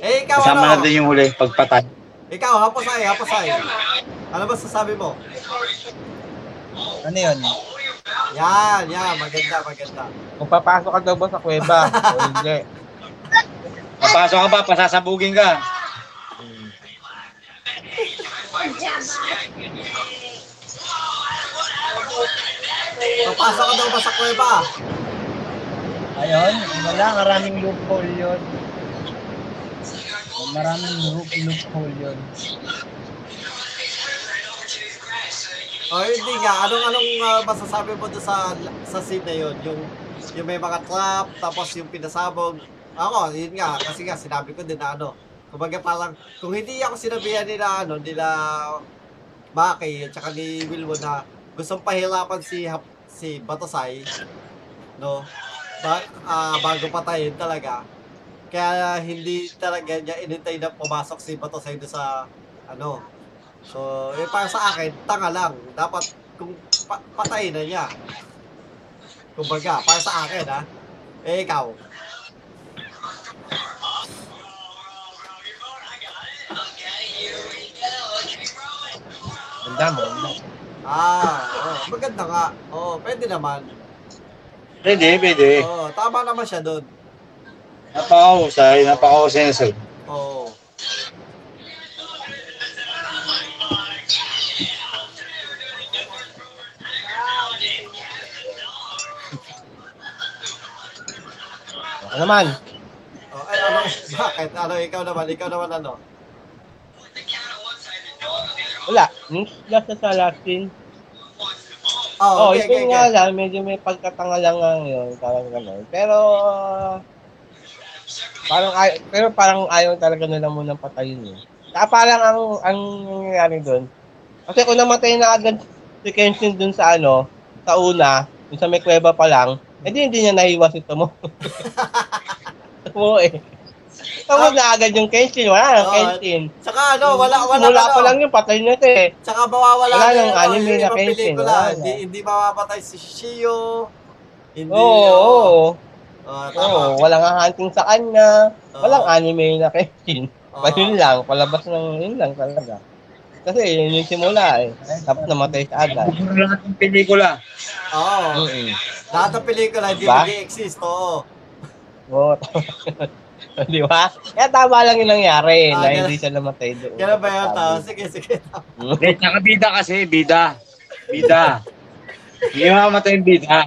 A: Eh, ikaw
C: kasama na
A: ano?
C: din yung huli, pagpatay.
A: Ikaw, hapos ay, hapos ay. Ano ba sasabi mo?
J: Ano yun?
A: Yan, yan, maganda, maganda.
G: Kung papasok ka daw ba sa
A: [laughs]
G: kuweba o hindi.
C: Papasok ka ba, pasasabugin ka.
A: Papasok ka daw ba sa kuweba?
J: Ayun, wala, maraming loophole yun. Maraming loop, loophole yun.
A: O Oh, hindi nga, anong anong ah, masasabi mo doon sa sa scene na yun? Yung yung may mga trap, tapos yung pinasabog. Ako, yun nga, kasi nga sinabi ko din na ano. Kumbaga parang, kung hindi ako sinabihan nila ano, nila Maki at saka ni Wilwo na gustong pahirapan si Hap, si Batosay, no? Ba, ah, bago patayin talaga. Kaya hindi talaga niya inintay na pumasok si Batosay doon sa ano, So, eh, para sa akin, tanga lang. Dapat, kung pa- patayin na niya. Kumbaga, para sa akin, ha? Eh, ikaw.
G: Ganda mo.
A: Ah, oo, maganda nga. Oo, pwede naman.
C: Pwede, pwede.
A: Oo, tama naman siya doon.
C: Napakahusay, napakahusensor.
A: Oo.
G: Ano naman?
A: Oh, ay, ano, [laughs] bakit? Ano, ikaw naman, ikaw naman, ano?
G: Wala. Yung last na sa last scene.
A: Oh,
G: Oo, oh,
A: okay,
G: ito
A: okay,
G: nga
A: okay.
G: lang, medyo may pagkatanga lang ang yun, parang gano'n. Pero, parang, ay, pero parang ayaw talaga nila munang patayin yun. Saka parang ang, ang nangyayari doon, kasi kung namatay na agad si Kenshin doon sa ano, sa una, dun sa may kuweba pa lang, edi hindi niya naiwas ito mo. Mo eh. Tapos na agad yung Kenshin, wala nang
A: Oo,
G: Kenshin.
A: Tsaka ano, wala, wala,
G: Wala pa lang
A: ano.
G: yung patay na siya eh.
A: Tsaka mawawala
G: Wala
A: na
G: lang,
A: yun,
G: anime
A: yung
G: na
A: ibang
G: pension,
A: pelikula.
G: wala na.
A: Hindi, hindi mawapatay si Shio. Hindi,
G: Oo, oo, oo.
A: Oh, tama. Ah,
G: Oo, walang hahanting sa kanya.
A: Oo.
G: Walang anime na Kenshin.
A: Oo.
G: Mas yun lang, palabas ng yun lang talaga. Kasi yun yung simula eh. Tapos namatay sa agad.
C: Lahat ng pelikula.
A: Oo.
G: Mm-mm.
A: Lahat ng pelikula hindi
G: Ba?
A: mag exist oo.
G: Oo. Di ba? Kaya tama lang yung
A: Ah,
G: nangyari Eh, na
A: ganun.
G: hindi siya namatay doon.
A: Kaya ba yun tao? Sige, sige. [laughs]
C: Eh, tsaka bida kasi, bida. Bida. Hindi mamatay yung bida.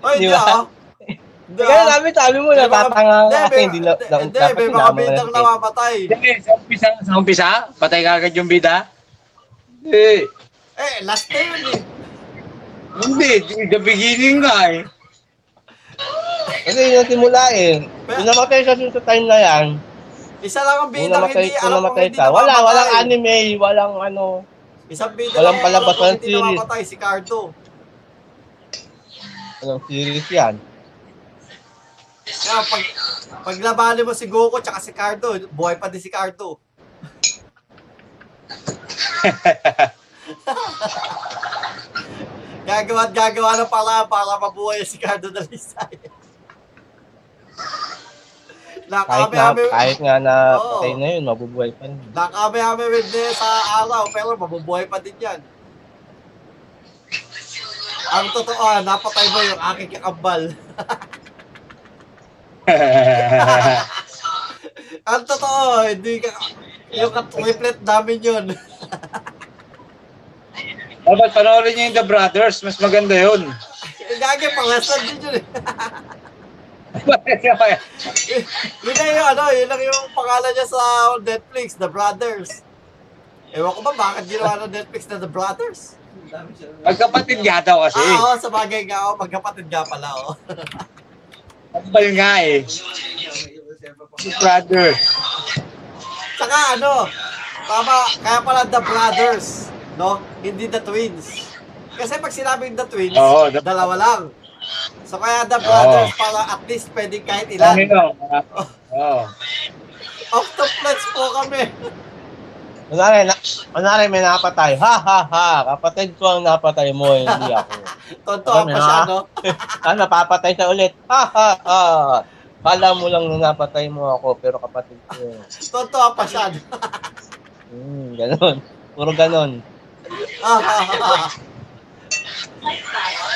A: Oy,
G: Di
A: hindi
G: [laughs] ba?
A: ah. Hindi
G: Kaya
A: ah.
G: sabi, sabi mo,
A: May mga-
G: natatanga
A: Hindi,
G: ka kasi
A: may-
G: hindi na, na,
A: Hindi,
G: dapat
A: may mga
G: sinama mo
A: bidang
G: ng tape.
A: namamatay.
C: Hindi, sa umpisa, sa umpisa, patay ka agad yung bida. Hindi.
A: Eh, last na yun eh.
C: Hindi, in the beginning nga eh.
G: Kasi yun yung simula eh. Yung namatay siya dun sa time na yan,
A: Isa lang ang
G: yung
A: bidang
G: namatay,
A: hindi
G: yung
A: alam kung
G: namatay
A: hindi
G: siya, wala,
A: namamatay.
G: walang anime, walang ano,
A: Isang bidang
G: Walang
A: lang ang alam
G: palabas,
A: kung
G: walang
A: hindi
G: series.
A: namamatay, si Cardo.
G: walang series yan.
A: Kaya
G: [laughs]
A: pag, pag nabali mo si Goku tsaka si Cardo, buhay pa din si Cardo. Gagawa at gagawa ng para para mabuhay si Cardo Dalisay.
G: Kahit na,
A: Nakami-ami,
G: kahit nga na
A: Oo.
G: patay na yun, mabubuhay pa rin.
A: nakami-ami with this sa araw, pero mabubuhay pa din yan. Ang totoo, ah, napatay mo yung aking
I: [laughs]
A: kakambal. Ang totoo, hindi ka... Yung ka-triplet namin yun.
I: Dapat panoorin niyo yung The Brothers, mas maganda yun.
A: Gagi, pangasan din yun eh.
I: Hindi
A: Yun lang yung ano, yun lang yung pangalan niya sa Netflix, The Brothers. Ewan ko ba bakit ginawa ng Netflix na The Brothers?
I: Magkapatid nga daw kasi.
A: Ah, oo, sa bagay nga, oo, magkapatid nga pala, oo. [laughs]
C: Ano
I: Kapal nga eh. Brother.
A: Tsaka ano, tama, kaya pala The Brothers, no? Hindi The Twins. Kasi pag sinabing The Twins,
I: Oo, the-
A: dalawa lang. So kaya The Brothers para at least pwedeng kahit
I: Kami
A: ilan.
I: no. Oh.
A: Octoplets po kami.
G: Kunwari, na, kunwari may napatay. Ha ha ha, kapatid ko ang napatay mo, eh, hindi
A: [laughs]
G: ako.
A: Totoo
G: Kami,
A: pa siya,
G: ha?
A: no?
G: Ah, napapatay na ulit. Ha ha ha. Kala mo lang na napatay mo ako, pero kapatid ko. yun.
A: Totoo pa siya, no?
G: Hmm, ganon. Puro ganon.
A: [laughs]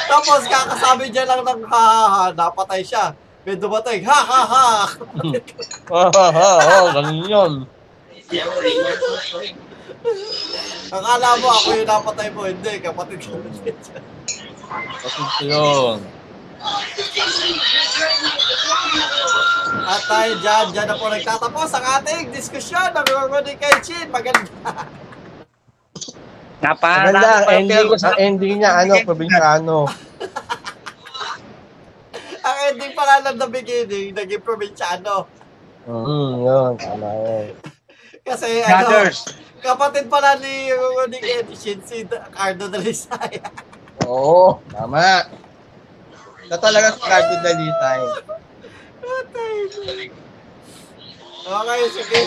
A: Tapos kakasabi niya lang ng ha ha ha, napatay siya. May dumating, ha ha ha.
G: [laughs] Ha ha ha, oh, ganon yun.
A: Akala mo ako yung napatay mo, hindi, kapatid ko.
G: Kapatid ko yun.
A: At tayo dyan, dyan na po nagtatapos ang ating diskusyon na meron kay Chin. Maganda.
I: Napaalala ko
G: Maganda, ang
I: pa yung
G: ending,
I: Pilgos.
G: ang ending niya, ano, probinsyano.
A: Ang ending pala ng the beginning, naging probinsyano.
G: Hmm, yun, tama yun.
A: Kasi ano,
I: Brothers.
A: kapatid pala ni Rudy kay Chin si Cardo Dalisay.
G: Oo, tama. Ito talaga si Cardo Dalitay.
A: Okay, sige.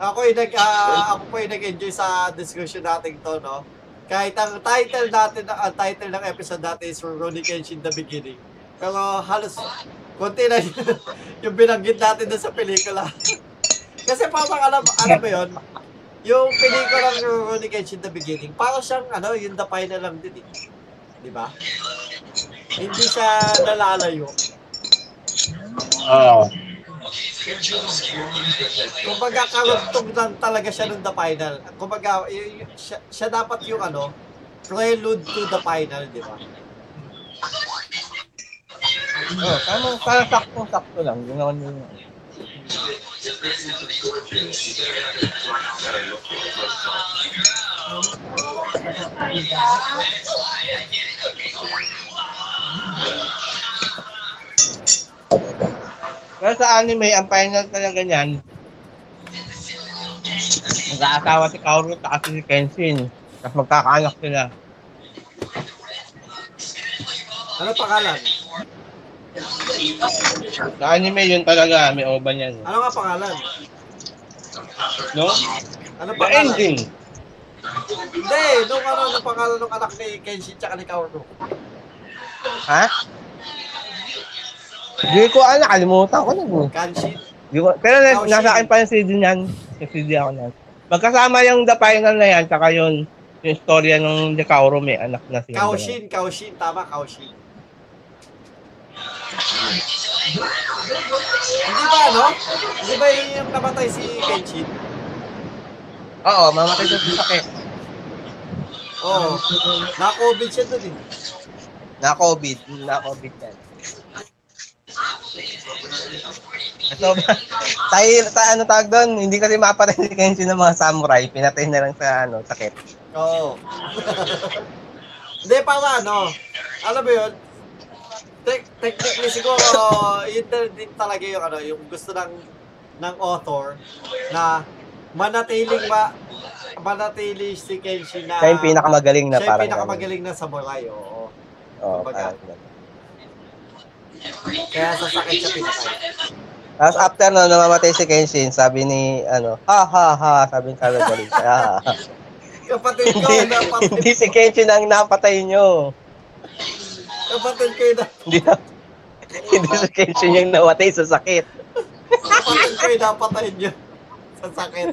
A: Ako yung nag, ah, ako po yung nag-enjoy sa discussion natin to, no? Kahit ang title natin, ang title ng episode natin is Rurouni Kenshin The Beginning. Pero halos, konti na yun, yung [laughs] binanggit natin doon sa pelikula. [laughs] Kasi parang alam, alam mo yun, yung pelikula ng Rurouni Kenshin The Beginning, parang siyang, ano, yung the final lang din. eh. Di ba? Hindi siya nalalayo.
I: Oo.
C: Oh.
A: Kumbaga, karugtog lang talaga siya nung the final. Kumbaga, y- y- siya, siya dapat yung ano, prelude to the final, di ba?
G: Oh, tama, parang sakto-sakto lang. Ginawa niya yun.
F: Pero sa anime, ang final talaga niyan,
G: Nag-aasawa si Kaoru at si Kenshin. Tapos magkakaanak sila.
A: Ano pangalan?
G: Sa anime yun talaga, may oba niyan.
A: Ano nga pangalan?
G: No?
A: Ano
G: The
A: pangalan?
G: ending!
A: Hindi, nung ano, nung pangalan ng anak ni Kenshin tsaka ni Kaoru.
G: Ha? Hindi ko alam, kalimutan ko na. eh.
A: Kanshin?
G: Di ko, pero
A: Oh,
G: na, nasa
A: shit.
G: akin pa yung CD niyan. Yung CD ako niyan. Magkasama yung The Final na yan, tsaka yun, yung istorya nung ni Kaoru may anak na siya.
B: Oh,
A: Kaoshin, Kaoshin, tama, Kaoshin. Hindi ba ano? Hindi ba yun yung namatay si Kenshin?
G: Oo, mamatay siya sa sakit.
A: Oo. Na-COVID siya dun eh.
G: Na COVID, na COVID yan. Ito ba? Tayo, ta, ano tawag doon? Hindi kasi mapatay ni Kenshin ng mga samurai. Pinatay na lang sa ano, sakit.
A: Oo. Hindi, para ano, alam mo yun, te- technically siguro, yun tal- din talaga yung, ano, yung gusto ng, ng author na manatiling ma, manatili si Kenshin na
G: Siya yung pinakamagaling na
A: siya yung
G: parang.
A: pinakamagaling na samurai, oo.
G: ganun. Oo,
A: Kumbaga.
G: parang ganun.
A: Kaya sa sakit siya pinatay.
G: Tapos after na namamatay si Kenshin, sabi ni, ano, ha ha ha, sabi ni Carlo Galing. Ha ha ha.
A: Kapatid ko, napatid,
G: Hindi [laughs] si Kenshin ang napatay nyo.
A: kapatid ko, na-
G: Hindi na, hindi si Kenshin yung nawatay sa sakit.
A: kapatid ko, napatayin niyo. Sa sakit.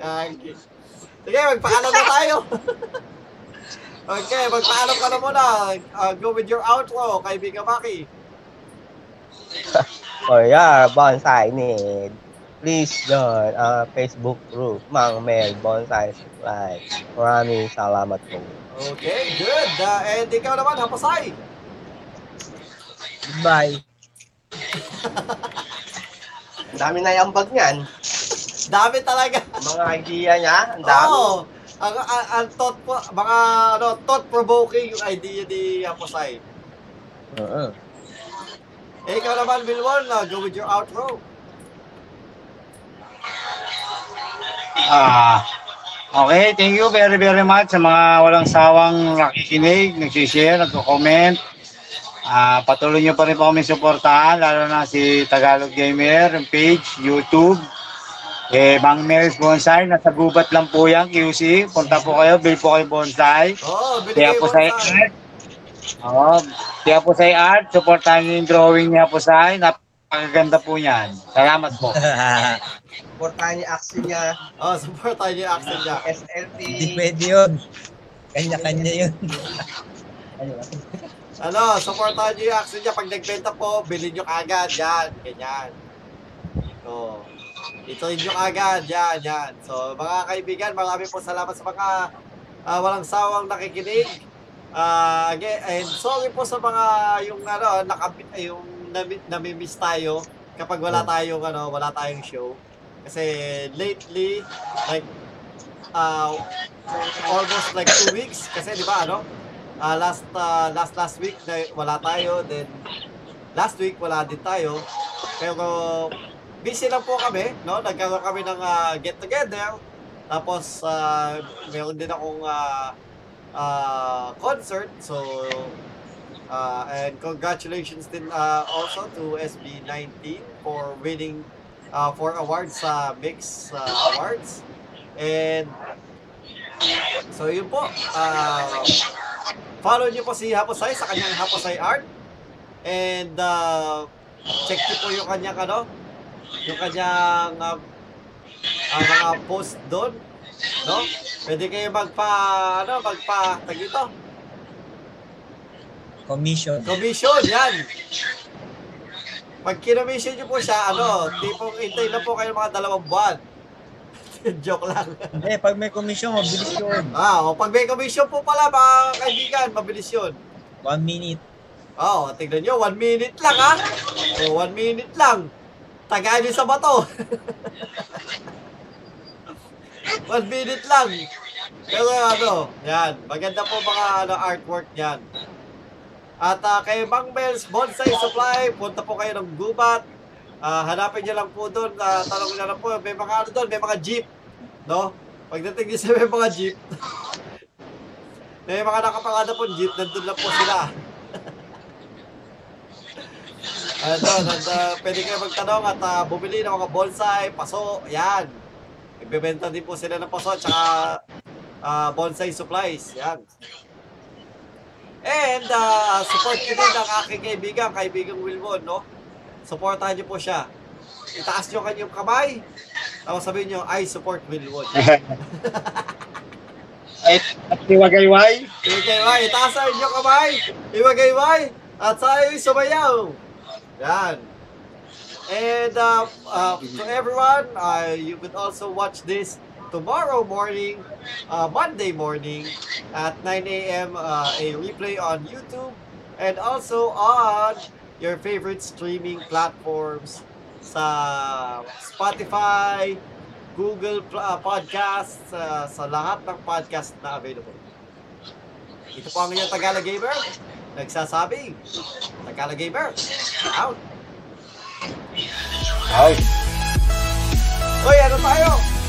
A: Kagi. Sige, magpaalam na tayo. okay, magpaalam ka na muna. Uh, go with your outro, kaibigan Maki.
G: Oh yeah, bonsai need. Please join our Facebook group, Mang Mel Bonsai Supply. Maraming salamat po.
A: Okay, good. Uh, and ikaw naman, Hapasay.
D: Bye.
B: Ang dami na yung bag niyan.
A: Dami talaga.
B: Ang Mga idea niya, ang dami.
A: Oo. Ang, ang, ang thought po, mga ano, thought-provoking yung idea ni Hapasay.
G: Oo.
A: Eh, ikaw naman, Milwon, uh, go with your outro.
I: Ah, okay, thank you very very much sa mga walang sawang nakikinig, nagsishare, nagko-comment. Ah, patuloy niyo pa rin po kami suportahan, lalo na si Tagalog Gamer, yung page, YouTube. Eh, Mang Mel's Bonsai, nasa gubat lang po yan, QC. Punta po kayo, bill po kayo bonsai.
A: Oo, oh,
I: Kaya
A: binigay
I: po
A: mo
I: sa
A: tayo.
I: art. Oo, kaya po sa art, supportahan niyo yung drawing niya po sa Napakaganda po niyan. Salamat po.
B: [laughs] Portahan niya, action niya,
A: Oo, support tayo yung accent niya.
B: SLT.
D: [laughs] Hindi pwede yun. Kanya-kanya yun.
A: Ano, supportahan niyo yung action niya. Pag nagbenta po, bilhin niyo kagad. Yan, ganyan. So, ito rin niyo kagad. Yan, yan. So, mga kaibigan, marami po salamat sa mga ah, walang sawang nakikinig. Ah, again, and sorry po sa mga yung ano, nakabit, yung nami, namimiss tayo kapag wala tayong ano, wala tayong show. Kasi lately, like, ah, almost like two weeks, kasi di ba ano, Ah, last ah, last last week na wala tayo then last week wala din tayo pero busy lang po kami no nagkaroon kami ng ah, get together tapos ah, meron din akong ah, ah, concert so ah, and congratulations din ah, also to SB19 for winning ah, four awards sa Mix ah, Awards and so yun po ah, Follow niyo po si Haposay sa kanyang Haposay Art. And uh, check niyo po yung kanyang ano, yung kanyang uh, ah, mga post doon, no? Pwede kayo magpa ano, magpa tag dito,
D: Commission.
A: commission yan. Pag kinommission niyo po siya, ano, tipong intay na po kayo ng mga dalawang buwan. [laughs] Joke lang.
D: Hindi, pag may commission, mabilis yun.
A: Ah, o, pag may commission po pala, mga kaibigan, mabilis yun.
D: One minute.
A: Oo, oh, tignan nyo, one minute lang ha. O, one minute lang. Tagay nyo sa bato. [laughs] one minute lang. Pero ano, yan. Maganda po mga ano, artwork yan. At ah, kay Mang Bells Bonsai Supply, punta po kayo ng gubat. Ah, hanapin nyo lang po doon. ah, tanong nyo lang po, may mga ano doon, may mga jeep. No? Pagdating nyo sa may mga jeep, [laughs] may mga nakapangada po jeep, nandun lang po sila. Ano, and, uh, pwede kayo magtanong at ah, bumili ng mga bonsai, paso, yan. Ibebenta din po sila ng paso at saka ah, bonsai supplies, yan. And ah, support nyo din ang aking kaibigan, kaibigang Wilbon, no? Supportahan nyo po siya. Itaas nyo kanyang kamay, tapos sabihin nyo, I support Wilbon.
I: [laughs] Ay, at tiwagayway.
A: Iwagayway, itaas ang inyong kamay. Iwagayway, at sa inyong sumayaw. Yan. And uh, uh, to everyone, uh, you could also watch this tomorrow morning, uh, Monday morning at 9 a.m. Uh, a replay on YouTube and also on your favorite streaming platforms sa Spotify, Google Pl- uh, Podcasts, uh, sa lahat ng podcast na available. Ito po ang inyong Tagalog Gamer. Nagsasabi, Tagalog Gamer, out.
I: Ay.
A: 哎 Hoy, ano tayo?